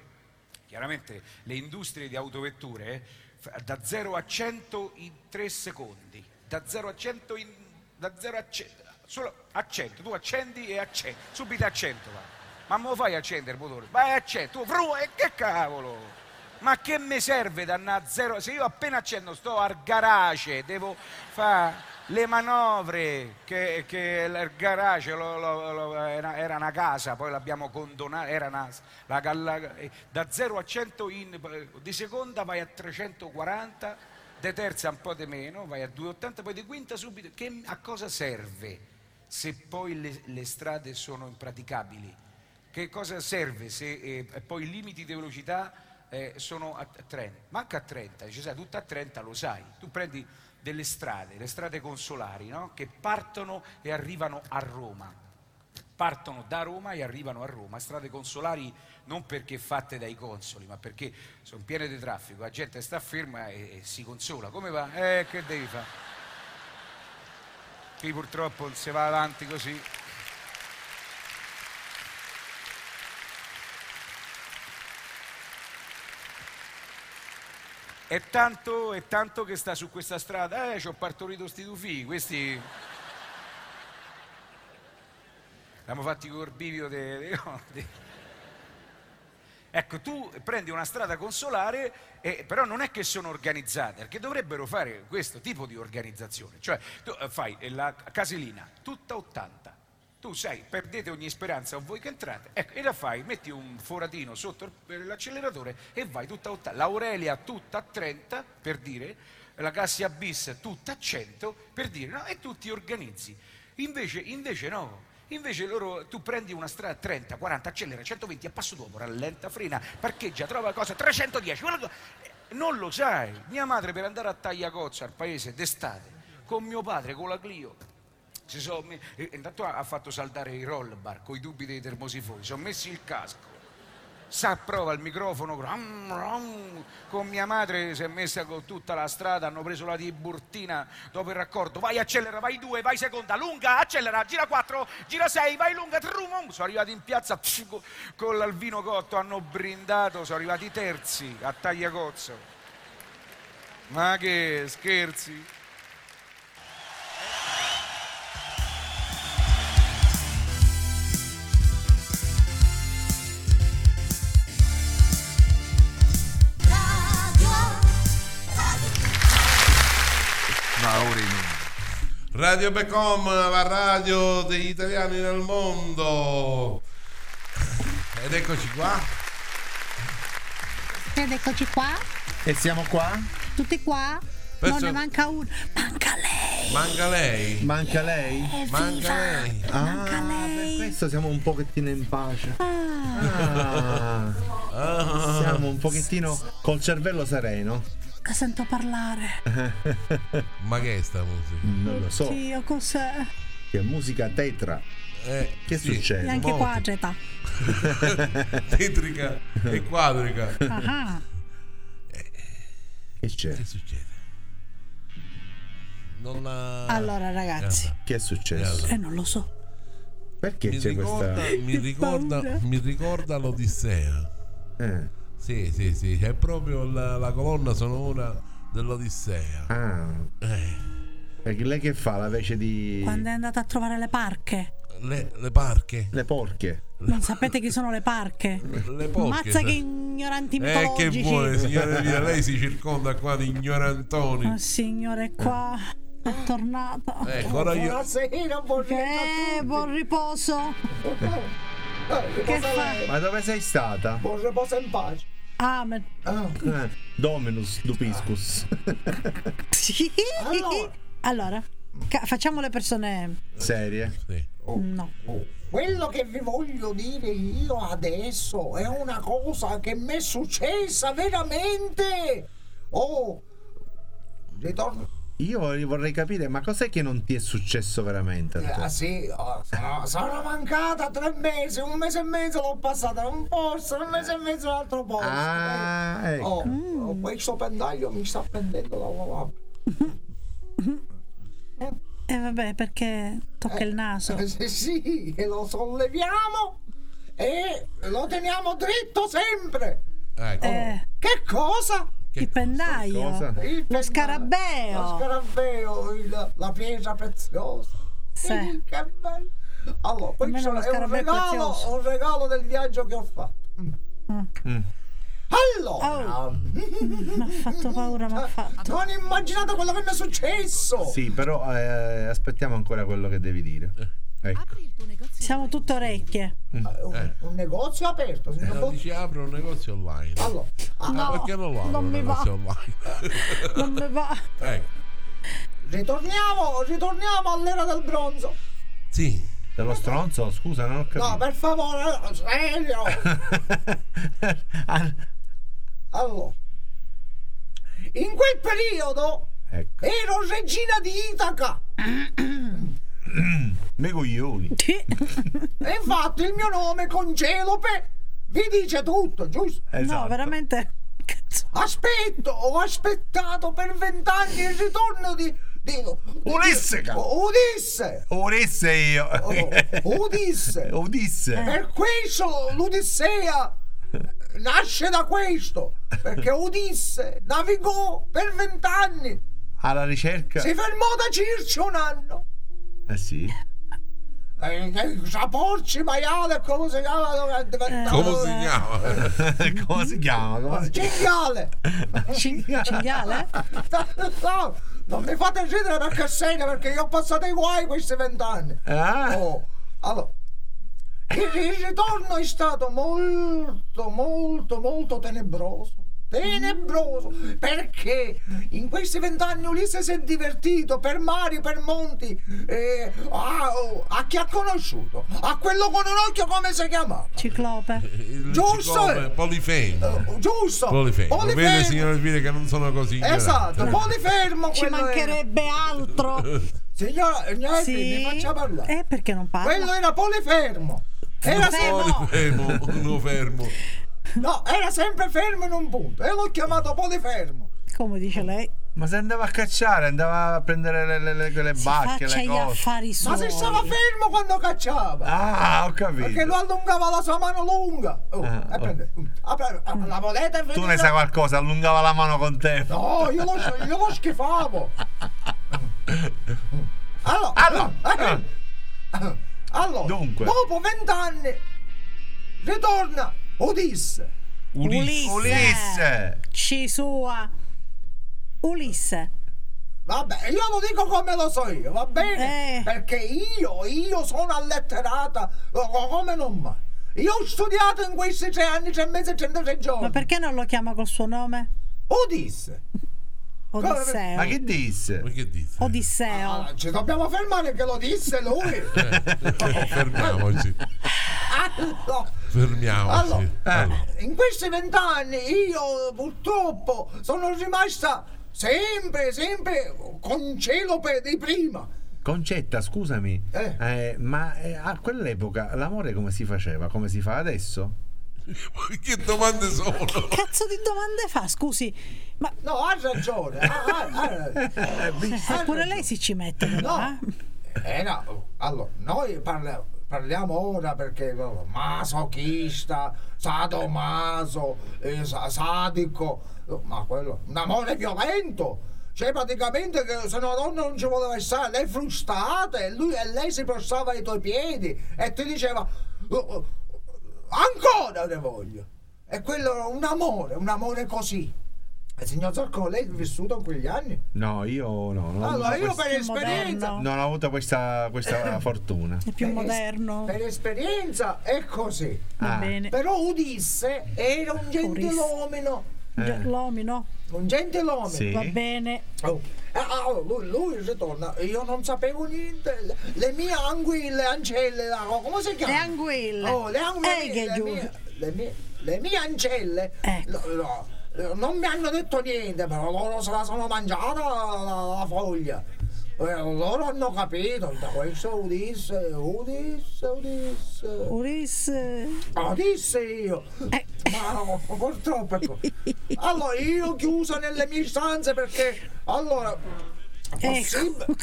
Speaker 15: chiaramente le industrie di autovetture eh, fa- da 0 a 100 in 3 secondi, da 0 a 100 in, da 0 a 100, solo a 100, tu accendi e accendi, subito a 100 va. Ma mo fai accendere il motore? Vai a 100, tu fru, e che cavolo! Ma che mi serve da una zero? Se io appena accendo sto al garage, devo fare le manovre, che, che il garage lo- lo- lo- era, era una casa, poi l'abbiamo condonata, era una, la, galla- eh, da 0 a 100 in, eh, di seconda vai a 340, di terza un po' di meno, vai a 280, poi di quinta subito. Che- a cosa serve se poi le- le strade sono impraticabili? Che cosa serve se eh, poi i limiti di velocità eh, sono a 30? Manca a 30, dice, sai, tutta a 30 lo sai. Tu prendi delle strade, le strade consolari, no? che partono e arrivano a Roma. Partono da Roma e arrivano a Roma. Strade consolari non perché fatte dai consoli, ma perché sono piene di traffico. La gente sta ferma e, e si consola. Come va? Eh, che devi fare? Qui purtroppo non si va avanti così. È tanto, è tanto che sta su questa strada, eh, ci ho partorito sti due figli, questi... L'abbiamo fatti col bivio de- de- no, de- Ecco, tu prendi una strada consolare, e- però non è che sono organizzate, perché dovrebbero fare questo tipo di organizzazione. Cioè, tu eh, fai eh, la caselina, tutta 80. Tu sai, perdete ogni speranza o voi che entrate, ecco, e la fai, metti un foratino sotto il- per l'acceleratore e vai tutta a 80. L'Aurelia tutta a 30, per dire, la Cassia Bis tutta a 100, per dire, no? E tu ti organizzi. Invece, invece no. Invece loro, tu prendi una strada a 30, 40, accelera, 120, a passo dopo, rallenta, frena, parcheggia, trova cosa, 310, quello che- non lo sai. Mia madre per andare a Tagliacozza, al paese, d'estate, con mio padre, con la Clio, si sono me- eh, e- intanto ha ha fatto saldare i roll bar con i dubbi dei termosifoni, si sono messi il casco, s'approva il microfono, ram, ram. con mia madre si è messa con tutta la strada, hanno preso la tiburtina dopo il raccordo, vai accelera, vai due, vai seconda, lunga, accelera, gira 4, gira 6, vai lunga, trum, um. sono arrivati in piazza psh, co- con l'alvino cotto, hanno brindato, sono arrivati terzi a tagliacozzo. Ma che scherzi?
Speaker 1: Ma ora in
Speaker 3: Radio Becom, la radio degli italiani nel mondo. Ed eccoci qua.
Speaker 2: Ed eccoci qua,
Speaker 6: E siamo qua?
Speaker 2: tutti qua. Non
Speaker 6: Questo-
Speaker 2: ne manca uno. Manca lei.
Speaker 3: Manca lei.
Speaker 6: Manca
Speaker 2: Eh,
Speaker 6: lei?
Speaker 3: Manca lei.
Speaker 6: Ah, per questo siamo un pochettino in pace.
Speaker 2: Eh.
Speaker 6: Ah.
Speaker 3: Ah.
Speaker 6: Siamo un pochettino col cervello sereno.
Speaker 2: Che sento parlare.
Speaker 3: Ma che è sta musica?
Speaker 6: Non
Speaker 2: Mm.
Speaker 6: lo so.
Speaker 2: Dio, cos'è?
Speaker 6: Che musica tetra. che
Speaker 3: Eh, sì.
Speaker 2: E
Speaker 6: succede?
Speaker 2: anche qua agita.
Speaker 3: Tetrica e quadrica.
Speaker 2: Ah,
Speaker 6: Che c'è? Che
Speaker 3: succede? Non eh, la...
Speaker 2: Allora, ragazzi.
Speaker 6: Che è successo?
Speaker 2: Eh, non lo so.
Speaker 6: Perché
Speaker 3: mi
Speaker 6: c'è
Speaker 3: ricorda,
Speaker 6: questa.
Speaker 3: Mi ricorda, mi ricorda l'Odissea.
Speaker 6: Eh.
Speaker 3: Sì, sì, sì, è proprio la, la colonna sonora dell'Odissea.
Speaker 6: Ah.
Speaker 3: Eh.
Speaker 6: Perché lei che fa la vece di.
Speaker 2: Quando è andata a trovare le parche.
Speaker 3: Le, le parche.
Speaker 6: Le porche.
Speaker 2: Non sapete chi sono le parche?
Speaker 3: Le porche,
Speaker 2: Mazza
Speaker 3: sì.
Speaker 2: che ignoranti
Speaker 3: Eh, che
Speaker 2: mitologici.
Speaker 3: vuole, signore mia, lei si circonda qua di ignorantoni.
Speaker 2: Oh, signore, qua è tornata.
Speaker 3: Ecco, ora io-
Speaker 2: Buonasera, Eh, buon riposo.
Speaker 6: Eh,
Speaker 2: che fa? Ah,
Speaker 6: Ma dove sei stata?
Speaker 5: Buon riposo in pace.
Speaker 2: Amen.
Speaker 3: ah.
Speaker 6: Eh, Dominus Dupiscus.
Speaker 2: Sì. Allora, ca- facciamo le persone.
Speaker 6: Serie.
Speaker 2: No.
Speaker 3: Oh.
Speaker 5: Quello che vi voglio dire io adesso è una cosa che mi è successa veramente. Oh, ritorno.
Speaker 6: Io vorrei capire, ma cos'è che non ti è successo veramente? Cioè, a te?
Speaker 5: Ah, sì, oh, sono, sono mancata tre mesi, un mese e mezzo l'ho passata da un posto, un mese e mezzo l'altro posto.
Speaker 6: Ah,
Speaker 5: Eh,
Speaker 6: ecco.
Speaker 5: oh,
Speaker 2: Mm.
Speaker 5: oh, questo pendaglio mi sta prendendo la lavabile.
Speaker 2: E Eh, vabbè, perché tocca il naso.
Speaker 5: Eh, sì, e lo solleviamo e lo teniamo dritto sempre.
Speaker 3: Ecco.
Speaker 2: Eh.
Speaker 5: Che cosa?
Speaker 2: il pendaio.
Speaker 5: Cosa? Il
Speaker 2: Lo
Speaker 5: pendaio.
Speaker 2: scarabeo.
Speaker 5: Lo scarabeo, il- la pietra preziosa.
Speaker 2: Sì.
Speaker 5: Eh, Che bello. Allora, questo
Speaker 2: Almeno lo
Speaker 5: è un
Speaker 2: scarabeo è
Speaker 5: regalo,
Speaker 2: prezioso. Mm.
Speaker 5: un regalo del viaggio che ho fatto. Mm. Allora,
Speaker 2: Oh.
Speaker 5: Cioè,
Speaker 2: mi ha fatto paura, mi ha fatto.
Speaker 5: non immaginate quello che mi è successo.
Speaker 6: Sì, però eh, aspettiamo ancora quello che devi dire. Ecco. Mm.
Speaker 2: Siamo tutte orecchie.
Speaker 3: Eh.
Speaker 5: Un negozio aperto,
Speaker 3: Eh,
Speaker 5: signor
Speaker 3: no,
Speaker 5: Botti.
Speaker 3: dice apre un negozio online.
Speaker 5: Allora,
Speaker 3: Ah,
Speaker 2: no,
Speaker 3: perché non lo apre
Speaker 2: non
Speaker 3: un
Speaker 2: mi va.
Speaker 3: negozio online?
Speaker 2: Non mi va.
Speaker 3: ecco.
Speaker 5: ritorniamo, ritorniamo all'era del bronzo.
Speaker 3: Sì.
Speaker 6: Dello stronzo, scusa, non ho capito.
Speaker 5: No, per favore, sveglio.
Speaker 6: Ah.
Speaker 5: allora, in quel periodo
Speaker 6: Ecco.
Speaker 5: ero regina di Itaca.
Speaker 6: Me coglioni.
Speaker 5: E infatti il mio nome Congelope vi dice tutto, giusto?
Speaker 6: Esatto.
Speaker 2: No, veramente.
Speaker 5: Aspetto, ho aspettato per vent'anni il ritorno di... di
Speaker 6: Ulisse,
Speaker 5: di-
Speaker 6: cazzo.
Speaker 5: Ulisse!
Speaker 6: Ulisse Oh, io.
Speaker 5: Oh, Ulisse.
Speaker 6: Ulisse.
Speaker 3: Eh.
Speaker 5: Per questo l'Odissea nasce da questo, perché Odisse navigò per vent'anni,
Speaker 6: Alla ricerca.
Speaker 5: si fermò da circa un anno.
Speaker 6: Eh sì.
Speaker 5: Eh, eh, Tra porci, maiale, come si chiama? dove è diventato? Eh,
Speaker 3: Come si chiama?
Speaker 6: Come si chiama? Come si
Speaker 5: Cinghiale!
Speaker 2: Cinghiale?
Speaker 5: No, non mi fate ridere perché segna, perché io ho passato i guai questi vent'anni.
Speaker 6: Ah.
Speaker 5: Oh, allora, il, il ritorno è stato molto, molto, molto tenebroso. Tenebroso perché in questi vent'anni Ulisse si è divertito per mari, per monti. eh, a, a chi ha conosciuto? A quello con un occhio, come si chiamava?
Speaker 2: Ciclope.
Speaker 3: Il
Speaker 5: Giusto!
Speaker 3: ciclope Polifemo.
Speaker 5: Giusto!
Speaker 3: Polifemo. Vede,
Speaker 5: Polifemo.
Speaker 3: signor Elvira, che non sono così.
Speaker 5: Esatto,
Speaker 3: ignorante.
Speaker 5: polifermo
Speaker 2: Ci
Speaker 5: quello era.
Speaker 2: mancherebbe altro.
Speaker 5: Signora, signora mi faccia parlare.
Speaker 2: Eh, perché non parla?
Speaker 5: Quello era polifermo. Era
Speaker 2: Polifermo.
Speaker 3: Polifemo, uno fermo.
Speaker 5: No, era sempre fermo in un punto. E l'ho chiamato polifermo.
Speaker 2: Come dice lei?
Speaker 6: Ma se andava a cacciare, andava a prendere le, le, le, le bacche,
Speaker 2: faccia
Speaker 6: le
Speaker 2: gli
Speaker 6: cose.
Speaker 2: affari
Speaker 5: Ma se
Speaker 2: suoi.
Speaker 5: stava fermo quando cacciava.
Speaker 6: Ah, ho capito.
Speaker 5: Perché lo allungava la sua mano lunga. Oh,
Speaker 6: Ah,
Speaker 5: e prende. Apre-
Speaker 2: Mm.
Speaker 5: ah, la volete venire?
Speaker 6: Tu ne sai qualcosa, allungava la mano con te.
Speaker 5: No, io lo, io lo schifavo. Allora, allora, allora,
Speaker 6: ah. Dunque.
Speaker 5: dopo vent'anni ritorna Odisse.
Speaker 6: Ulisse. Eh. Ulisse.
Speaker 2: Ci sua. Ulisse.
Speaker 5: Vabbè, io lo dico come lo so io, va bene?
Speaker 2: Eh.
Speaker 5: Perché io, io sono alletterata co- co- come non mai. Io ho studiato in questi tre anni, tre mesi e 106 giorni.
Speaker 2: Ma perché non lo chiama col suo nome?
Speaker 5: Odisse.
Speaker 2: Odisseo.
Speaker 6: Ma che disse? Ma
Speaker 3: che disse?
Speaker 2: Odisseo.
Speaker 5: Ah, ci dobbiamo fermare che lo disse lui.
Speaker 3: Eh, fermiamoci,
Speaker 5: Allora,
Speaker 3: fermiamoci.
Speaker 5: eh,
Speaker 3: Allora.
Speaker 5: in questi vent'anni io purtroppo sono rimasta sempre, sempre concelope di prima.
Speaker 6: Concetta, scusami, eh, ma eh, a quell'epoca l'amore come si faceva? Come si fa adesso?
Speaker 3: che domande sono?
Speaker 2: Cazzo di domande fa, scusi. Ma
Speaker 5: No, ha ragione. ha- ha- ha-
Speaker 2: Eh, pure lei si ci mette. però,
Speaker 5: No.
Speaker 2: eh.
Speaker 5: Eh no, allora, noi parla- parliamo ora perché allora, masochista, sadomaso, eh, sa- sadico, oh, ma quello, un amore violento. Cioè praticamente che se una donna non ci voleva stare, lei frustata e, lui, e lei si prostava ai tuoi piedi e ti diceva "Oh, oh, ancora ne voglio. E quello era un amore, un amore così. E signor Zarco, lei ha vissuto in quegli anni?
Speaker 6: No, io no. Non ho
Speaker 5: Allora, io
Speaker 6: avuto questa-
Speaker 5: per Eh. esperienza...
Speaker 6: Non ho avuto questa, questa fortuna.
Speaker 2: È più moderno.
Speaker 5: Per esperienza è così.
Speaker 6: Va Ah.
Speaker 2: bene.
Speaker 5: Però Udisse era un gentilomino.
Speaker 6: Eh.
Speaker 2: L'omino.
Speaker 5: Un gentilomino.
Speaker 6: Sì. Va
Speaker 2: bene.
Speaker 5: Oh. Eh, ah, oh, lui, lui ritorna, io non sapevo niente. Le, le mie anguille, ancelle, la- oh, come si chiama?
Speaker 2: Le anguille.
Speaker 5: Oh, le anguille.
Speaker 2: Eh, che
Speaker 5: le,
Speaker 2: giù.
Speaker 5: mie, le, mie, le mie ancelle.
Speaker 2: Ecco.
Speaker 5: no, no, eh, non mi hanno detto niente, però loro se la sono mangiata la, la- la foglia. Eh, loro hanno capito, da questo Udisse, Udisse, Udisse.
Speaker 2: Ulisse.
Speaker 5: Ah, disse io!
Speaker 2: Eh.
Speaker 5: Ma no, purtroppo. ecco. Allora, io chiuso nelle mie stanze perché. Allora. possib-
Speaker 2: Ecco.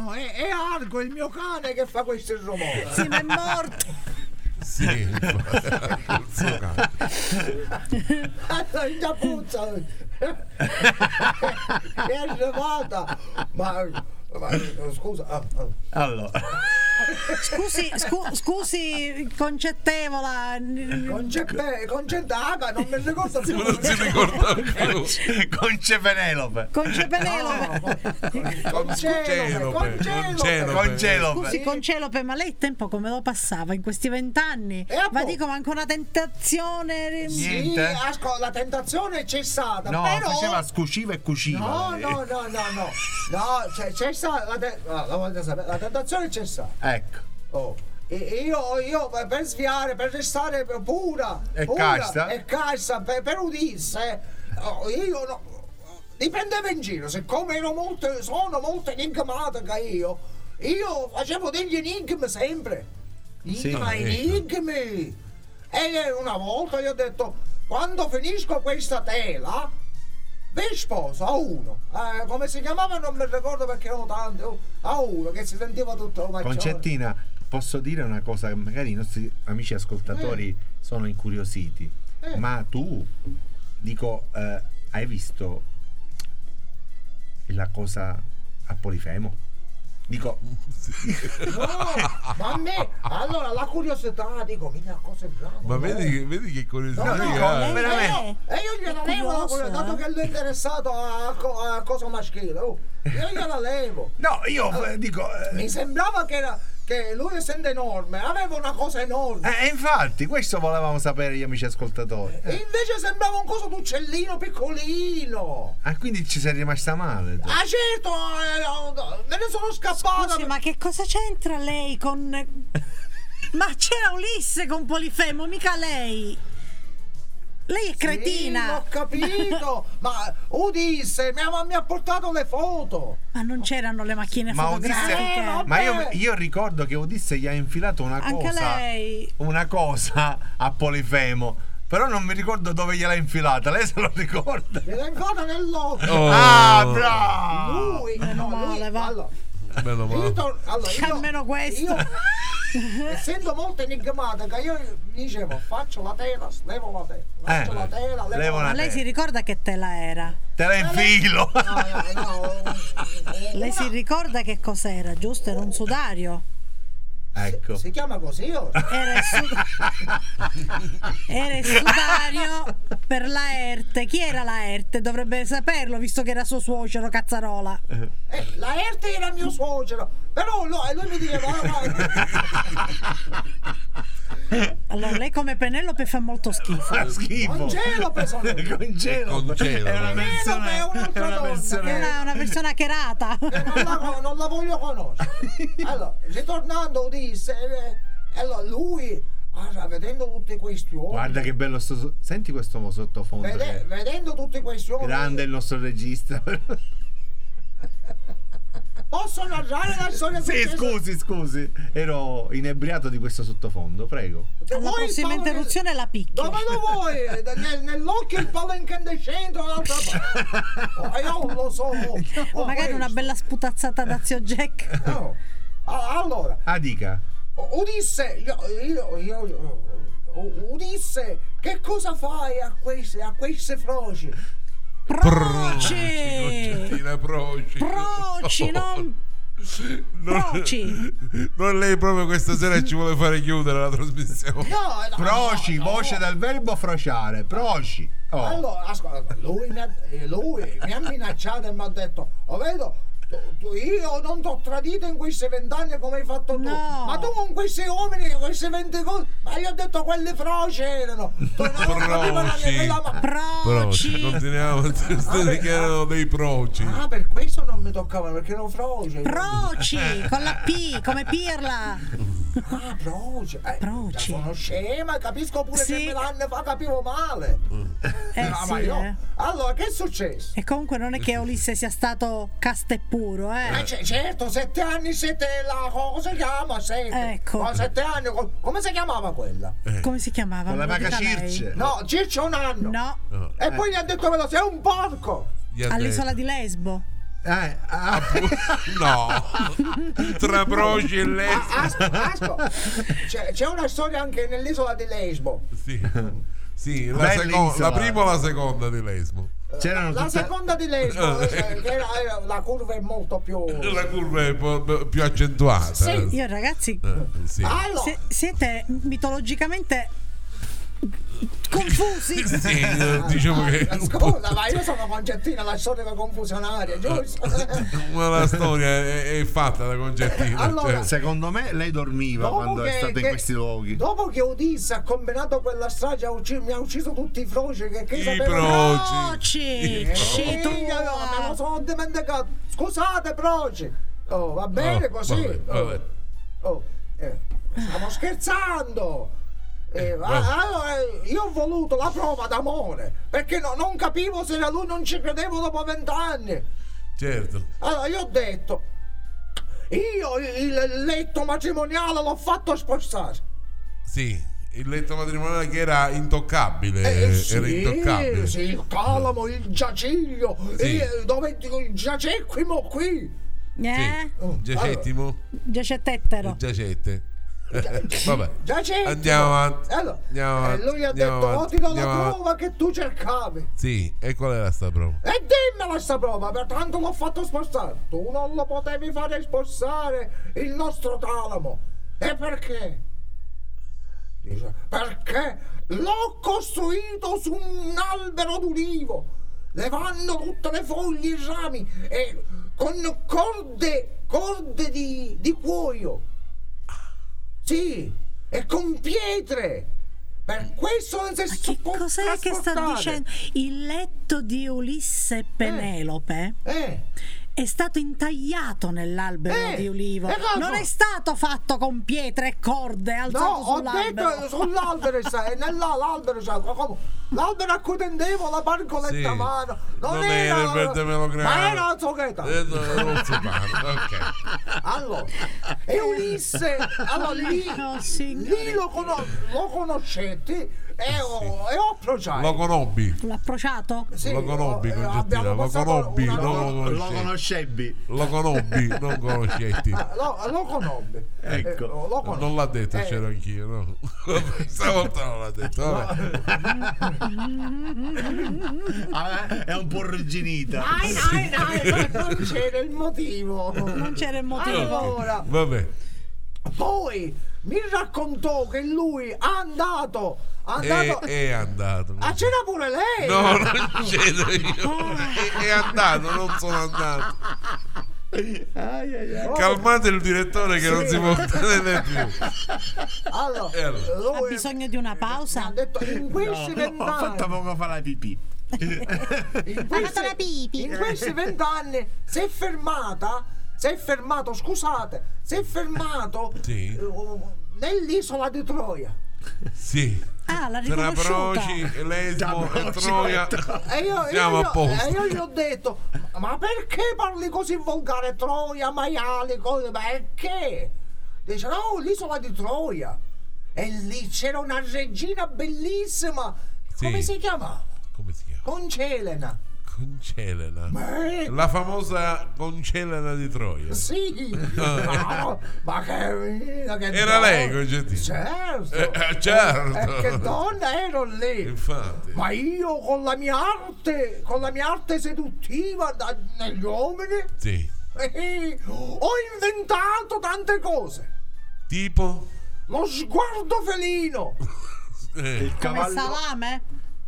Speaker 5: No, è, è Argo, il mio cane, che fa questo rumore.
Speaker 2: Sì, ma è morto.
Speaker 3: Sì, il suo cane.
Speaker 5: Allora, in puzza. è arrivata. Ma, ma, scusa. ah, ah.
Speaker 6: Allora,
Speaker 2: Scusi, scu- scusi, concettevola.
Speaker 5: Concepe- concettata, non mi ricordo più. Non si
Speaker 6: Conce Penelope.
Speaker 2: Conce
Speaker 6: Concelope.
Speaker 3: Concelope.
Speaker 6: Concelope.
Speaker 2: Scusi, concelope, ma lei il tempo come lo passava in questi vent'anni? Ma dico, manca una tentazione.
Speaker 5: Sì, ascol- la tentazione è cessata,
Speaker 6: No,
Speaker 5: però...
Speaker 6: faceva scuciva e cuciva.
Speaker 5: No,
Speaker 6: Eh,
Speaker 5: no, no, no, no, no, c'è, c'è sta- la, te- ah, la voglio sapere, la tentazione c'è stata.
Speaker 6: Ecco.
Speaker 5: Oh. E- e Io, io per- per sviare, per restare pura,
Speaker 6: E
Speaker 5: pura,
Speaker 6: casta?
Speaker 5: e casta, per, per udisse, oh, io no, mi prendevo in giro, siccome ero molto, sono molto enigmatica io, io facevo degli enigmi sempre,
Speaker 6: Sì.
Speaker 5: ma
Speaker 6: Ah, ecco.
Speaker 5: enigmi, e una volta gli ho detto, quando finisco questa tela, vi sposo a uno, Eh, come si chiamava non mi ricordo perché erano tanti, oh, a uno che si sentiva tutto lo
Speaker 6: Concettina, posso dire una cosa che magari i nostri amici ascoltatori
Speaker 5: Eh.
Speaker 6: sono incuriositi,
Speaker 5: Eh.
Speaker 6: ma tu, dico, eh, hai visto la cosa a Polifemo? Dico,
Speaker 5: No, ma a me, allora la curiosità, dico, mica cosa è brava.
Speaker 3: Ma vedi, che- vedi che curiosità
Speaker 5: No, no,
Speaker 3: che
Speaker 5: eh,
Speaker 3: ha.
Speaker 5: eh, E io gliela
Speaker 2: È
Speaker 5: levo, la
Speaker 2: curioso,
Speaker 5: curiosità, dato
Speaker 2: eh.
Speaker 5: che lui è interessato a, co- a cosa maschile, oh, io gliela levo.
Speaker 6: No, io eh, dico... eh,
Speaker 5: Mi sembrava che, era- che lui essendo enorme, aveva una cosa enorme.
Speaker 6: eh, infatti, questo volevamo sapere gli amici ascoltatori.
Speaker 5: E invece sembrava un coso d'uccellino piccolino.
Speaker 6: Ah, quindi ci sei rimasta male. tu.
Speaker 5: Ah certo, eh, oh, me ne sono scappata.
Speaker 2: Scusi, ma che cosa c'entra lei con. Ma c'era Ulisse con Polifemo, mica lei! Lei è cretina.
Speaker 5: Sì, l'ho capito. ma Udisse, mia mamma mi ha portato le foto.
Speaker 2: Ma non c'erano le macchine
Speaker 6: Ma, Odisse,
Speaker 5: Eh,
Speaker 2: fotografiche.
Speaker 6: ma io, io ricordo che Odisse gli ha infilato una
Speaker 2: Anche
Speaker 6: cosa,
Speaker 2: lei.
Speaker 6: una cosa a Polifemo, però non mi ricordo dove gliel'ha infilata. Lei se lo ricorda?
Speaker 5: Me l'ha infilata nell'occhio.
Speaker 6: Oh. Ah, bravo.
Speaker 5: Lui, no, lui, allora,
Speaker 3: Meno
Speaker 5: io,
Speaker 3: male.
Speaker 5: to- allora, io-
Speaker 2: Almeno questo.
Speaker 5: io, essendo molto enigmatica, io dicevo faccio la tela, levo la tela, faccio
Speaker 6: Eh,
Speaker 5: Cioè, la tela, levo,
Speaker 6: levo
Speaker 5: la
Speaker 2: Ma
Speaker 5: tela.
Speaker 2: lei si ricorda che tela era?
Speaker 6: Te la infilo.
Speaker 2: Lei si ricorda che cos'era, giusto? Era un sudario.
Speaker 6: ecco.
Speaker 5: Si chiama così ora?
Speaker 2: Era il, su- era il sudario per Laerte. Chi era Laerte? Dovrebbe saperlo, visto che era suo suocero, Cazzarola.
Speaker 5: Eh, la Erte era mio suocero, però lo- e lui mi diceva "Ah, ma-
Speaker 2: Allora, lei come Penelope fa molto schifo.
Speaker 6: Fa schifo.
Speaker 5: Congelope sono io.
Speaker 6: Congelope. È una persona, è una persona-
Speaker 2: È una, una persona cherata.
Speaker 5: non, la, non la voglio conoscere. Allora, ritornando disse, eh, allora lui, guarda, vedendo tutti questi uomini,
Speaker 6: Guarda che eh. bello sto senti questo sottofondo.
Speaker 5: vede-
Speaker 6: che
Speaker 5: vedendo tutti questi uomini,
Speaker 6: Grande il nostro regista.
Speaker 5: posso narrare la storia
Speaker 6: sì,
Speaker 5: successa?
Speaker 6: scusi, scusi. Ero inebriato di questo sottofondo, prego.
Speaker 2: La
Speaker 5: Voi
Speaker 2: prossima
Speaker 5: Paolo-
Speaker 2: interruzione la picchio.
Speaker 5: Dove lo vuoi? Da- nel- nell'occhio il palo incandescente o l'altra parte. Oh, io lo so. oh,
Speaker 2: Magari una
Speaker 5: questo.
Speaker 2: bella sputazzata da zio Jack.
Speaker 5: No. Ah, Allora,
Speaker 6: Ah, dica.
Speaker 5: Udisse, io, io, io- io- U- Udisse, che cosa fai a queste, a queste froci?
Speaker 2: Proci!
Speaker 3: Tira proci.
Speaker 2: Proci, non proci!
Speaker 3: Non lei proprio questa sera ci vuole fare chiudere la trasmissione.
Speaker 5: No, no,
Speaker 6: Proci,
Speaker 5: no, no.
Speaker 6: voce dal verbo frociare. Proci. Oh.
Speaker 5: Allora, ascolta, lui mi, ha, eh, lui mi ha minacciato e mi ha detto, "Oh, vedo, tu- tu- io non ti ho tradito in questi vent'anni come hai fatto tu,
Speaker 2: No.
Speaker 5: ma tu con questi uomini, con queste venti cose, ma io ho detto quelle froci erano, Tu non capivano che
Speaker 3: Proci.
Speaker 5: quella
Speaker 3: Proci.
Speaker 5: ma-
Speaker 2: Proci!
Speaker 3: Continuiamo a dire che erano dei proci.
Speaker 5: Ah, per questo non mi toccava, perché erano froci.
Speaker 2: Proci! Con la P, come pirla!
Speaker 5: Ah, proci. Eh,
Speaker 2: Proci.
Speaker 5: Sono scema, capisco pure
Speaker 2: Sì.
Speaker 5: che me l'hanno fa capivo male.
Speaker 2: Eh
Speaker 5: Ah, ma
Speaker 2: sì,
Speaker 5: io-
Speaker 2: eh.
Speaker 5: Allora, che è successo?
Speaker 2: E comunque non è che Ulisse sia stato casto e puro,
Speaker 5: Eh,
Speaker 2: eh!
Speaker 5: c- certo, sette anni siete la cosa si chiama? Sette.
Speaker 2: Ecco.
Speaker 5: Ma sette anni, co- come si chiamava quella?
Speaker 2: Come si chiamava?
Speaker 6: Eh. Con la
Speaker 2: Me lo
Speaker 6: maga
Speaker 2: dica lei?
Speaker 6: Circe. Eh.
Speaker 5: No, Circe un anno.
Speaker 2: No,
Speaker 5: E poi gli ha detto quello, sei un porco!
Speaker 3: Gli ha
Speaker 2: all'isola
Speaker 3: detto.
Speaker 2: di Lesbo.
Speaker 6: Eh, ah,
Speaker 3: No. Tra proci e lei.
Speaker 5: Ah, asco, asco. C'è, c'è una storia anche nell'isola di Lesbo.
Speaker 3: Sì. Sì, la,
Speaker 6: Bella
Speaker 3: seco-
Speaker 6: isola.
Speaker 3: la prima o la seconda di Lesmo?
Speaker 6: c'erano
Speaker 3: Cioè,
Speaker 5: La
Speaker 6: tutte...
Speaker 5: seconda di Lesbo, eh, che era- era- la curva è molto più...
Speaker 3: La curva è po- po- più accentuata.
Speaker 5: Sì. Ah,
Speaker 2: Io ragazzi,
Speaker 3: Eh, sì.
Speaker 5: Allora,
Speaker 2: se- siete mitologicamente confusi.
Speaker 3: Sì, eh, diciamo che
Speaker 5: Scusa, ma io sono concettina, la storica confusionaria, giusto?
Speaker 3: ma la storia è, è fatta da concettino.
Speaker 5: Allora,
Speaker 3: cioè,
Speaker 6: Secondo me lei dormiva quando è stata in questi luoghi.
Speaker 5: dopo che Odisse ha combinato quella strage, ha ucciso- mi ha ucciso tutti i froci che, che
Speaker 3: I
Speaker 5: sapevano.
Speaker 3: proci.
Speaker 2: Proci!
Speaker 3: Sì.
Speaker 2: Ci
Speaker 5: Sì, io me lo
Speaker 2: tua!
Speaker 5: sono dimenticato. Scusate, proci. Oh, va bene
Speaker 3: Oh,
Speaker 5: così.
Speaker 3: vabbè,
Speaker 5: Oh,
Speaker 3: vabbè.
Speaker 5: oh, eh, stiamo scherzando. Eh,
Speaker 3: vabbè.
Speaker 5: ah, allora, eh, io ho voluto la prova d'amore perché no- non capivo se era lui non ci credevo dopo vent'anni.
Speaker 3: certo.
Speaker 5: Allora io ho detto, io il letto matrimoniale l'ho fatto spostare.
Speaker 3: Sì, il letto matrimoniale che era intoccabile.
Speaker 5: Eh,
Speaker 3: era intoccabile.
Speaker 5: sì, il calamo, il giaciglio,
Speaker 3: Sì.
Speaker 5: eh, dove il giacequimo qui.
Speaker 2: Eh?
Speaker 3: Sì. Giacettimo,
Speaker 5: Eh,
Speaker 2: Giacettero.
Speaker 3: giacette. Vabbè.
Speaker 5: Giacettimo.
Speaker 3: Andiamo avanti.
Speaker 5: Allora,
Speaker 3: Andiamo
Speaker 5: eh,
Speaker 3: avanti.
Speaker 5: lui gli ha
Speaker 3: Andiamo
Speaker 5: detto,
Speaker 3: avanti.
Speaker 5: "Oh, ti do la
Speaker 3: Andiamo avanti."
Speaker 5: prova che tu cercavi.
Speaker 3: Sì, e qual era sta prova?
Speaker 5: E dimmela sta prova, per tanto l'ho fatto spostare. Tu non lo potevi fare spostare il nostro talamo. E perché? Dice, perché l'ho costruito su un albero d'ulivo, levando tutte le foglie e i rami e con corde, corde di, di cuoio. Sì, e con pietre. Per questo non si
Speaker 2: Ma che
Speaker 5: può
Speaker 2: cos'è che sta
Speaker 5: trasportare.
Speaker 2: dicendo? Il letto di Ulisse e Penelope
Speaker 5: Eh.
Speaker 2: è stato intagliato nell'albero
Speaker 5: Eh,
Speaker 2: di ulivo.
Speaker 5: eh, cosa?
Speaker 2: Non è stato fatto con pietre e corde alzato
Speaker 5: No, ho
Speaker 2: sull'albero.
Speaker 5: detto sull'albero sta, e nell'albero sta. ma come- l'albero a cui tendevo la parcoletta
Speaker 3: Sì.
Speaker 5: mano. Non,
Speaker 3: Non
Speaker 5: era,
Speaker 3: era il verde melograno.
Speaker 5: Ma era la zocchetta.
Speaker 3: Eh, no, non si parla, ok.
Speaker 5: Allora, e Ulisse, allora lì, lì lo, cono- lo conoscetti e ho, e ho approcciato.
Speaker 3: Lo conobbi.
Speaker 2: L'ho approciato?
Speaker 5: Sì, eh,
Speaker 3: lo conobbi,
Speaker 5: abbiamo
Speaker 3: Congettina, lo
Speaker 5: passato
Speaker 3: conobbi,
Speaker 5: una-
Speaker 3: non lo
Speaker 6: Lo conoscevi.
Speaker 3: Lo conobbi, non conoscetti.
Speaker 5: Ah, Lo, lo conobbe.
Speaker 3: Ecco,
Speaker 5: Eh, lo conosco.
Speaker 3: non l'ha detto,
Speaker 5: Eh.
Speaker 3: c'ero anch'io. No? Stavolta non l'ha detto. vabbè.
Speaker 6: Ah, è un po' rigginita.
Speaker 5: Dai, dai, dai, non- non c'era il motivo. Non
Speaker 2: c'era il
Speaker 5: motivo. Allora,
Speaker 3: Vabbè, Ecco.
Speaker 5: poi mi raccontò che lui è andato, è
Speaker 3: è,
Speaker 5: andato
Speaker 3: è andato.
Speaker 5: Ah, c'era pure lei!
Speaker 3: No, non c'ero io. È, è andato, non sono andato. Calmate il direttore che non si può tenere più.
Speaker 5: Allora,
Speaker 3: E allora?
Speaker 2: ha bisogno di una pausa? Ha
Speaker 5: detto in
Speaker 6: Eh, No, ho fatto poco fa la pipì.
Speaker 5: in questi, in questi vent'anni si è fermata, si è fermato, scusate, si è fermato
Speaker 3: Sì.
Speaker 5: eh, nell'isola di Troia.
Speaker 3: Sì.
Speaker 2: Ah, l'ha
Speaker 3: Tra Proci, Lesbo e Troia.
Speaker 5: E io, io-
Speaker 3: Siamo
Speaker 5: io-
Speaker 3: a posto.
Speaker 5: e io gli ho detto, ma perché parli così volgare Troia, maiali, cose, perché? Dice, no, l'isola di Troia. E lì c'era una regina bellissima. Come
Speaker 3: Sì.
Speaker 5: si chiamava?
Speaker 3: Come si chiama?
Speaker 5: Concelena.
Speaker 3: Concelena.
Speaker 5: Ma è-
Speaker 3: La famosa Concelena di Troia.
Speaker 5: Sì, ma, ma che, che
Speaker 3: Era
Speaker 5: donna.
Speaker 3: lei Congettina.
Speaker 5: Certo.
Speaker 3: Eh, eh, certo.
Speaker 5: Eh, che donna ero lì.
Speaker 3: Infatti.
Speaker 5: Ma io con la mia arte, con la mia arte seduttiva da- negli uomini,
Speaker 3: Sì.
Speaker 5: eh, ho inventato tante cose.
Speaker 3: Tipo?
Speaker 5: Lo sguardo felino.
Speaker 3: Eh.
Speaker 6: Il
Speaker 2: Come
Speaker 6: cavallo.
Speaker 2: salame?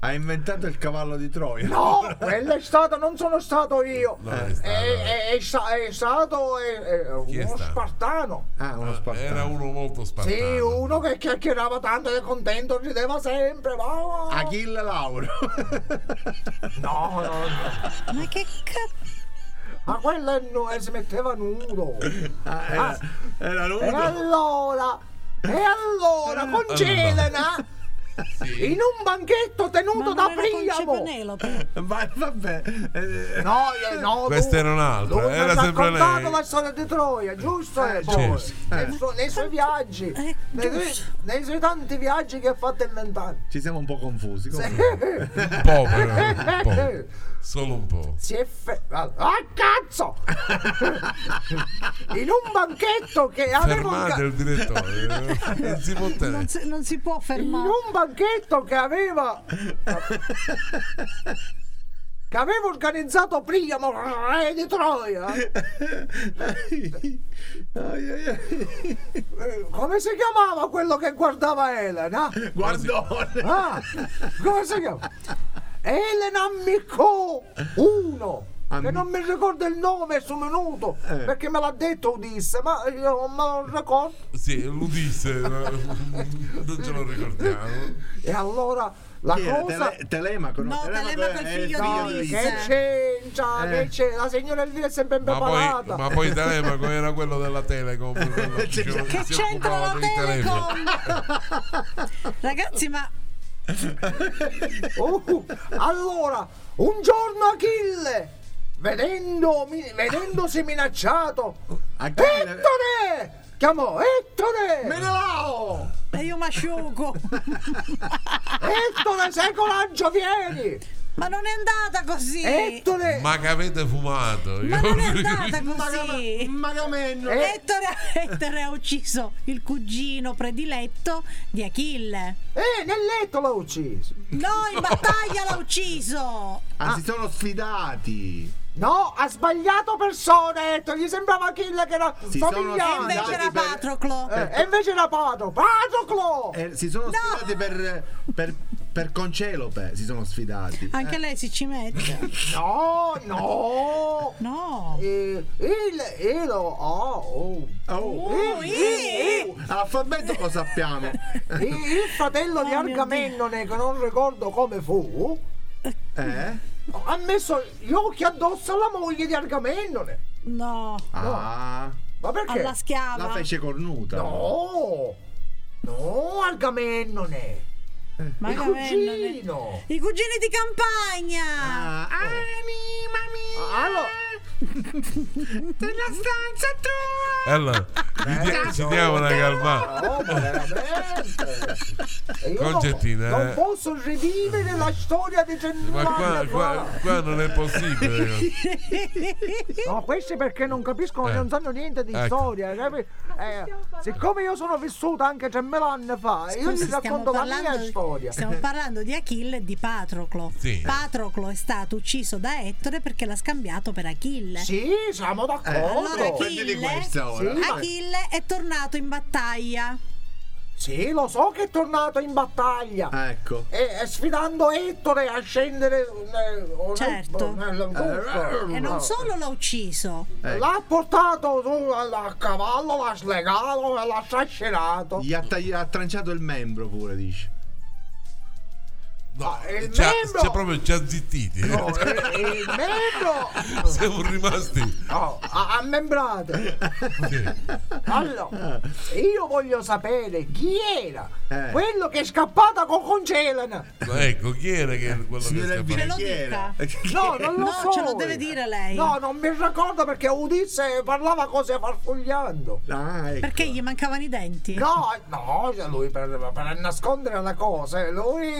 Speaker 6: Ha inventato il cavallo di Troia.
Speaker 5: No, quella è stata, non sono stato io.
Speaker 6: No,
Speaker 5: è,
Speaker 6: è stato-
Speaker 5: è- è sta- è stato eh, eh,
Speaker 3: Chi è
Speaker 5: uno
Speaker 3: stato?
Speaker 5: spartano.
Speaker 6: Ah, uno spartano.
Speaker 3: Era uno molto spartano.
Speaker 5: Sì, uno che chiacchierava tanto e contento, rideva sempre. Ma...
Speaker 6: Achille Lauro.
Speaker 5: No, no, no.
Speaker 2: Ma che cazzo?
Speaker 5: Ma quello è nu- eh, si metteva nudo.
Speaker 6: Ah,
Speaker 5: Ah,
Speaker 6: era, era nudo. Eh,
Speaker 5: E allora, e allora, con Celena, in un banchetto tenuto da Priamo.
Speaker 6: Ma vabbè. eh,
Speaker 5: No, eh, no,
Speaker 3: Questa era un'altra,
Speaker 5: lui mi
Speaker 3: era
Speaker 5: ha
Speaker 3: sempre
Speaker 5: raccontato
Speaker 3: lei.
Speaker 5: la storia di Troia, giusto? eh, poi?
Speaker 3: certo.
Speaker 5: Nei, su- nei suoi viaggi, nei, suoi- nei suoi tanti viaggi che ha fatto in vent'anni.
Speaker 6: Ci siamo un po' confusi. comunque.
Speaker 3: Un po', però, un po'. Solo un po'.
Speaker 5: Si è fe- Ah, ah, cazzo! in un banchetto che avevo
Speaker 3: Fermate il direttore. eh, Non si può
Speaker 2: Non
Speaker 3: tenere.
Speaker 2: si, non si può
Speaker 5: in
Speaker 2: fermare.
Speaker 5: un banchetto che aveva che aveva organizzato Priamo re di Troia Eh, come si chiamava quello che guardava Elena?
Speaker 6: Guardone.
Speaker 5: Ah, come si chiama? Elena Micco 1 che non mi ricordo il nome sul minuto
Speaker 3: Eh.
Speaker 5: perché me l'ha detto Udisse ma io non me lo ricordo
Speaker 3: Sì, lo disse. no? Non ce lo ricordiamo.
Speaker 5: e allora la
Speaker 6: Chi era?
Speaker 5: cosa
Speaker 6: Tele- Telemaco, no,
Speaker 2: No, Telemaco è il figlio di
Speaker 6: figlio
Speaker 2: Ulisse.
Speaker 5: Che c'entra,
Speaker 6: Eh.
Speaker 5: che c'è? La signora Elvira è sempre
Speaker 3: Ma poi,
Speaker 5: impreparata.
Speaker 3: ma poi Telemaco era quello della Telecom. quello che si
Speaker 2: Che c'entra
Speaker 3: occupava
Speaker 2: la
Speaker 3: dei telefoni.
Speaker 2: Telecom? Ragazzi, ma
Speaker 5: Oh, allora, un giorno Achille, vedendo, mi- vedendosi minacciato,
Speaker 6: Achille-
Speaker 5: Ettore! Chiamò Ettore!
Speaker 6: Menelao!
Speaker 2: e io mi asciugo.
Speaker 5: Ettore, sei coraggio, vieni!
Speaker 2: Ma non è andata così.
Speaker 5: Ettore!
Speaker 3: Ma che avete fumato?
Speaker 2: Ma
Speaker 3: Io-
Speaker 2: non è andata così.
Speaker 6: Magamenno.
Speaker 2: Ettore, Ettore ha ucciso il cugino prediletto di Achille.
Speaker 5: Eh, nel letto l'ho ucciso!
Speaker 2: No, in battaglia l'ha ucciso.
Speaker 6: Ah, si sono sfidati.
Speaker 5: No, ha sbagliato persona, Ettore! Gli sembrava Achille che era
Speaker 6: Sì, sono
Speaker 5: somigliante!
Speaker 2: Invece era
Speaker 6: per-
Speaker 2: Patroclo.
Speaker 5: Eh, e invece era Pato! Patoclo!
Speaker 6: Eh, si sono sfidati per, per, per Concelope. Si sono sfidati. Eh.
Speaker 2: Anche lei si ci mette.
Speaker 5: No, no!
Speaker 2: No.
Speaker 5: Eh, il, il, oh, oh.
Speaker 6: Oh,
Speaker 2: Oh, eh.
Speaker 6: alfabeto lo sappiamo.
Speaker 5: Il, il fratello di
Speaker 2: Oh, mio
Speaker 5: Argamennone, che non ricordo come fu,
Speaker 6: Eh?
Speaker 5: ha messo gli occhi addosso alla moglie di Argamennone.
Speaker 2: No.
Speaker 6: Ah,
Speaker 5: Ma perché?
Speaker 2: Alla schiava.
Speaker 6: la fece cornuta.
Speaker 5: No, no, Argamennone.
Speaker 2: Ma
Speaker 5: Il
Speaker 2: Gavello,
Speaker 5: cugino. Eh.
Speaker 10: I cugini di campagna!
Speaker 5: Allora,
Speaker 10: Nella stanza tua!
Speaker 3: Allora, ci dia- ci diamo una calmata.
Speaker 5: io
Speaker 3: Concettina,
Speaker 5: non, non
Speaker 3: eh.
Speaker 5: posso rivivere la storia di
Speaker 3: Mm. Ma
Speaker 5: Genova.
Speaker 3: qua, qua- qua non è possibile.
Speaker 5: No, questo è perché non capiscono,
Speaker 3: Eh.
Speaker 5: non sanno niente di
Speaker 3: Ecco.
Speaker 5: storia. capi- eh, siccome io sono vissuta anche 3.000 anni fa, Eh, io
Speaker 2: Scusi,
Speaker 5: gli
Speaker 2: stiamo
Speaker 5: racconto la mia
Speaker 2: parlando,
Speaker 5: storia.
Speaker 2: stiamo parlando di Achille e di Patroclo.
Speaker 5: Sì.
Speaker 2: Patroclo è stato ucciso da Ettore perché l'ha scambiato per Achille.
Speaker 5: Sì, siamo d'accordo.
Speaker 2: Allora Ah,
Speaker 5: Prendete
Speaker 2: Achille,
Speaker 5: questa ora. Sì, ma-
Speaker 2: Achille è tornato in battaglia.
Speaker 5: Sì, lo so che è tornato in battaglia.
Speaker 6: ecco.
Speaker 5: E, e sfidando Ettore a scendere eh,
Speaker 2: Certo.
Speaker 5: nel-
Speaker 2: E non solo l'ha ucciso.
Speaker 5: L'ha portato su a, a cavallo, l'ha slegato e l'ha trascinato.
Speaker 6: Gli ha, tagli- ha tranciato il membro pure, dici.
Speaker 5: Ah, il
Speaker 3: Ci ha-
Speaker 5: membro-
Speaker 3: ci ha proprio ci ha zittiti.
Speaker 5: E il membro
Speaker 3: Siamo rimasti.
Speaker 5: no, a, a membrate. Allora, io voglio sapere chi era
Speaker 3: Eh.
Speaker 5: quello che è scappato con Congelena.
Speaker 3: Ma Ecco, chi era che quello
Speaker 6: Signora
Speaker 3: che
Speaker 6: Elvira,
Speaker 3: scappava?
Speaker 6: chi era?
Speaker 5: No, non lo
Speaker 2: No,
Speaker 5: so.
Speaker 2: ce lo deve dire lei.
Speaker 5: No, non mi ricordo perché Udisse parlava cose farfugliando.
Speaker 3: Ah, ecco.
Speaker 2: Perché gli mancavano i denti.
Speaker 5: No, no, cioè, lui per, per nascondere la cosa, lui...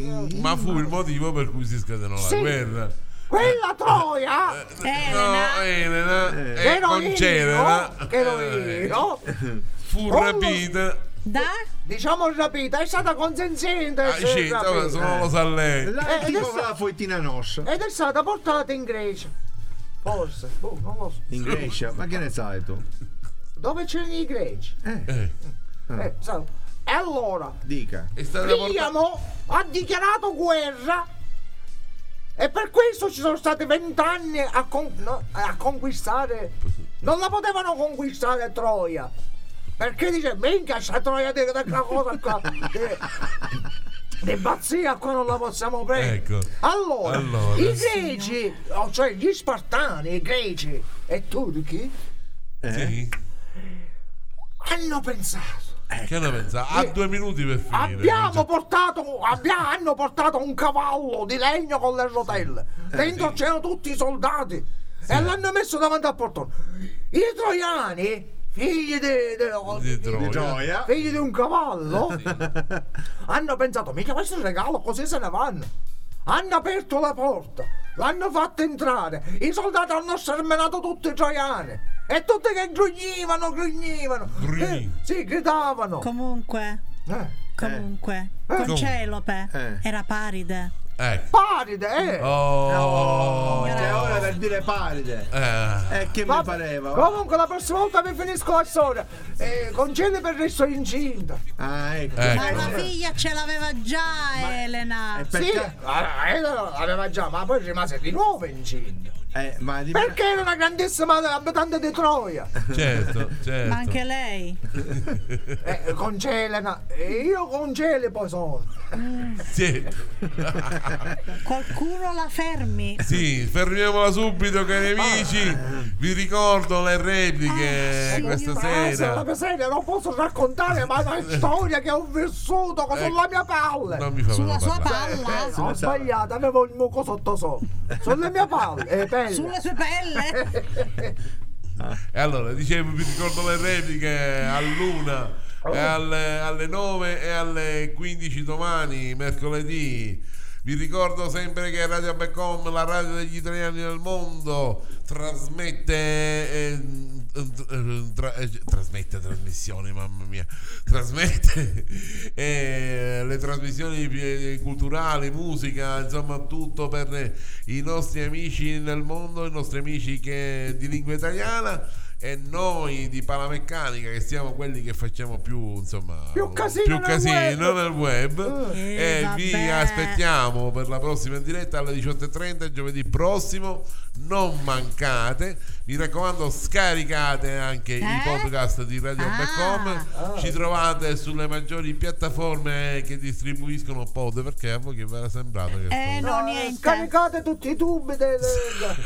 Speaker 3: Mm, Ma fu il motivo per cui si scatenò
Speaker 5: Sì.
Speaker 3: la guerra.
Speaker 5: Quella troia!
Speaker 2: Eh.
Speaker 3: No, Elena
Speaker 5: Che
Speaker 3: e
Speaker 5: ero
Speaker 3: Eh, con
Speaker 5: io,
Speaker 3: Celena
Speaker 5: che ero io.
Speaker 3: fu
Speaker 5: Oh,
Speaker 3: rapita.
Speaker 2: Da?
Speaker 5: Diciamo rapita, è stata consenziente.
Speaker 3: Ah,
Speaker 5: se
Speaker 3: sì,
Speaker 5: rapita.
Speaker 3: insomma, se non lo sa lei.
Speaker 6: La,
Speaker 5: Eh,
Speaker 6: tipo
Speaker 5: adesso-
Speaker 6: la foitina noscia.
Speaker 5: Eh. Ed è stata portata in Grecia. Forse, boh, non lo so.
Speaker 6: In Grecia, ma che ne sai tu?
Speaker 5: Dove c'erano i greci?
Speaker 3: Eh,
Speaker 5: Eh, so. E allora,
Speaker 6: Ah. Dica.
Speaker 3: È stata portata-
Speaker 5: Priamo ha dichiarato guerra e per questo ci sono stati vent'anni a, con- no, a conquistare. Non la potevano conquistare Troia. Perché dice, minchia, c'è Troia di quella cosa qua. di- Di pazzia qua non la possiamo prendere.
Speaker 3: Ecco.
Speaker 5: Allora,
Speaker 3: Allora.
Speaker 5: i greci, oh, cioè gli spartani, i greci e turchi
Speaker 3: Sì.
Speaker 5: hanno pensato.
Speaker 3: Che ne pensa? Ha due minuti per finire.
Speaker 5: Abbiamo portato, abbia- hanno portato un cavallo di legno con le rotelle. Dentro c'erano tutti i soldati e l'hanno messo davanti al portone. I troiani, figli di, di-
Speaker 3: Di Troia.
Speaker 5: figli di un cavallo, hanno pensato: mica questo è un regalo, così se ne vanno. Hanno aperto la porta, l'hanno fatto entrare. I soldati hanno sterminato tutti i troiani. E tutti che grugnivano, grugnivano.
Speaker 3: Grugni.
Speaker 5: Eh, sì, gridavano.
Speaker 2: Comunque, comunque,
Speaker 5: Eh.
Speaker 2: Concelope
Speaker 5: Eh.
Speaker 2: era paride.
Speaker 3: Ecco.
Speaker 5: Paride, eh.
Speaker 3: Oh.
Speaker 6: Oh, è ora per dire paride.
Speaker 3: Eh.
Speaker 6: E che mi
Speaker 5: Vabbè.
Speaker 6: pareva? va?
Speaker 5: Comunque la prossima volta vi finisco la storia. Eh, concede per resto incinta.
Speaker 6: Ah, ecco.
Speaker 2: Ma
Speaker 3: Ecco.
Speaker 2: la figlia ce l'aveva già, Elena.
Speaker 5: Sì, ah, eh, aveva già, ma poi rimase di nuovo incinta.
Speaker 6: Eh, ma di
Speaker 5: Perché era una grandissima abitante di Troia.
Speaker 3: Certo, certo.
Speaker 2: Ma anche lei.
Speaker 5: Eh, congelena. E io congele poi sono.
Speaker 3: Sì.
Speaker 2: Mm, Qualcuno la fermi.
Speaker 3: Sì, fermiamola subito cari amici. Vi ricordo le repliche questa
Speaker 5: Eh, sono
Speaker 3: sera. Eh.
Speaker 5: la seria, non posso raccontare ma la storia che ho vissuto con- sulla mia palla.
Speaker 3: Non mi fa
Speaker 2: Sulla sua
Speaker 3: parlare.
Speaker 2: palla.
Speaker 5: Eh, ho sbagliato, avevo il muco sotto sopra. Sulle mie palle. Eh, bella.
Speaker 2: Sulle sue pelle.
Speaker 3: E allora, dicevo, vi ricordo le repliche all'una, e alle, alle 9 e alle 15 domani, mercoledì. Vi ricordo sempre che Radio Becom, la radio degli italiani nel mondo, trasmette, eh, eh, tra- eh, trasmette trasmissioni, mamma mia, trasmette eh, le trasmissioni eh, culturali, musica, insomma tutto per i nostri amici nel mondo, i nostri amici che, di lingua italiana e noi di Palameccanica che siamo quelli che facciamo più insomma
Speaker 5: Più casino nel
Speaker 3: casino
Speaker 5: web.
Speaker 3: nel web,
Speaker 2: Eh,
Speaker 3: e vi
Speaker 2: vabbè.
Speaker 3: aspettiamo per la prossima diretta alle 18.30 giovedì prossimo non mancate mi raccomando scaricate anche
Speaker 2: Eh?
Speaker 3: i podcast di Radio
Speaker 2: Ah.
Speaker 3: Back
Speaker 5: Ah.
Speaker 3: Home ci trovate sulle maggiori piattaforme che distribuiscono pod perché a voi che vi era sembrato che
Speaker 2: Eh no,
Speaker 5: Eh,
Speaker 2: niente.
Speaker 5: Scaricate tutti i tubi del,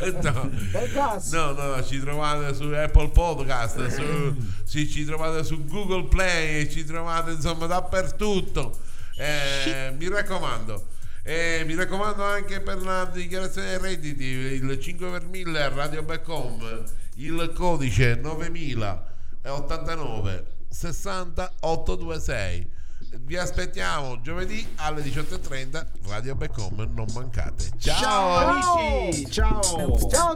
Speaker 5: del,
Speaker 3: no
Speaker 5: del gas.
Speaker 3: No, no, ci trovate su Apple Podcast, su- ci, ci trovate su Google Play, ci trovate insomma dappertutto. Eh, mi raccomando. Eh, mi raccomando anche per la dichiarazione dei redditi, il 5 per 1000 Radio Back Home, il codice 9089 60 826. Vi aspettiamo giovedì alle 18.30 Radio Back Home, non mancate. Ciao!
Speaker 5: Ciao, amici! Ciao! Ciao!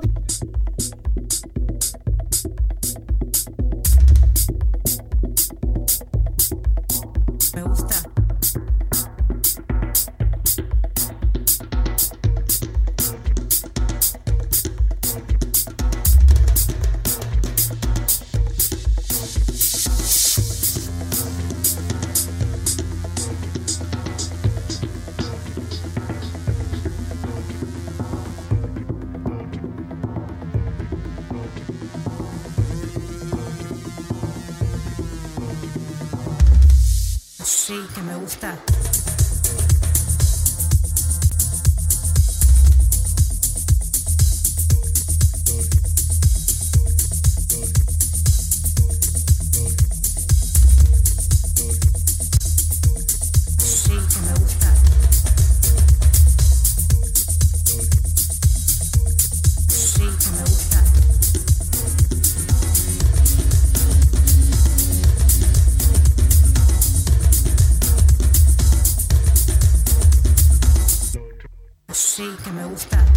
Speaker 10: Me gusta. Sí, que me gusta. Sí, que me gusta. Sí, que me gusta. Sí, que me gusta.